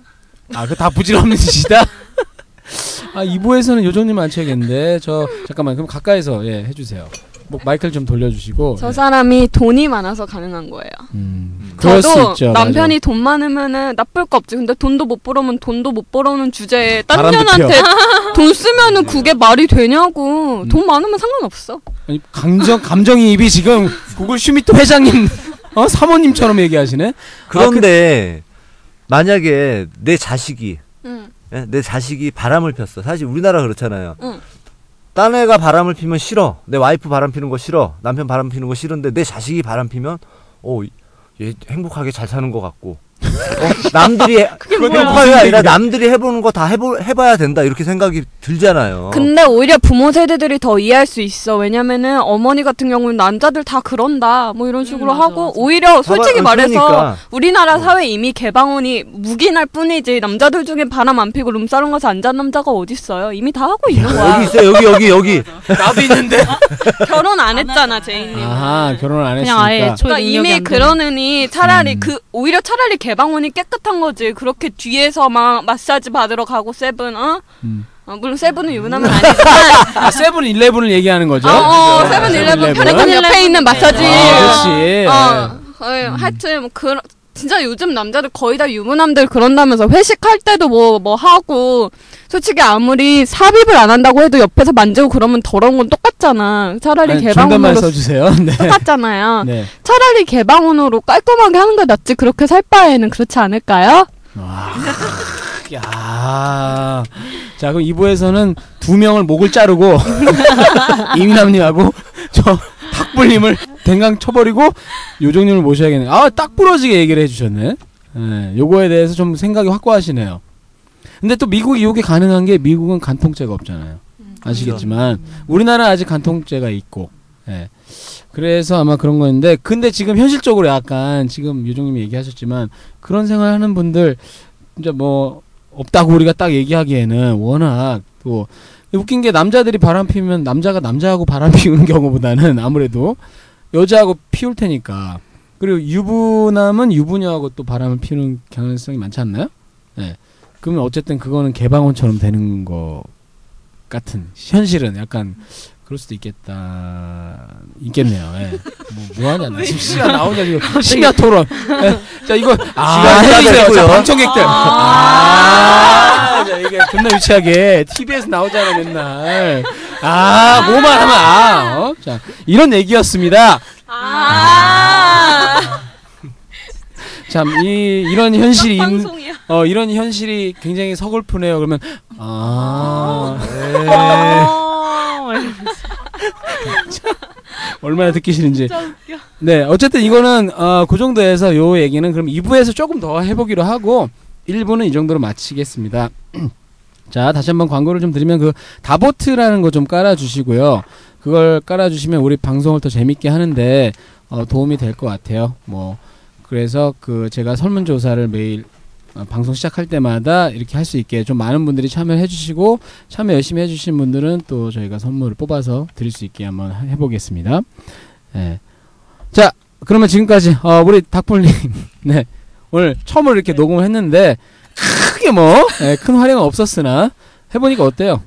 [SPEAKER 1] 아, 그 다 부질없는 짓이다. 아, 2부에서는 요정님 안 채겠는데 저 잠깐만 그럼 가까이서 예, 해주세요. 뭐 마이크를 좀 돌려주시고.
[SPEAKER 9] 저
[SPEAKER 1] 예.
[SPEAKER 9] 사람이 돈이 많아서 가능한 거예요.
[SPEAKER 1] 음, 그럴 수
[SPEAKER 9] 저도
[SPEAKER 1] 있죠.
[SPEAKER 9] 남편이 돈 많으면은 나쁠 거 없지. 근데 돈도 못 벌어오면 돈도 못 벌어오는 주제에 딴
[SPEAKER 1] 음, 바람도
[SPEAKER 9] 년한테
[SPEAKER 1] 피워. 음.
[SPEAKER 9] 돈 쓰면은 그게 말이 되냐고. 돈 많으면 상관없어.
[SPEAKER 1] 맞아. 아니, 감정 감정이입이 지금 구글 슈미토 회장님 어 사모님처럼 얘기하시네.
[SPEAKER 3] 그런데 만약에 내 자식이
[SPEAKER 9] 응.
[SPEAKER 3] 예, 내 자식이 바람을 폈어. 사실 우리나라 그렇잖아요.
[SPEAKER 9] 응.
[SPEAKER 3] 딴 애가 바람을 피면 싫어. 내 와이프 바람 피는 거 싫어. 남편 바람 피는 거 싫은데 내 자식이 바람 피면 어, 얘 행복하게 잘 사는 것 같고. 어, 남들이 해-
[SPEAKER 9] 뭐야?
[SPEAKER 3] 행복하게 아니라 남들이 해보는 거 다 해보 해봐야 된다 이렇게 생각이
[SPEAKER 1] 어.
[SPEAKER 3] 들잖아요.
[SPEAKER 9] 근데 오히려 부모 세대들이 더 이해할 수 있어. 왜냐면은 어머니 같은 경우는 남자들 다 그런다. 뭐 이런 식으로 하고 오히려
[SPEAKER 1] 어,
[SPEAKER 9] 솔직히
[SPEAKER 3] 봐봐,
[SPEAKER 9] 말해서
[SPEAKER 3] 그러니까.
[SPEAKER 9] 우리나라 사회 이미 개방혼이 무기날 뿐이지 남자들 중에 바람 안 피고 룸사롱 가서 앉은 남자가 어디 있어요? 이미 다 하고 있는 거야.
[SPEAKER 3] 여기 있어 여기 여기 여기.
[SPEAKER 1] 나도 있는데.
[SPEAKER 9] 결혼 안 했잖아, 제이님.
[SPEAKER 1] 아하 결혼을 안
[SPEAKER 2] 그냥
[SPEAKER 1] 했으니까.
[SPEAKER 2] 아예 애초에
[SPEAKER 9] 그러니까 이미 그러느니 차라리
[SPEAKER 1] 음.
[SPEAKER 9] 그 오히려 차라리 개방혼이 깨끗한 거지. 그렇게 뒤에서 막 마사지 받으러 가고 세븐 어?
[SPEAKER 1] 음.
[SPEAKER 9] 어, 물론 세븐은 유부남은 아니지만
[SPEAKER 1] 아 세븐 일레븐을 얘기하는 거죠.
[SPEAKER 9] 어, 어, 세븐일레븐 편의점 옆에 있는 마사지.
[SPEAKER 1] 아, 그렇지. 예. 음.
[SPEAKER 9] 어, 어, 하여튼 뭐 그런 진짜 요즘 남자들 거의 다 유부남들 그런다면서 회식할 때도 뭐 뭐 하고 솔직히 아무리 삽입을 안 한다고 해도 옆에서 만지고 그러면 더러운 건 똑같잖아. 차라리
[SPEAKER 1] 아니, 존댓말
[SPEAKER 9] 개방혼으로
[SPEAKER 1] 써주세요. 네.
[SPEAKER 9] 뭐 똑같잖아요.
[SPEAKER 1] 네.
[SPEAKER 9] 차라리 개방혼으로 깔끔하게 하는 게 낫지 그렇게 살 바에는 그렇지 않을까요?
[SPEAKER 1] 야. 아, 자, 그럼 2부에서는 두 명을 목을 자르고 이민남님하고 저 탁불님을 댕강 쳐버리고 요정님을 모셔야겠네. 아, 딱 부러지게 얘기를 해주셨네. 예, 요거에 대해서 좀 생각이 확고하시네요. 근데 또 미국이 요게 가능한 게 미국은 간통죄가 없잖아요. 아시겠지만 우리나라 는 아직 간통죄가 있고. 예. 그래서 아마 그런 건데 근데 지금 현실적으로 약간 지금 요정님이 얘기하셨지만 그런 생활하는 분들 진짜 뭐 없다고 우리가 딱 얘기하기에는 워낙 또 웃긴 게 남자들이 바람 피면 남자가 남자하고 바람 피우는 경우보다는 아무래도 여자하고 피울 테니까 그리고 유부남은 유부녀하고 또 바람을 피우는 가능성이 많지 않나요? 예. 그러면 어쨌든 그거는 개방혼처럼 되는 것 같은 현실은 약간 그럴 수도 있겠다. 있겠네요. 예. 뭐, 뭐 하냐. 나 지금 시간 나오냐 지금.
[SPEAKER 2] 갑자기.
[SPEAKER 1] 시간 토론. 예. 자 이거 아
[SPEAKER 3] 시간
[SPEAKER 1] 해주세요.
[SPEAKER 3] 따졌고요.
[SPEAKER 1] 자 방청객들. 아, 자, 이게 겁나 유치하게 TV에서 나오잖아 맨날. 아 뭐만 하면 아. 어? 자 이런 얘기였습니다. 참 이 이런 현실이 있, 어 이런 현실이 굉장히 서글프네요. 그러면 아. 네.
[SPEAKER 9] 어,
[SPEAKER 1] 얼마나 듣기 싫은지. 네, 어쨌든 이거는 어, 그 정도에서 요 얘기는 그럼 2부에서 조금 더 해보기로 하고 1부는 이 정도로 마치겠습니다. 자, 다시 한번 광고를 좀 드리면 그 다보트라는 거 좀 깔아주시고요. 그걸 깔아주시면 우리 방송을 더 재밌게 하는데 어, 도움이 될 것 같아요. 뭐 그래서 그 제가 설문조사를 매일 어, 방송 시작할 때마다 이렇게 할 수 있게 좀 많은 분들이 참여해 주시고 참여 열심히 해 주신 분들은 또 저희가 선물을 뽑아서 드릴 수 있게 한번 하- 해보겠습니다. 예. 자, 그러면 지금까지 어, 우리 닥풀님, 네 오늘 처음으로 이렇게 녹음을 했는데 크게 뭐큰 활용은 없었으나 해보니까 어때요?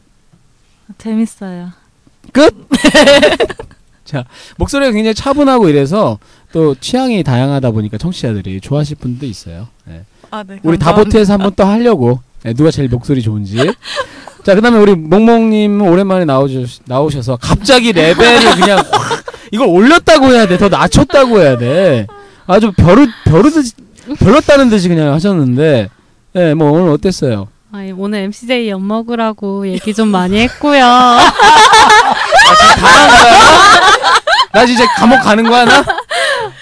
[SPEAKER 7] 재밌어요.
[SPEAKER 1] 끝. 자 목소리가 굉장히 차분하고 이래서 또 취향이 다양하다 보니까 청취자들이 좋아하실 분도 있어요. 예.
[SPEAKER 7] 아, 네,
[SPEAKER 1] 우리
[SPEAKER 7] 감사합니다.
[SPEAKER 1] 다보트에서 한번 또 하려고 예, 누가 제일 목소리 좋은지. 자 그다음에 우리 몽몽님 오랜만에 나오셔, 나오셔서 갑자기 레벨을 그냥 확 이걸 올렸다고 해야 돼 더 낮췄다고 해야 돼 아주 벼르 벼르듯이 별렀다는 듯이 그냥 하셨는데 네, 예뭐 오늘 어땠어요?
[SPEAKER 2] 아, 예, 오늘 MCJ 엿먹으라고 얘기 좀 많이 했고요.
[SPEAKER 1] 나 진짜 감옥 가는 거야 나?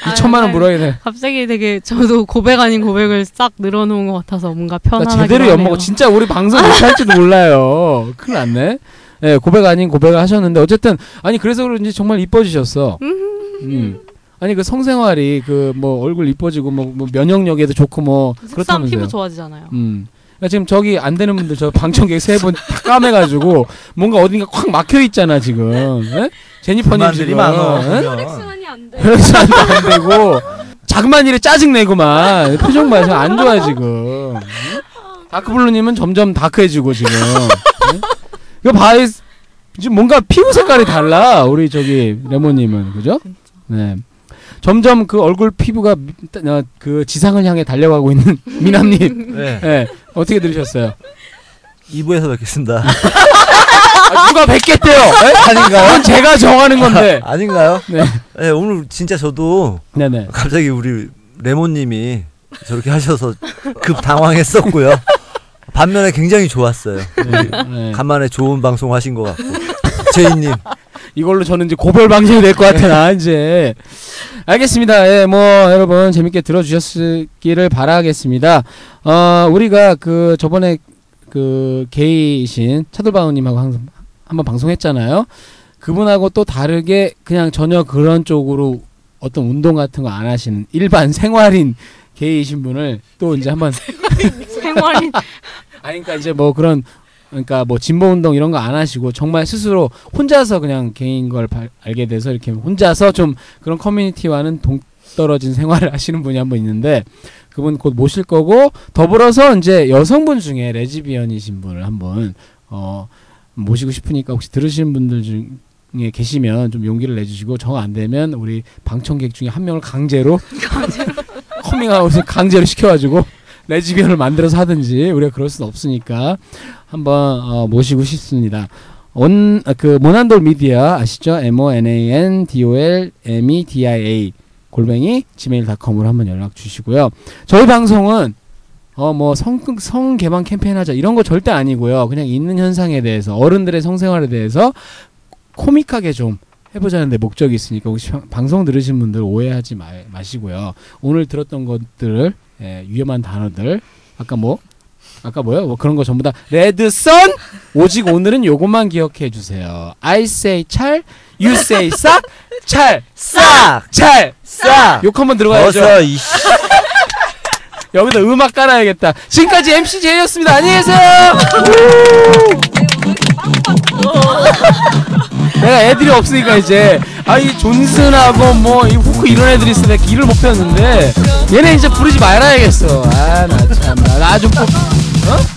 [SPEAKER 1] 2천만 원 물어야 돼.
[SPEAKER 2] 갑자기 되게 저도 고백 아닌 고백을 싹 늘어놓은 것 같아서 뭔가
[SPEAKER 1] 나
[SPEAKER 2] 편안하게
[SPEAKER 1] 그러니까 제대로 엿먹어. 진짜 우리 방송 이렇게 할지도 몰라요. 큰일 났네. 예, 고백 아닌 고백을 하셨는데 어쨌든 아니 그래서 그런지 정말 이뻐지셨어. 음. 아니 그 성생활이 그 뭐 얼굴 이뻐지고 뭐, 뭐 면역력에도 좋고 뭐
[SPEAKER 2] 습산
[SPEAKER 1] 그렇다면서요.
[SPEAKER 2] 피부 좋아지잖아요.
[SPEAKER 1] 음. 그러니까 지금 저기 안 되는 분들 저 방청객 세 분 다 까매가지고 뭔가 어딘가 확 막혀 있잖아 지금. 예? 제니퍼님
[SPEAKER 3] 불만들이
[SPEAKER 1] 지금.
[SPEAKER 3] 많아, 어.
[SPEAKER 1] 예?
[SPEAKER 11] 혈액순환이 안 돼.
[SPEAKER 1] 혈액순환도 안 되고 자그만 일에 짜증 내고만 표정 봐요. 안 좋아 지금. 다크블루님은 점점 다크해지고 지금. 응? 이거 봐, 이- 지금 뭔가 피부 색깔이 달라 우리 저기 레모님은 그죠? 네. 점점 그 얼굴 피부가 미- 어, 그 지상을 향해 달려가고 있는 미남님.
[SPEAKER 3] 네.
[SPEAKER 1] 네. 어떻게 들으셨어요?
[SPEAKER 3] 2부에서 뵙겠습니다.
[SPEAKER 1] 아, 누가 뵙겠대요? 에?
[SPEAKER 3] 아닌가요?
[SPEAKER 1] 그건 제가 정하는 건데.
[SPEAKER 3] 아, 닌가요
[SPEAKER 1] 네.
[SPEAKER 3] 네, 오늘 진짜 저도
[SPEAKER 1] 네네.
[SPEAKER 3] 갑자기 우리 레몬님이 저렇게 하셔서 급 당황했었고요. 반면에 굉장히 좋았어요. 우리
[SPEAKER 1] 네.
[SPEAKER 3] 간만에 좋은 방송 하신 것 같고 제이님
[SPEAKER 1] 이걸로 저는 이제 고별 방송이 될 것 같아 나 이제 알겠습니다. 예, 뭐 여러분 재밌게 들어주셨기를 바라겠습니다. 어, 우리가 그 저번에 그 게이신 차돌바우님하고 항상 한번 방송했잖아요. 그분하고 또 다르게 그냥 전혀 그런 쪽으로 어떤 운동 같은 거 안 하시는 일반 생활인 게이신 분을 또 이제 한번
[SPEAKER 2] 생활이
[SPEAKER 1] 아니 그러니까 이제 뭐 그런 그러니까 뭐 진보 운동 이런 거 안 하시고 정말 스스로 혼자서 그냥 개인 걸 발- 알게 돼서 이렇게 혼자서 좀 그런 커뮤니티와는 동떨어진 생활을 하시는 분이 한 분 있는데 그분 곧 모실 거고 더불어서 이제 여성분 중에 레즈비언이신 분을 한번 어 모시고 싶으니까 혹시 들으시는 분들 중에 계시면 좀 용기를 내주시고 정 안 되면 우리 방청객 중에 한 명을 강제로 커밍아웃을 강제로 시켜가지고 레즈비언을 만들어서 하든지 우리가 그럴 수는 없으니까 한번 어, 모시고 싶습니다. 온, 아, 그 모난돌 미디어 아시죠? M O N A N D O L M E D I A 골뱅이 gmail.com으로 한번 연락 주시고요. 저희 방송은 어뭐성 성개방 캠페인 하자 이런 거 절대 아니고요. 그냥 있는 현상에 대해서 어른들의 성생활에 대해서 코믹하게 좀 해보자는데 목적이 있으니까 혹시 방- 방송 들으신 분들 오해하지 마, 마시고요. 오늘 들었던 것들을 예, 위험한 단어들 아까 뭐 아까 뭐요? 뭐 그런 거 전부 다 레드선 오직 오늘은 요것만 기억해 주세요. I say 찰, you say 싹, 찰,
[SPEAKER 3] 싹,
[SPEAKER 1] 찰,
[SPEAKER 3] 싹.
[SPEAKER 1] 욕 한번 들어가야죠.
[SPEAKER 3] 어서 이씨.
[SPEAKER 1] 여기다 음악 깔아야겠다. 지금까지 MC 제이였습니다. 안녕히 계세요. 내가 애들이 없으니까 이제 아 이 존슨하고 뭐 이 후크 이런 애들이 있어 내가 길을 못 폈는데 얘네 이제 부르지 말아야겠어. 아 나 참 나 좀 뽑. 어?